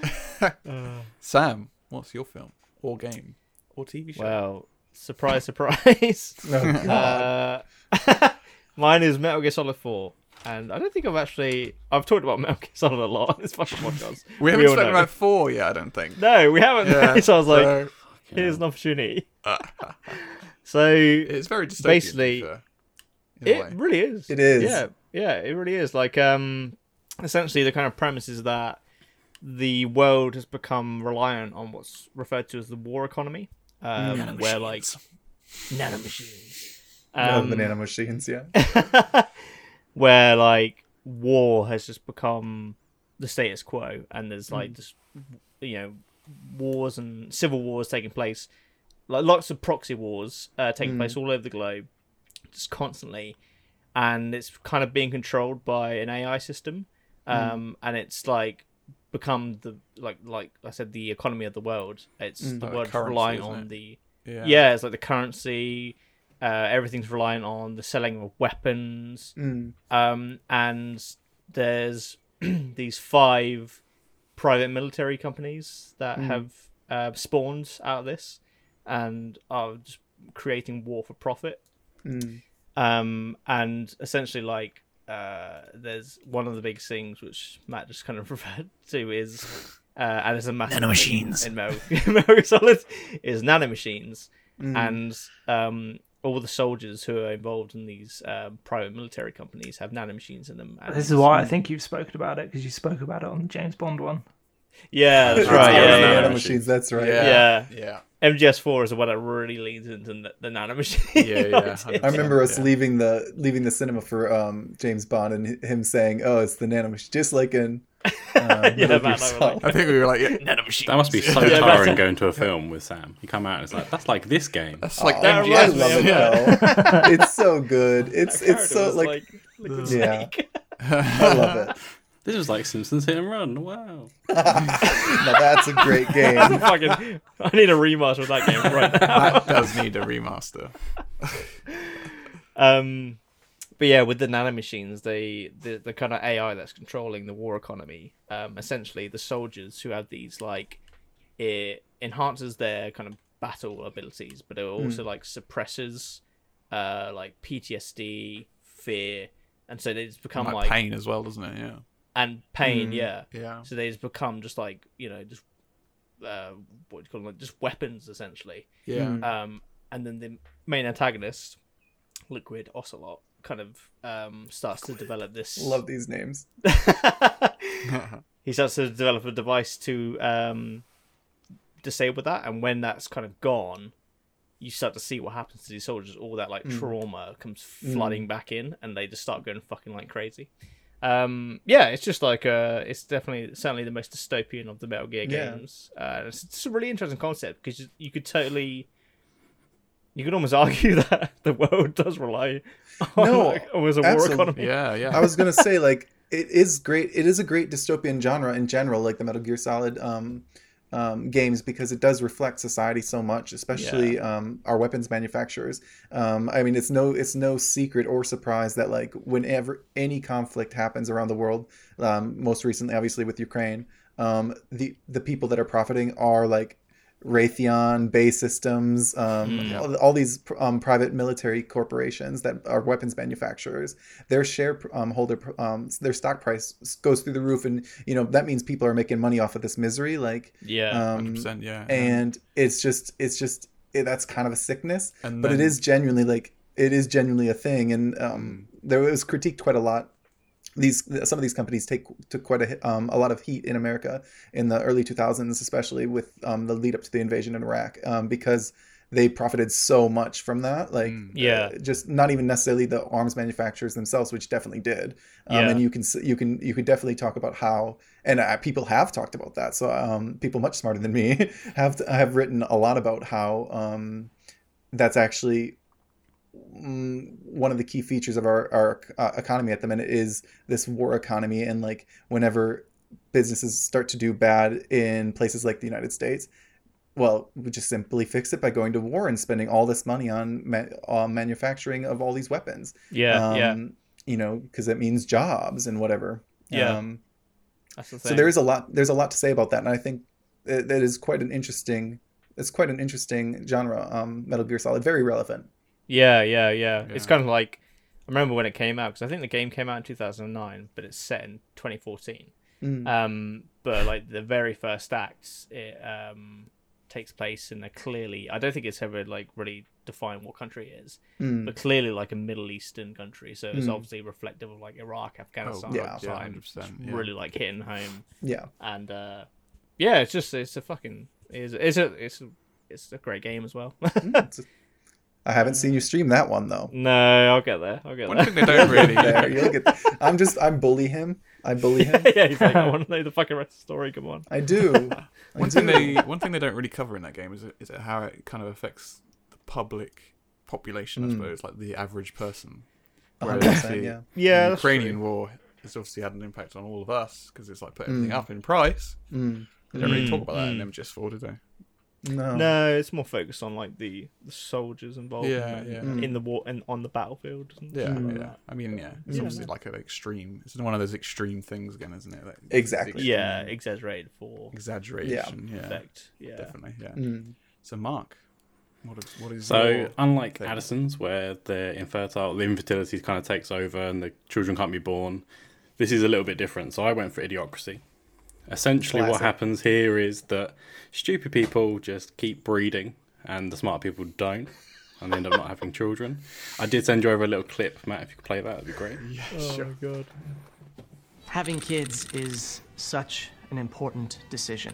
D: Uh,
B: Sam, what's your film or game or TV show?
D: well, surprise, surprise. uh, mine is Metal Gear Solid 4, and I don't think I've actually I've talked about Metal Gear Solid a lot in this fucking podcast.
B: we haven't
D: all
B: spoken
D: know.
B: about four yet. I don't think.
D: No, we haven't.
B: Yeah,
D: so I was like,
B: so
D: here's an opportunity. so
B: it's very dystopian.
D: Basically,
B: to be fair, in a
D: It
B: way.
D: really is.
A: It is.
D: Yeah, yeah, it really is. Like, um, essentially, the kind of premise is that the world has become reliant on what's referred to as the war economy, um, where like nanomachines,
A: Oh,
D: um,
A: banana machines. Yeah.
D: where like war has just become the status quo, and there's like just you know wars and civil wars taking place, like lots of proxy wars uh, taking place all over the globe, just constantly, and it's kind of being controlled by an AI system, um, and it's like become the like like I said the economy of the world. It's the
B: Like a
D: world
B: currency,
D: relying
B: isn't
D: on
B: it?
D: the
B: yeah.
D: yeah, it's like the currency. Uh, everything's reliant on the selling of weapons, um, and there's these five private military companies that have uh, spawned out of this and are just creating war for profit. Um, and essentially, like, uh, there's one of the big things which Matt just kind of referred to is, uh, and it's a massive nanomachines in Metal, Metal Solid is nanomachines, and um, all the soldiers who are involved in these um, private military companies have nanomachines in them. And
F: this is why I think you've spoken about it because you spoke about it on the James Bond one.
D: yeah, that's
A: It's
D: right.
A: all
D: Yeah,
A: banana
D: yeah,
C: nanomachines.
A: machines. That's right.
B: Yeah.
D: yeah.
B: Yeah.
D: MGS4 is the one that really leans into n- the nanomachine.
B: Yeah, yeah,
A: I
B: 100%.
A: remember us leaving the leaving the cinema for um, James Bond and him saying, "Oh, it's the nanomachine," just like in uh,
D: Yeah,
A: Metal Gear
D: Matt, I
A: Solid.
B: I think we were like, yeah,
C: That must be so
D: Yeah, that's-
C: tiring going to a film with Sam. You come out and it's like, that's like this game.
B: that's like
D: that
A: I
D: reminds
B: MGS.
D: me
A: love it
B: yeah.
A: though. it's so good. It's it's
D: character
A: so
D: was
A: like,
D: liquid
A: yeah.
D: snake.
A: I love it.
C: This is like Simpsons Hit and Run. Wow.
A: Now that's a great game.
D: Fucking, I need a remaster of that game right now.
B: that does need a remaster.
D: Um, but yeah, with the nanomachines, they the the kind of AI that's controlling the war economy. Um, essentially, the soldiers who have these like it enhances their kind of battle abilities, but it
A: Hmm.
D: also like suppresses uh like PTSD, fear, and so they just become
B: Like,
D: like,
B: pain as well, doesn't it? Yeah.
D: and
A: Hmm.
D: pain. Yeah,
B: Yeah.
D: So they just become just like you know just uh what do you call them like, just weapons essentially.
B: Yeah.
D: Um, and then the main antagonist, Liquid Ocelot, kind of um, starts to develop this.
A: Love these names.
D: he starts to develop a device to um, disable that, and when that's kind of gone, you start to see what happens to these soldiers. All that
A: Hmm.
D: like trauma comes flooding back in, and they just start going fucking like crazy. Um, yeah, it's just like uh, it's definitely certainly the most dystopian of the Metal Gear
A: Yeah.
D: games. Uh, it's, it's a really interesting concept because you, you could totally. You could almost argue that the world does rely on
A: No,
D: like, almost a war
A: absolutely.
D: economy.
B: Yeah, yeah.
A: I was gonna say like it is great. It is a great dystopian genre in general, like the Metal Gear Solid um, um, games, because it does reflect society so much, especially um, our weapons manufacturers. Um, I mean, it's no it's no secret or surprise that like whenever any conflict happens around the world, um, most recently obviously with Ukraine, um, the the people that are profiting are like Raytheon, Bay Systems, um, all, all these pr- um, private military corporations that are weapons manufacturers, their share um, holder, pr- um, their stock price s- goes through the roof, and you know that means people are making money off of this misery. Like,
D: Yeah.
A: um,
B: 100%, yeah.
A: and it's just, it's just it, that's kind of a sickness,
B: And
A: but it
B: then- Mm.
A: is genuinely like it is genuinely a thing, and um, there was critiqued quite a lot these some of these companies take took quite a hit- um, a lot of heat in America in the early 2000s, especially with um, the lead up to the invasion in Iraq, um, because they profited so much from that. Like,
B: Mm.
D: Yeah.
A: uh, just not even necessarily the arms manufacturers themselves, which definitely did. Um,
D: Yeah.
A: And you can s- you can you could definitely talk about how and uh, people have talked about that. So um, people much smarter than me have have written a lot about how um, that's actually mm, one of the key features of our our uh, economy at the minute is this war economy and like whenever businesses start to do bad in places like the United States well we just simply fix it by going to war and spending all this money on ma- on manufacturing of all these weapons
D: yeah. yeah.
A: um, you know because it means jobs and whatever
D: Yeah.
A: um,
D: That's the thing.
A: so there is a lot there's a lot to say about that and i think that that is quite an interesting it's quite an interesting genre um metal gear solid very relevant
D: Yeah, yeah, yeah. It's
B: Yeah.
D: kind of like I remember when it came out because I think the game came out in 2009, but it's set in 2014.
A: Mm.
D: Um, but like the very first act, it um takes place in a clearly I don't think it's ever like really defined what country it is,
A: Mm.
D: but clearly like a Middle Eastern country. So it's
A: Mm.
D: obviously reflective of like Iraq,
B: oh,
D: Afghanistan,
B: God,
A: yeah,
D: at the
B: yeah,
D: time.
B: 100%.
D: It's
B: Yeah.
D: Really like hitting home
A: yeah
D: and uh yeah, it's just it's a fucking it's it's a it's a, it's a great game as well.
A: I haven't seen you stream that one though.
D: no, I'll get there. I'll get
B: One
D: there.
B: thing they don't really.
A: There, you'll get. I'm just. I bully him. I bully him.
D: yeah, he's like, I want to know the fucking rest of the story. Come on.
A: I do.
B: one thing they one thing they don't really cover in that game is it, is it how it kind of affects the public population, I suppose, like the average person. Whereas
A: 100%,
B: the-
A: yeah.
D: Yeah,
C: Mm,
B: the
D: that's
B: Ukrainian war has obviously had an impact on all of us because it's like put everything up in price.
A: Mm.
B: They don't really talk about
D: Hmm.
B: that in them just for, do they?
A: No.
D: No, it's more focused on like the, the soldiers involved.
B: Yeah,
D: and-
B: yeah.
D: In the war and on the battlefield. and
B: Yeah,
D: stuff like
B: yeah.
D: that.
B: I mean, yeah, it's obviously like an extreme. It's one of those extreme things again, isn't it? Like, it's
A: Exactly.
D: yeah, exaggerated for
B: Exaggeration. Yeah.
D: effect. Yeah,
B: Definitely. Yeah.
A: Mm.
B: So, Mark, what is what is your-
C: So unlike Addison's, where the infertile, the infertility kind of takes over and the children can't be born, this is a little bit different. So I went for idiocracy. Essentially, what
A: Classic.
C: happens here is that stupid people just keep breeding, and the smart people don't, and they end up not having children. I did send you over a little clip, Matt. If you could play that, that'd be great.
D: Oh
H: Having kids is such an important decision.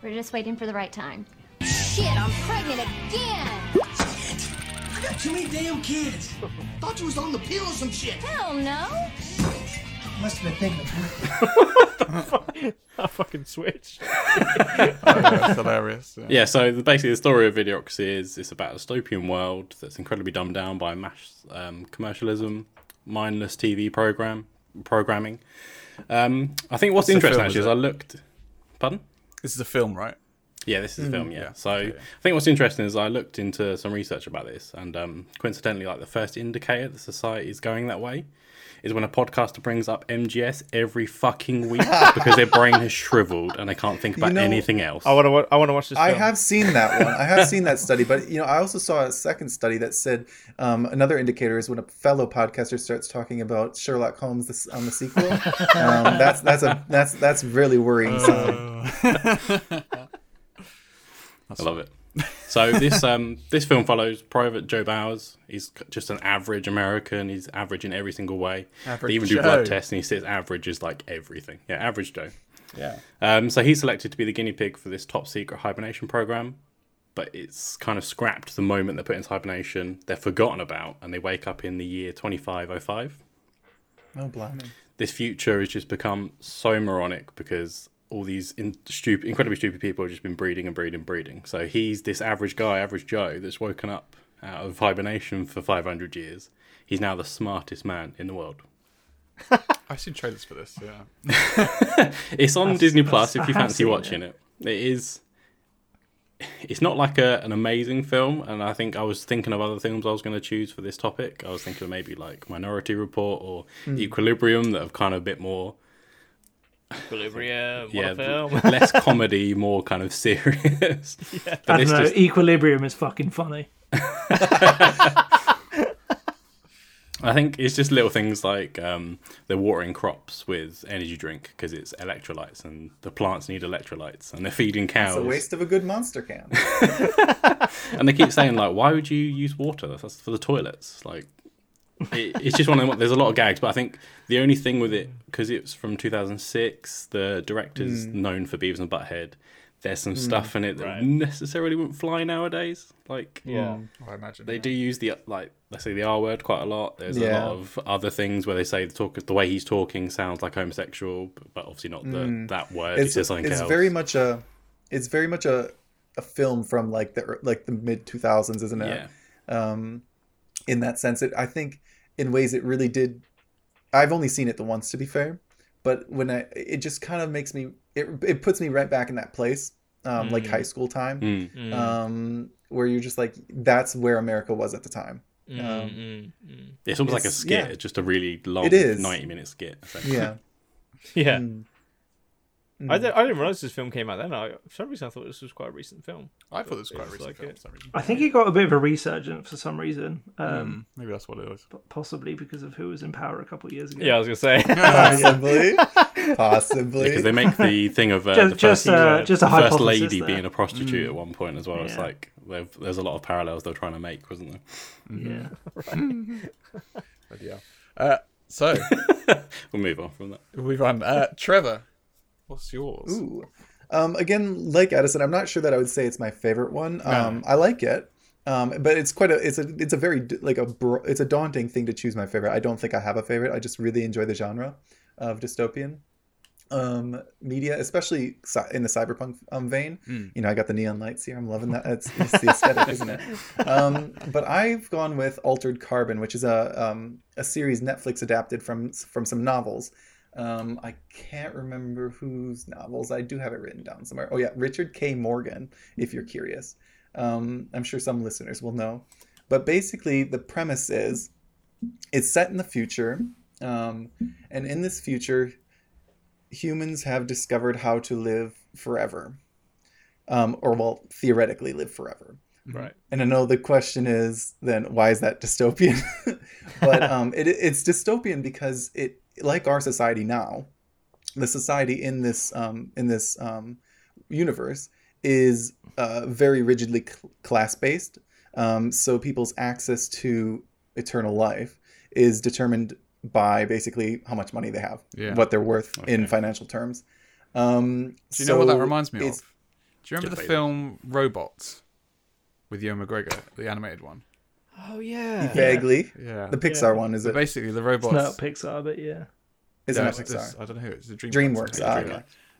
I: We're just waiting for the right time. Shit, I'm pregnant again!
J: I got too many damn kids. Thought you was on the pill or some shit.
I: Hell no!
J: Must have been thinking.
D: I fucking switch.
B: That's hilarious. uh, Yeah.
C: Yeah, so the, basically the story of Idiocracy is it's about a dystopian world that's incredibly dumbed down by mass um, commercialism, mindless TV program programming. Um, I think what's
B: It's a
C: interesting
B: film,
C: actually
B: is
C: is
B: it?
C: I looked. Pardon?
B: This is a film, right?
C: Yeah, this is a film. Yeah. So
B: okay.
C: I think what's interesting is I looked into some research about this, and um, coincidentally, like the first indicator that society is going that way is when a podcaster brings up MGS every fucking week because their brain has shriveled and they can't think about
A: know,
C: anything else.
D: I want to. I want to watch this.
A: I
D: film.
A: have seen that one. I have seen that study, but you know, I also saw a second study that said um, another indicator is when a fellow podcaster starts talking about Sherlock Holmes this, on the sequel. um, that's that's a that's Uh, that's really worrying. sign.
C: I love it. So this um, this film follows Private Joe Bowers. He's c- just an average American. He's average in every single way.
B: Average
C: they even
B: Joe.
C: do blood tests, and he says average is like everything. Yeah, average Joe. Yeah. Um, so he's selected to be the guinea pig for this top secret hibernation program, but it's kind of scrapped the moment they're put into hibernation. They're forgotten about, and they wake up in the year twenty five oh five
A: Oh, blimey.
C: this future has just become so moronic because all these in, stupid, incredibly stupid people have just been breeding and breeding and breeding. So he's this average guy, average Joe, that's woken up out of hibernation for 500 years. He's now the smartest man in the world.
B: I've seen trailers for this. Yeah.
C: It's on Disney Plus
F: that's-
C: if you
F: I have
C: fancy
F: seen
C: watching it. It is. It's not like a, an amazing film, and I think I was thinking of other films I was going to choose for this topic. I was thinking of maybe like Minority Report or
F: Hmm.
C: Equilibrium that have kind of a bit more
D: Equilibrium.
C: yeah, l- less comedy, more kind of serious. But
F: I don't
C: this
F: know.
C: just-
F: Equilibrium is fucking funny.
C: I think it's just little things like um, they're watering crops with energy drink because it's electrolytes, and the plants need electrolytes, and they're feeding
A: It's
C: cows.
A: a waste of a good monster can.
C: And they keep saying like, "Why would you use water? That's for the toilets." Like, it, it's just one of them. There's a lot of gags, but I think the only thing with it because it's from 2006, the director's
A: Mm.
C: known for Beavis and Butthead. There's some stuff in it that necessarily wouldn't fly nowadays. Like,
D: Yeah.
B: I imagine.
C: They do use the like let's say the R word quite a lot. There's
A: Yeah.
C: a lot of other things where they say the talk the way he's talking sounds like homosexual, but obviously not the that word. It's,
A: Mm. It's,
C: he says something
A: it's
C: else.
A: very much a, it's very much a, a film from like the ear- like the mid two thousands, isn't it?
C: yeah.
A: um, in that sense. It, I think in ways it really did. I've only seen it the once, to be fair, but when I, it just kind of makes me, it, it puts me right back in that place, um, like high school time,
C: Mm.
A: um, where you're just like, that's where America was at the time.
C: It's almost like a
A: It's-
C: skit.
A: yeah.
C: It's just a really long,
A: It is.
C: ninety minute skit. essentially.
A: Yeah,
D: Yeah.
A: Mm.
D: I, did, I didn't realize this film came out then. I, for some reason, I thought this was quite a recent film.
B: I thought it was quite
D: It's
B: recent
D: like
B: film
D: it-
B: for some reason.
F: I think it got a bit of a resurgence for some reason, um,
B: Maybe that's what it was.
C: Hmm.
F: but possibly because of who was in power a couple of years ago.
D: Yeah, I was gonna say.
A: possibly, possibly.
C: Because they make the thing of uh,
F: Just-
C: the
F: just,
C: first,
F: uh, just a
C: the first
F: hypothesis
C: lady
F: there.
C: being a prostitute
A: Mm.
C: at one point as well. It's
F: Yeah.
C: like they've- there's a lot of parallels they're trying to make, wasn't there?
F: yeah.
B: Bloody hell. Uh, so
C: We'll move on from that.
B: we've run. Uh, Trevor, what's yours?
A: Ooh. Um, again, like Edison, I'm not sure that I would say it's my favorite one. Um, I like it, um, but it's quite a it's a it's a very d- like a bro- it's a daunting thing to choose my favorite. I don't think I have a favorite. I just really enjoy the genre of dystopian um, media, especially cy- in the cyberpunk um, vein. You know, I got the neon lights here. I'm loving that. It's, it's the aesthetic, isn't it? Um, but I've gone with Altered Carbon, which is a um, a series Netflix adapted from from some novels. Um, I can't remember whose novels. I do have it written down somewhere. Oh yeah, Richard K. Morgan. If you're curious, um, I'm sure some listeners will know. But basically, the premise is it's set in the future, um, and in this future, humans have discovered how to live forever, um, or well, theoretically live forever.
D: Right.
A: And I know the question is then why is that dystopian? but um, it, it's dystopian because it, like our society now, the society in this um, in this um, universe is uh, very rigidly cl- class based. Um, so people's access to eternal life is determined by basically how much money they have,
B: Yeah.
A: what they're worth in
C: Okay.
A: financial terms. Um,
B: Do you know what that
A: so
B: reminds me of?
A: it's-
B: Do you remember the
C: Debate.
B: film Robots with Ewan McGregor, the animated one?
D: Oh yeah.
A: Vaguely,
B: Yeah.
A: the Pixar one is
B: So
A: it?
B: basically, the
F: It's
B: robots.
F: not Pixar, but yeah.
A: Isn't
B: No,
A: it
B: it's-
A: Pixar?
B: it's- I don't know who it's the
A: DreamWorks.
B: Yeah,
A: ah,
B: DreamWorks.
A: okay.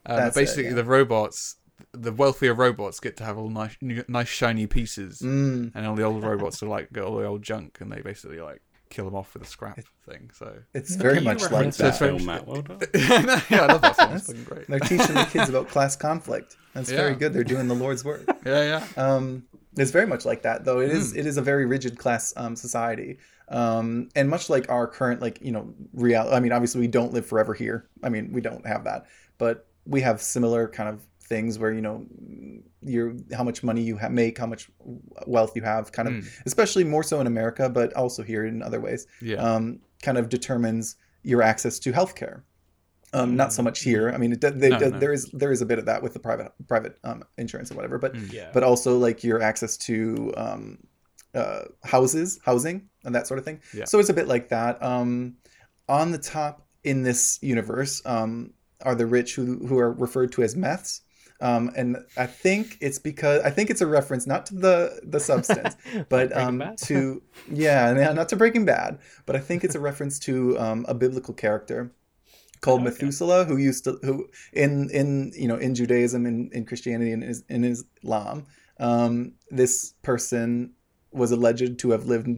B: Um,
A: That's it,
B: basically,
A: yeah.
B: the robots, the wealthier robots, get to have all nice, new, nice shiny pieces,
A: Mm,
B: and all the old robots are like got all the old junk, and they basically like kill them off with a scrap thing. So
A: it's very much like
C: Reference
A: that.
C: that film, Matt. Well done.
B: yeah, I love that song. It's fucking great.
A: They're teaching the kids about class conflict. That's very
B: Yeah.
A: good. They're doing the Lord's work.
B: Yeah, yeah.
A: Um, it's very much like that, though. It
B: Hmm.
A: is it is a very rigid class um, society, um, and much like our current like you know reality. I mean, obviously we don't live forever here. I mean, we don't have that, but we have similar kind of things where you know your how much money you ha- make, how much wealth you have,
B: Hmm.
A: kind of especially more so in America, but also here in other ways
B: Yeah.
A: um, kind of determines your access to healthcare. Um, not so much here. I mean, it, d- they,
B: Hmm. No,
A: d-
B: no.
A: there is there is a bit of that with the private private um, insurance and whatever, but
B: Mm.
D: Yeah.
A: but also like your access to um, uh, houses, housing, and that sort of thing.
B: Yeah.
A: So it's a bit like that. Um, on the top in this universe um, are the rich who who are referred to as meths. Um, and I think it's because I think it's a reference not to the the substance, but
D: Breaking
A: um,
D: Bad?
A: to yeah, no, not to Breaking Bad, but I think it's a reference to um, a biblical character called
B: Oh,
A: Methuselah, who used to who in in you know in Judaism in, in Christianity and is- in Islam, um, this person was alleged to have lived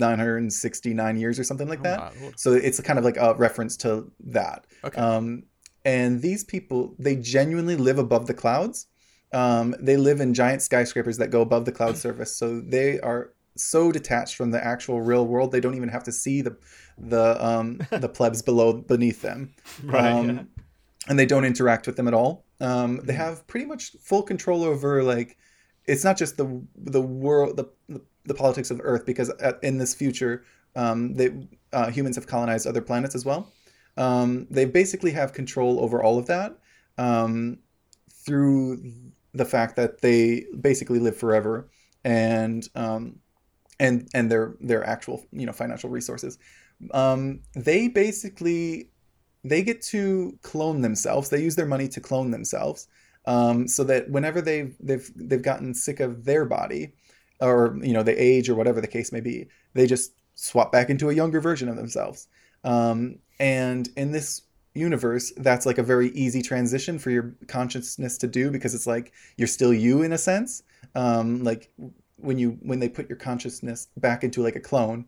A: 969 years or something like that.
B: Oh, my lord.
A: So it's kind of like a reference to that.
B: Okay.
A: Um, and these people, they genuinely live above the clouds. Um, they live in giant skyscrapers that go above the cloud surface. So they are so detached from the actual real world, they don't even have to see the the um, the plebs below beneath them.
D: Right,
A: Um,
D: yeah. Mm-hmm.
A: And they don't interact with them at all. Um, they have pretty much full control over like it's not just the the world the the, the politics of Earth because at, in this future um, they uh, humans have colonized other planets as well. Um, they basically have control over all of that um, through the fact that they basically live forever and um, and and their their actual you know financial resources. Um, they basically they get to clone themselves. They use their money to clone themselves, um, so that whenever they've they've they've gotten sick of their body, or you know they age or whatever the case may be, they just swap back into a younger version of themselves. Um, and in this universe, that's like a very easy transition for your consciousness to do because it's like you're still you in a sense. Um, like when you when they put your consciousness back into like a clone,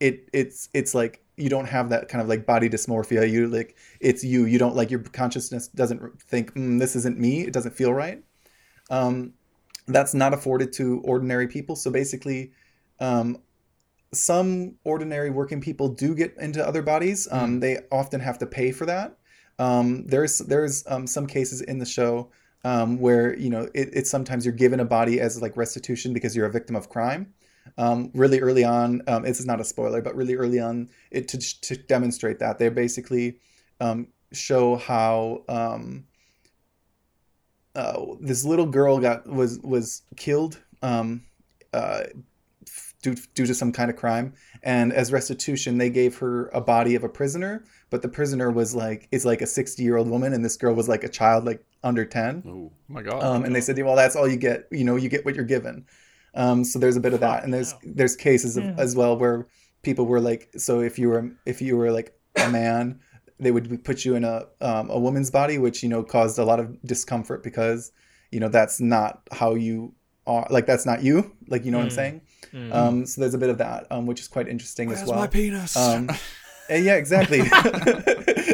A: it it's it's like you don't have that kind of like body dysmorphia you like it's you you don't like your consciousness doesn't think mm, this isn't me it doesn't feel right um that's not afforded to ordinary people so basically um some ordinary working people do get into other bodies um they often have to pay for that um there's there's um some cases in the show um where you know it, it's sometimes you're given a body as like restitution because you're a victim of crime um, really early on. Um, this is not a spoiler, but really early on, it to, to demonstrate that they basically um, show how um, uh, this little girl got was was killed um, uh, f- due due to some kind of crime, and as restitution, they gave her a body of a prisoner, but the prisoner was like is like a sixty year old woman, and this girl was like a child, like under ten.
C: Ooh.
B: Oh my god.
A: Um, and they said, "Yeah, well, that's all you get. You know, you get what you're given. Um, so there's a bit of that, and there's there's cases of, as well where people were like, so if you were if you were like a man, they would put you in a um, a woman's body, which you know caused a lot of discomfort because you know that's not how you are. Like that's not you. Like you know what I'm
B: Hmm.
A: saying. Um, so there's a bit of that, um, which is quite interesting as
B: Where's
A: well.
B: my penis?
A: Um, eh, yeah, exactly,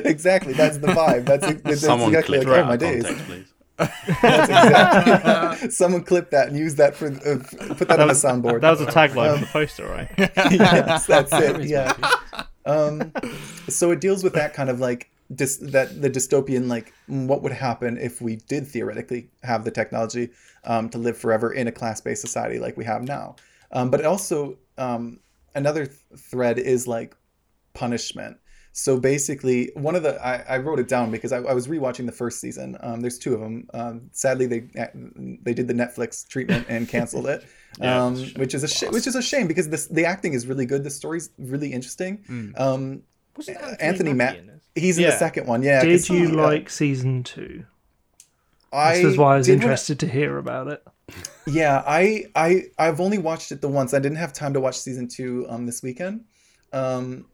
A: exactly. That's the vibe. That's, that's
C: Someone
A: exactly
C: clip
A: like
C: that
A: oh
C: out
A: my
C: of
A: days.
C: context, please.
A: Exactly. Someone clip that and use that for uh, f- put that on the soundboard.
D: That was a tagline for the poster, right?
A: yes, that's it. Yeah. Um, so it deals with that kind of like dis- that the dystopian like mm, what would happen if we did theoretically have the technology um, to live forever in a class-based society like we have now. Um, but it also um, another th- thread is like punishment. So basically, one of the I, I wrote it down because I, I was rewatching the first season. Um, there's two of them. Um, sadly, they they did the Netflix treatment and canceled it,
D: Yeah,
A: um,
D: that's a
A: which is a sh- which is a shame because this the acting is really good. The story's really interesting.
F: Hmm.
A: Um,
D: Wasn't
A: Anthony Matt,
D: Mackie in this?
A: he's in the
D: Yeah.
A: second one. Yeah. I can
F: Did
A: see,
F: you
A: uh,
F: like season two?
A: I
F: This is why I was
A: did wanna-
F: interested to hear about it.
A: Yeah, I I I've only watched it the once. I didn't have time to watch season two um this weekend. Um,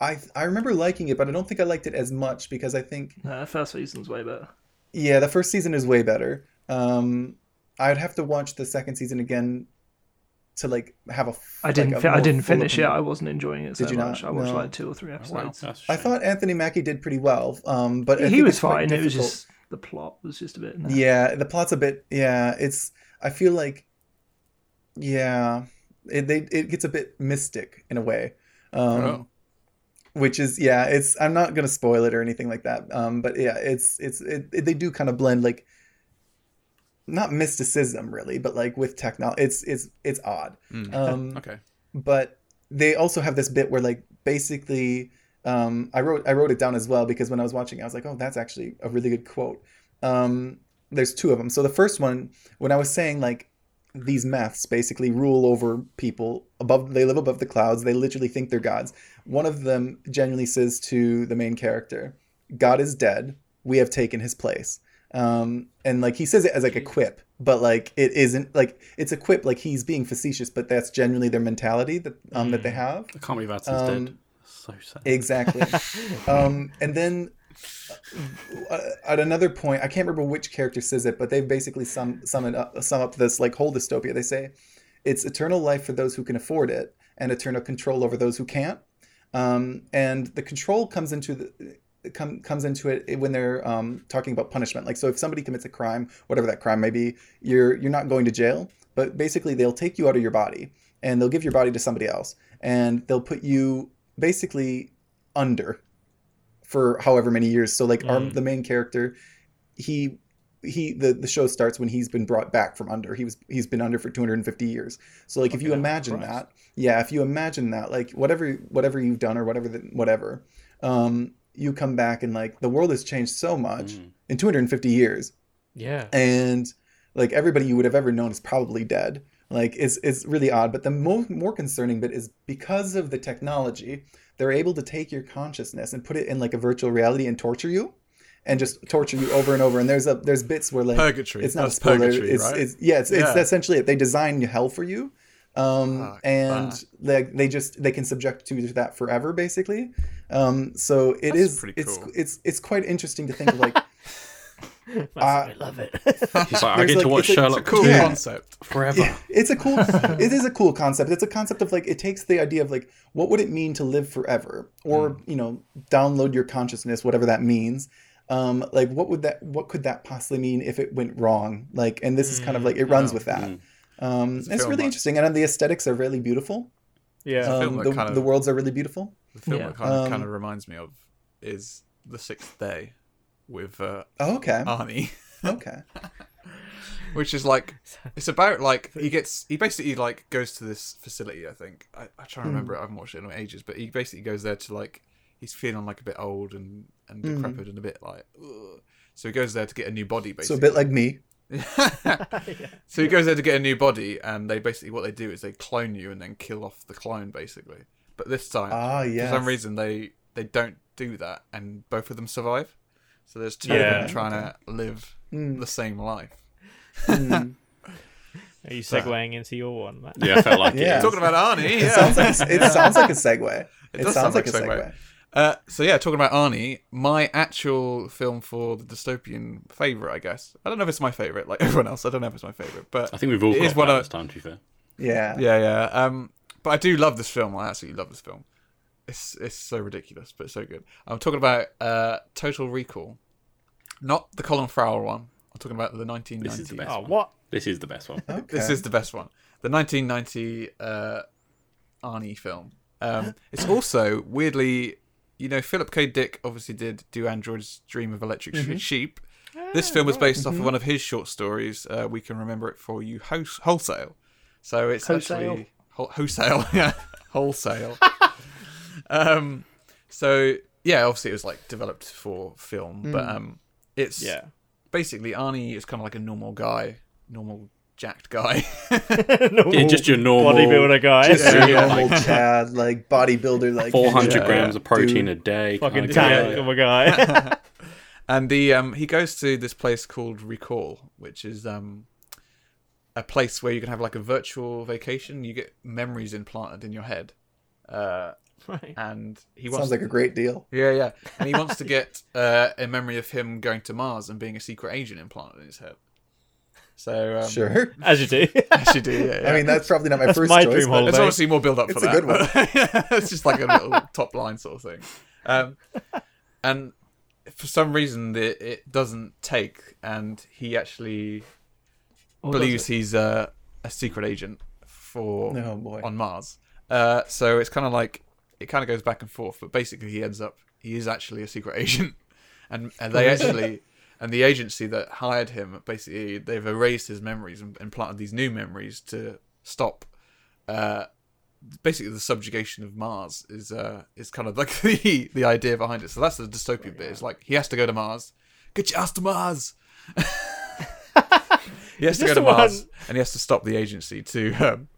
A: I I remember liking it, but I don't think I liked it as much because I think
F: No, the first season's way better.
A: yeah, the first season is way better. Um, I'd have to watch the second season again to like have a. f-
F: I didn't.
A: Like a
F: Fi- I
A: more
F: didn't
A: full
F: finish it.
A: opinion.
F: I wasn't enjoying it so
A: you
F: much.
A: not?
F: I watched
A: No.
F: like two or three episodes.
C: That's a
A: I
C: shame.
A: thought Anthony Mackie did pretty well, um, but I
F: he
A: think
F: was
A: it's quite
F: fine. It was
A: difficult.
F: just the plot was just a bit. nah.
A: Yeah, the plot's a bit. Yeah, it's. I feel like. Yeah, it they it gets a bit mystic in a way, um,
B: Oh.
A: which is yeah. It's I'm not gonna spoil it or anything like that. Um, but yeah, it's it's it, it- they do kind of blend like. Not mysticism really, but like with technology, it's it's it's odd. Um,
B: okay.
A: but they also have this bit where like basically um, I wrote I wrote it down as well because when I was watching, I was like, oh, that's actually a really good quote. Um, there's two of them. So the first one, when I was saying like these maths basically rule over people above, they live above the clouds. They literally think they're gods. One of them genuinely says to the main character, "God is dead. We have taken his place." Um, and like he says it as like a quip, but like it isn't like it's a quip. Like he's being facetious, but that's genuinely their mentality that um, that they have.
C: I can't believe that's
A: Um,
C: dead. So sad.
A: Exactly. um, and then uh, at another point, I can't remember which character says it, but they basically sum sum it up, sum up this like whole dystopia. They say it's eternal life for those who can afford it, and eternal control over those who can't. Um, and the control comes into the come comes into it when they're um, talking about punishment. Like so, if somebody commits a crime, whatever that crime may be, you're you're not going to jail, but basically they'll take you out of your body and they'll give your body to somebody else, and they'll put you basically under for however many years. So like our the main character, he he the, the show starts when he's been brought back from under. He was he's been under for 250 years. So like if you imagine that, yeah, if you imagine that, like whatever whatever you've done or whatever the, whatever, um, you come back and like the world has changed so much in 250 years
C: Yeah.
A: and like everybody you would have ever known is probably dead. Like it's it's really odd. But the mo- more concerning bit is because of the technology, they're able to take your consciousness and put it in like a virtual reality and torture you, and just torture you over and over. And there's a there's bits where like
B: Purgatory.
A: It's not
B: That's
A: a spoiler.
B: purgatory,
A: it's,
B: right?
A: it's yeah. It's, it's
B: Yeah.
A: essentially it. They design hell for you. Um, and like they just they can subject you to that forever basically. Um, so it
B: That's
A: is
B: pretty
A: it's
B: cool.
A: it's it's quite interesting to think of like
D: I love it.
C: He's like, I
A: there's
C: get
A: like-
C: to watch
A: it's a-
C: Sherlock
B: Cool
A: Yeah.
B: concept.
C: forever.
A: Yeah, it's a cool it is a cool concept it's a concept of like it takes the idea of like what would it mean to live forever or
B: Mm.
A: you know download your consciousness whatever that means um like what would that what could that possibly mean if it went wrong like and this is kind of like it
B: Mm,
A: runs with that um it's,
B: film
A: really
B: like-
A: interesting and the aesthetics are really beautiful
D: Yeah.
B: film
A: um,
B: that
A: the,
B: kind of-
A: the worlds are really beautiful
B: The film
F: Yeah.
B: that kind of,
A: Um,
B: kind of reminds me of is The Sixth Day with uh,
A: oh, okay
B: Arnie,
A: okay
B: which is like it's about like he gets he basically like goes to this facility. I think I, I try to
A: Hmm.
B: remember it. I haven't watched it in ages, but he basically goes there to like he's feeling like a bit old and and decrepit and a bit like. Ugh. So he goes there to get a new body,
A: Hmm. so
B: basically.
A: a bit like me
B: So he goes there to get a new body, and they basically what they do is they clone you and then kill off the clone, basically. But this time,
A: ah
B: for
A: yes.
B: some reason, they they don't do that, and both of them survive. So there's two
D: Yeah.
B: of them trying to live
A: Hmm.
B: the same life.
A: Mm.
D: Are you segueing into your one, Matt?
C: Yeah, I felt like
A: Yeah.
C: it.
B: Talking about Arnie,
A: it sounds
B: yeah.
A: like it sounds like a segue it,
B: does
A: sounds
B: sound
A: like,
B: like
A: a
B: segue.
A: segue
B: Uh, so yeah, talking about Arnie, my actual film for the dystopian favorite, I guess. I don't know if it's my favorite, like everyone else. I don't know if it's my favorite, but
C: I think we've all
B: It
C: got
B: is one
C: that
B: of-
C: this time, to be fair.
A: yeah
B: Yeah, yeah. Um, but I do love this film. I absolutely love this film. It's it's so ridiculous, but so good. I'm talking about uh, Total Recall, not the Colin Farrell one. I'm talking about the 1990.
C: This is the best
D: Oh,
C: one.
D: what?
C: This is the best one.
B: This is the best one. The 1990 uh, Arnie film. Um, it's also weirdly, you know, Philip K. Dick obviously did do Android's Dream of Electric Sh- Sheep. This film was based off of one of his short stories. Uh, we can remember it for you Wholes- wholesale. So it's
F: Wholesale.
B: actually whole- wholesale, yeah, wholesale. um, so yeah, obviously it was like developed for film, but um, it's
D: Yeah.
B: basically Arnie is kind of like a normal guy, normal jacked guy.
C: Yeah, just your normal
D: bodybuilder guy.
A: Just your
C: Yeah.
A: normal Chad, like bodybuilder, like
C: 400
A: yeah.
C: grams of protein
A: Dude.
C: a day.
D: Fucking
C: kinda guy.
D: tank of a guy.
B: and the um, he goes to this place called Recall, which is um, a place where you can have like a virtual vacation. You get memories implanted in your head, uh,
D: Right.
B: and he wants
A: Sounds like a great deal.
B: yeah, yeah, and he wants to get uh, a memory of him going to Mars and being a secret agent implanted in his head. So um,
A: Sure.
D: As you do.
B: as you do, yeah, yeah.
A: I mean, that's probably not my first
D: my
A: choice.
D: dream
A: but-
D: holiday.
B: There's obviously more build up for
A: It's a
B: that.
A: good one.
B: but- it's just like a little top line sort of thing. Um, and for some reason, it, it doesn't take, and he actually believes he's a, a secret agent for
A: Oh, boy.
B: on Mars. Uh, so it's kind of like it kind of goes back and forth, but basically he ends up he is actually a secret agent, and and they actually and the agency that hired him basically they've erased his memories and implanted these new memories to stop uh, basically the subjugation of Mars is uh is kind of like the the idea behind it. So that's the dystopian bit. It's like he has to go to Mars. Get your ass to Mars. he has to
D: this
B: go to
D: the one-
B: Mars, and he has to stop the agency to um,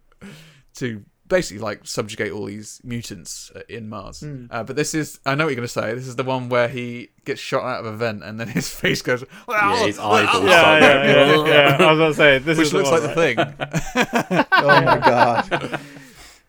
B: to basically like subjugate all these mutants uh, in Mars.
A: Hmm.
B: Uh, but this is I know what you're going to say. This is the one where he gets shot out of a vent, and then his face goes.
C: Yeah, his eyes all
D: Yeah,
C: Yeah,
D: yeah, yeah, yeah. I was gonna say this
B: Which
D: is
B: looks
D: the one,
B: like the thing.
A: Oh my god.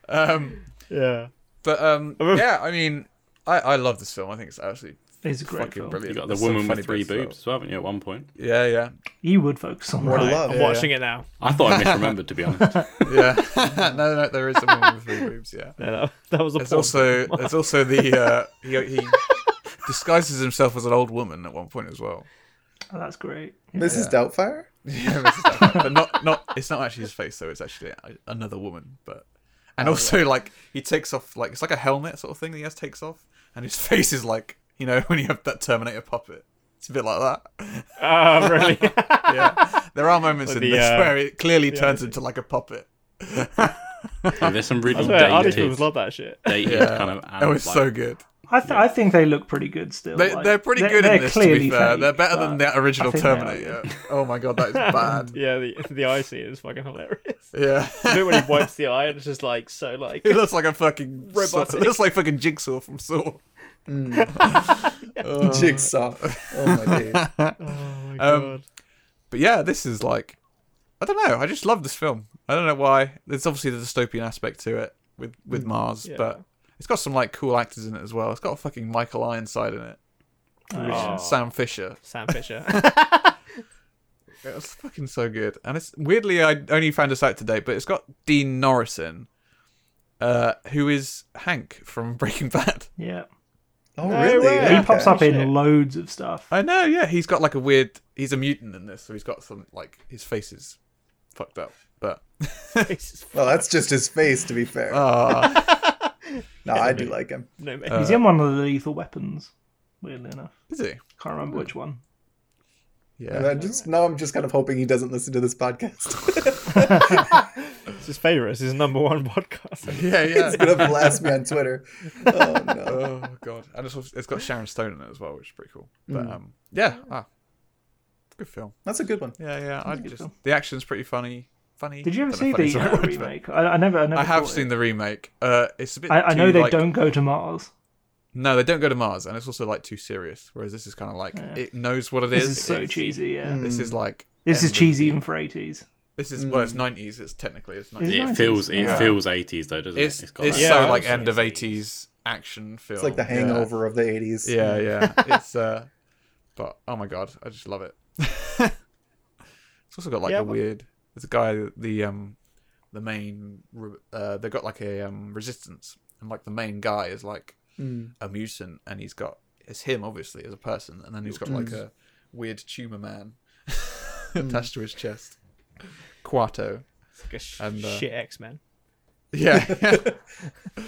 B: Um,
D: right? yeah.
B: But um, yeah, I mean, I, I love this film. I think it's absolutely
F: It's a great
B: fucking
F: film.
B: brilliant.
C: You got the
B: There's some
C: woman
B: funny
C: with three
B: bits as well.
C: boobs as well, haven't you? At one point,
B: Yeah, yeah,
F: You would focus on
A: More to
F: that.
A: love.
D: I'm watching it now.
C: I thought I misremembered to be honest.
B: yeah. no, no, there is a woman with three boobs. Yeah.
D: No, no, that was a
B: There's
D: porn.
B: also there's also the uh, he he disguises himself as an old woman at one point as well.
F: Oh, that's great.
A: Mrs. Doubtfire?
B: Yeah, Mrs. Doubtfire. but not not it's not actually his face though. It's actually a- another woman. But
C: Oh,
B: and also like he takes off like it's like a helmet sort of thing that he has takes off, and his face is like you know when you have that Terminator puppet. It's a bit like that.
D: Oh, really?
B: yeah. There are moments in
D: the,
B: this
D: uh,
B: where it clearly turns into like a puppet.
C: Yeah, there's some really
D: I swear, Arnie
C: dated,
D: films love that shit.
C: dated kind of.
B: That was
C: like,
B: so good.
F: I, th- I think they look pretty good still.
B: They,
F: like,
B: they're pretty good in this, to be fair. they're
F: fake,
B: better than
F: but
B: that original
F: I think they are
B: Terminator. Oh my god, that is bad.
D: Yeah, the the eye scene is fucking hilarious.
B: yeah.
D: The bit when he wipes the eye and it's just like so like
B: He looks like a fucking robot.
D: Robotic.
B: He looks like fucking Jigsaw from Saw.
A: Jigsaw. Oh my god.
D: oh
B: Um, But yeah, this is like, I don't know. I just love this film. I don't know why. There's obviously the dystopian aspect to it with with Mars, but it's got some like cool actors in it as well. It's got a fucking Michael Ironside in it.
D: Oh.
B: Sam Fisher.
D: Sam Fisher.
B: It was fucking so good. And it's weirdly I only found this out today, but it's got Dean Norrison, uh, who is Hank from Breaking Bad.
F: Yeah.
A: Oh
D: No
A: really?
D: way.
F: He
A: Okay.
F: pops up
D: Shit.
F: in loads of stuff.
B: I know, yeah. He's got like a weird. He's a mutant in this, so he's got some like his face is fucked up. But
A: Well, that's just his face, to be fair.
B: uh,
A: no, I do like him.
D: no, mate.
F: He's in one of the lethal weapons, weirdly enough.
B: is he?
F: Can't remember which one.
A: And
B: Yeah.
A: I just now I'm just kind of hoping he doesn't listen to this podcast.
D: It's his favorite. It's his number one podcast.
B: Yeah,
A: He's
B: yeah.
A: gonna blast me on Twitter. Oh no.
B: oh god, and it's, also- it's got Sharon Stone in it as well, which is pretty cool.
A: Mm.
B: But um, yeah, ah, good film.
A: That's a good one.
B: Yeah, yeah. I just the action's pretty funny. Funny.
F: Did you ever
B: Don't know
F: see
B: if funny's
F: the
B: right
F: uh,
B: word, but-
F: remake? I, I never. I, never
B: I have
F: saw it.
B: seen the remake. Uh, it's a bit.
F: I, I know
B: too,
F: they
B: like-
F: don't go to Mars.
B: No, they don't go to Mars, and it's also like too serious. Whereas this is kind of like it knows what it
F: This
B: is.
F: is so
B: It's- Hmm.
F: cheesy. Yeah.
B: This
A: Mm.
B: is like
F: This is
B: end of-
F: cheesy even for eighties.
B: This is well, it's nineties. It's technically it's nineties.
C: It feels it feels 80s though, doesn't
B: It's
C: it?
B: it's,
C: got that-
D: Yeah,
B: so
D: I
B: like
D: was
B: end of eighties action film.
A: It's like the hangover of the eighties.
B: Yeah, yeah. it's uh, but oh my god, I just love it. it's also got like
D: Yeah,
B: a
D: but-
B: weird. There's a guy the um the main re- uh they got like a um resistance and like the main guy is like a mutant and he's got it's him obviously as a person and then he's got like a weird tumor man attached to his chest. Quarto.
D: Like a sh-
B: And, uh,
D: shit X Men.
B: Yeah. Um,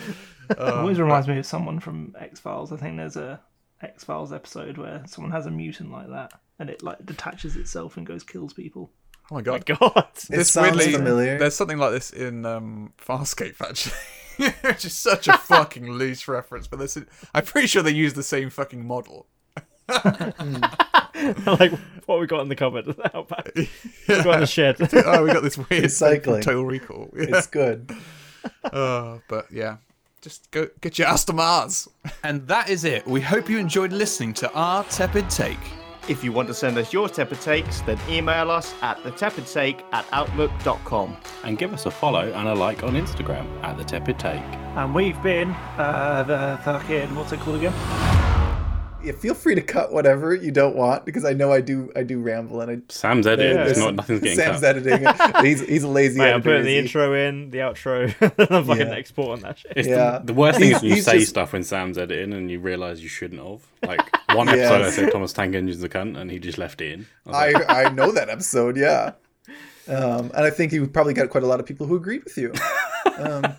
F: it always reminds me of someone from X Files. I think there's a X Files episode where someone has a mutant like that, and it like detaches itself and goes kills people.
B: Oh my god.
D: God,
A: It sounds familiar.
B: There's something like this in um, Farscape actually, which is such a fucking loose reference. But this, is, I'm pretty sure they use the same fucking model.
D: like what we got in the cupboard. How bad? We got in the shed.
B: Oh, we got this weird
A: Recycling.
B: Total Recall. Yeah.
A: It's good.
B: Oh, but yeah. Just go get your ass to Mars. And that is it. We hope you enjoyed listening to our tepid take.
H: If you want to send us your tepid takes, then email us at thetepidtake at outlook.com.
C: and give us a follow and a like on Instagram at the Tepid Take.
F: And we've been uh, the fucking what's it called again?
A: Yeah, feel free to cut whatever you don't want because I know I do I do ramble and I
C: Sam's editing.
A: Yeah.
C: It's not nothing's getting
A: Sam's
C: cut.
A: editing. He's he's a lazy
D: Mate,
A: editor.
D: I'm putting the
A: He-
D: intro in, the outro, and I'm fucking
A: Yeah.
D: exporting that shit.
C: It's
A: Yeah.
C: the, the worst thing is when you
A: He's
C: say
A: just-
C: stuff when Sam's editing and you realise you shouldn't have. Like one episode, I
A: Yes.
C: said Thomas Tank Engine's a cunt, and he just left it in. I was like,
A: I I know that episode, yeah. Um, and I think you probably got quite a lot of people who agreed with you. Um,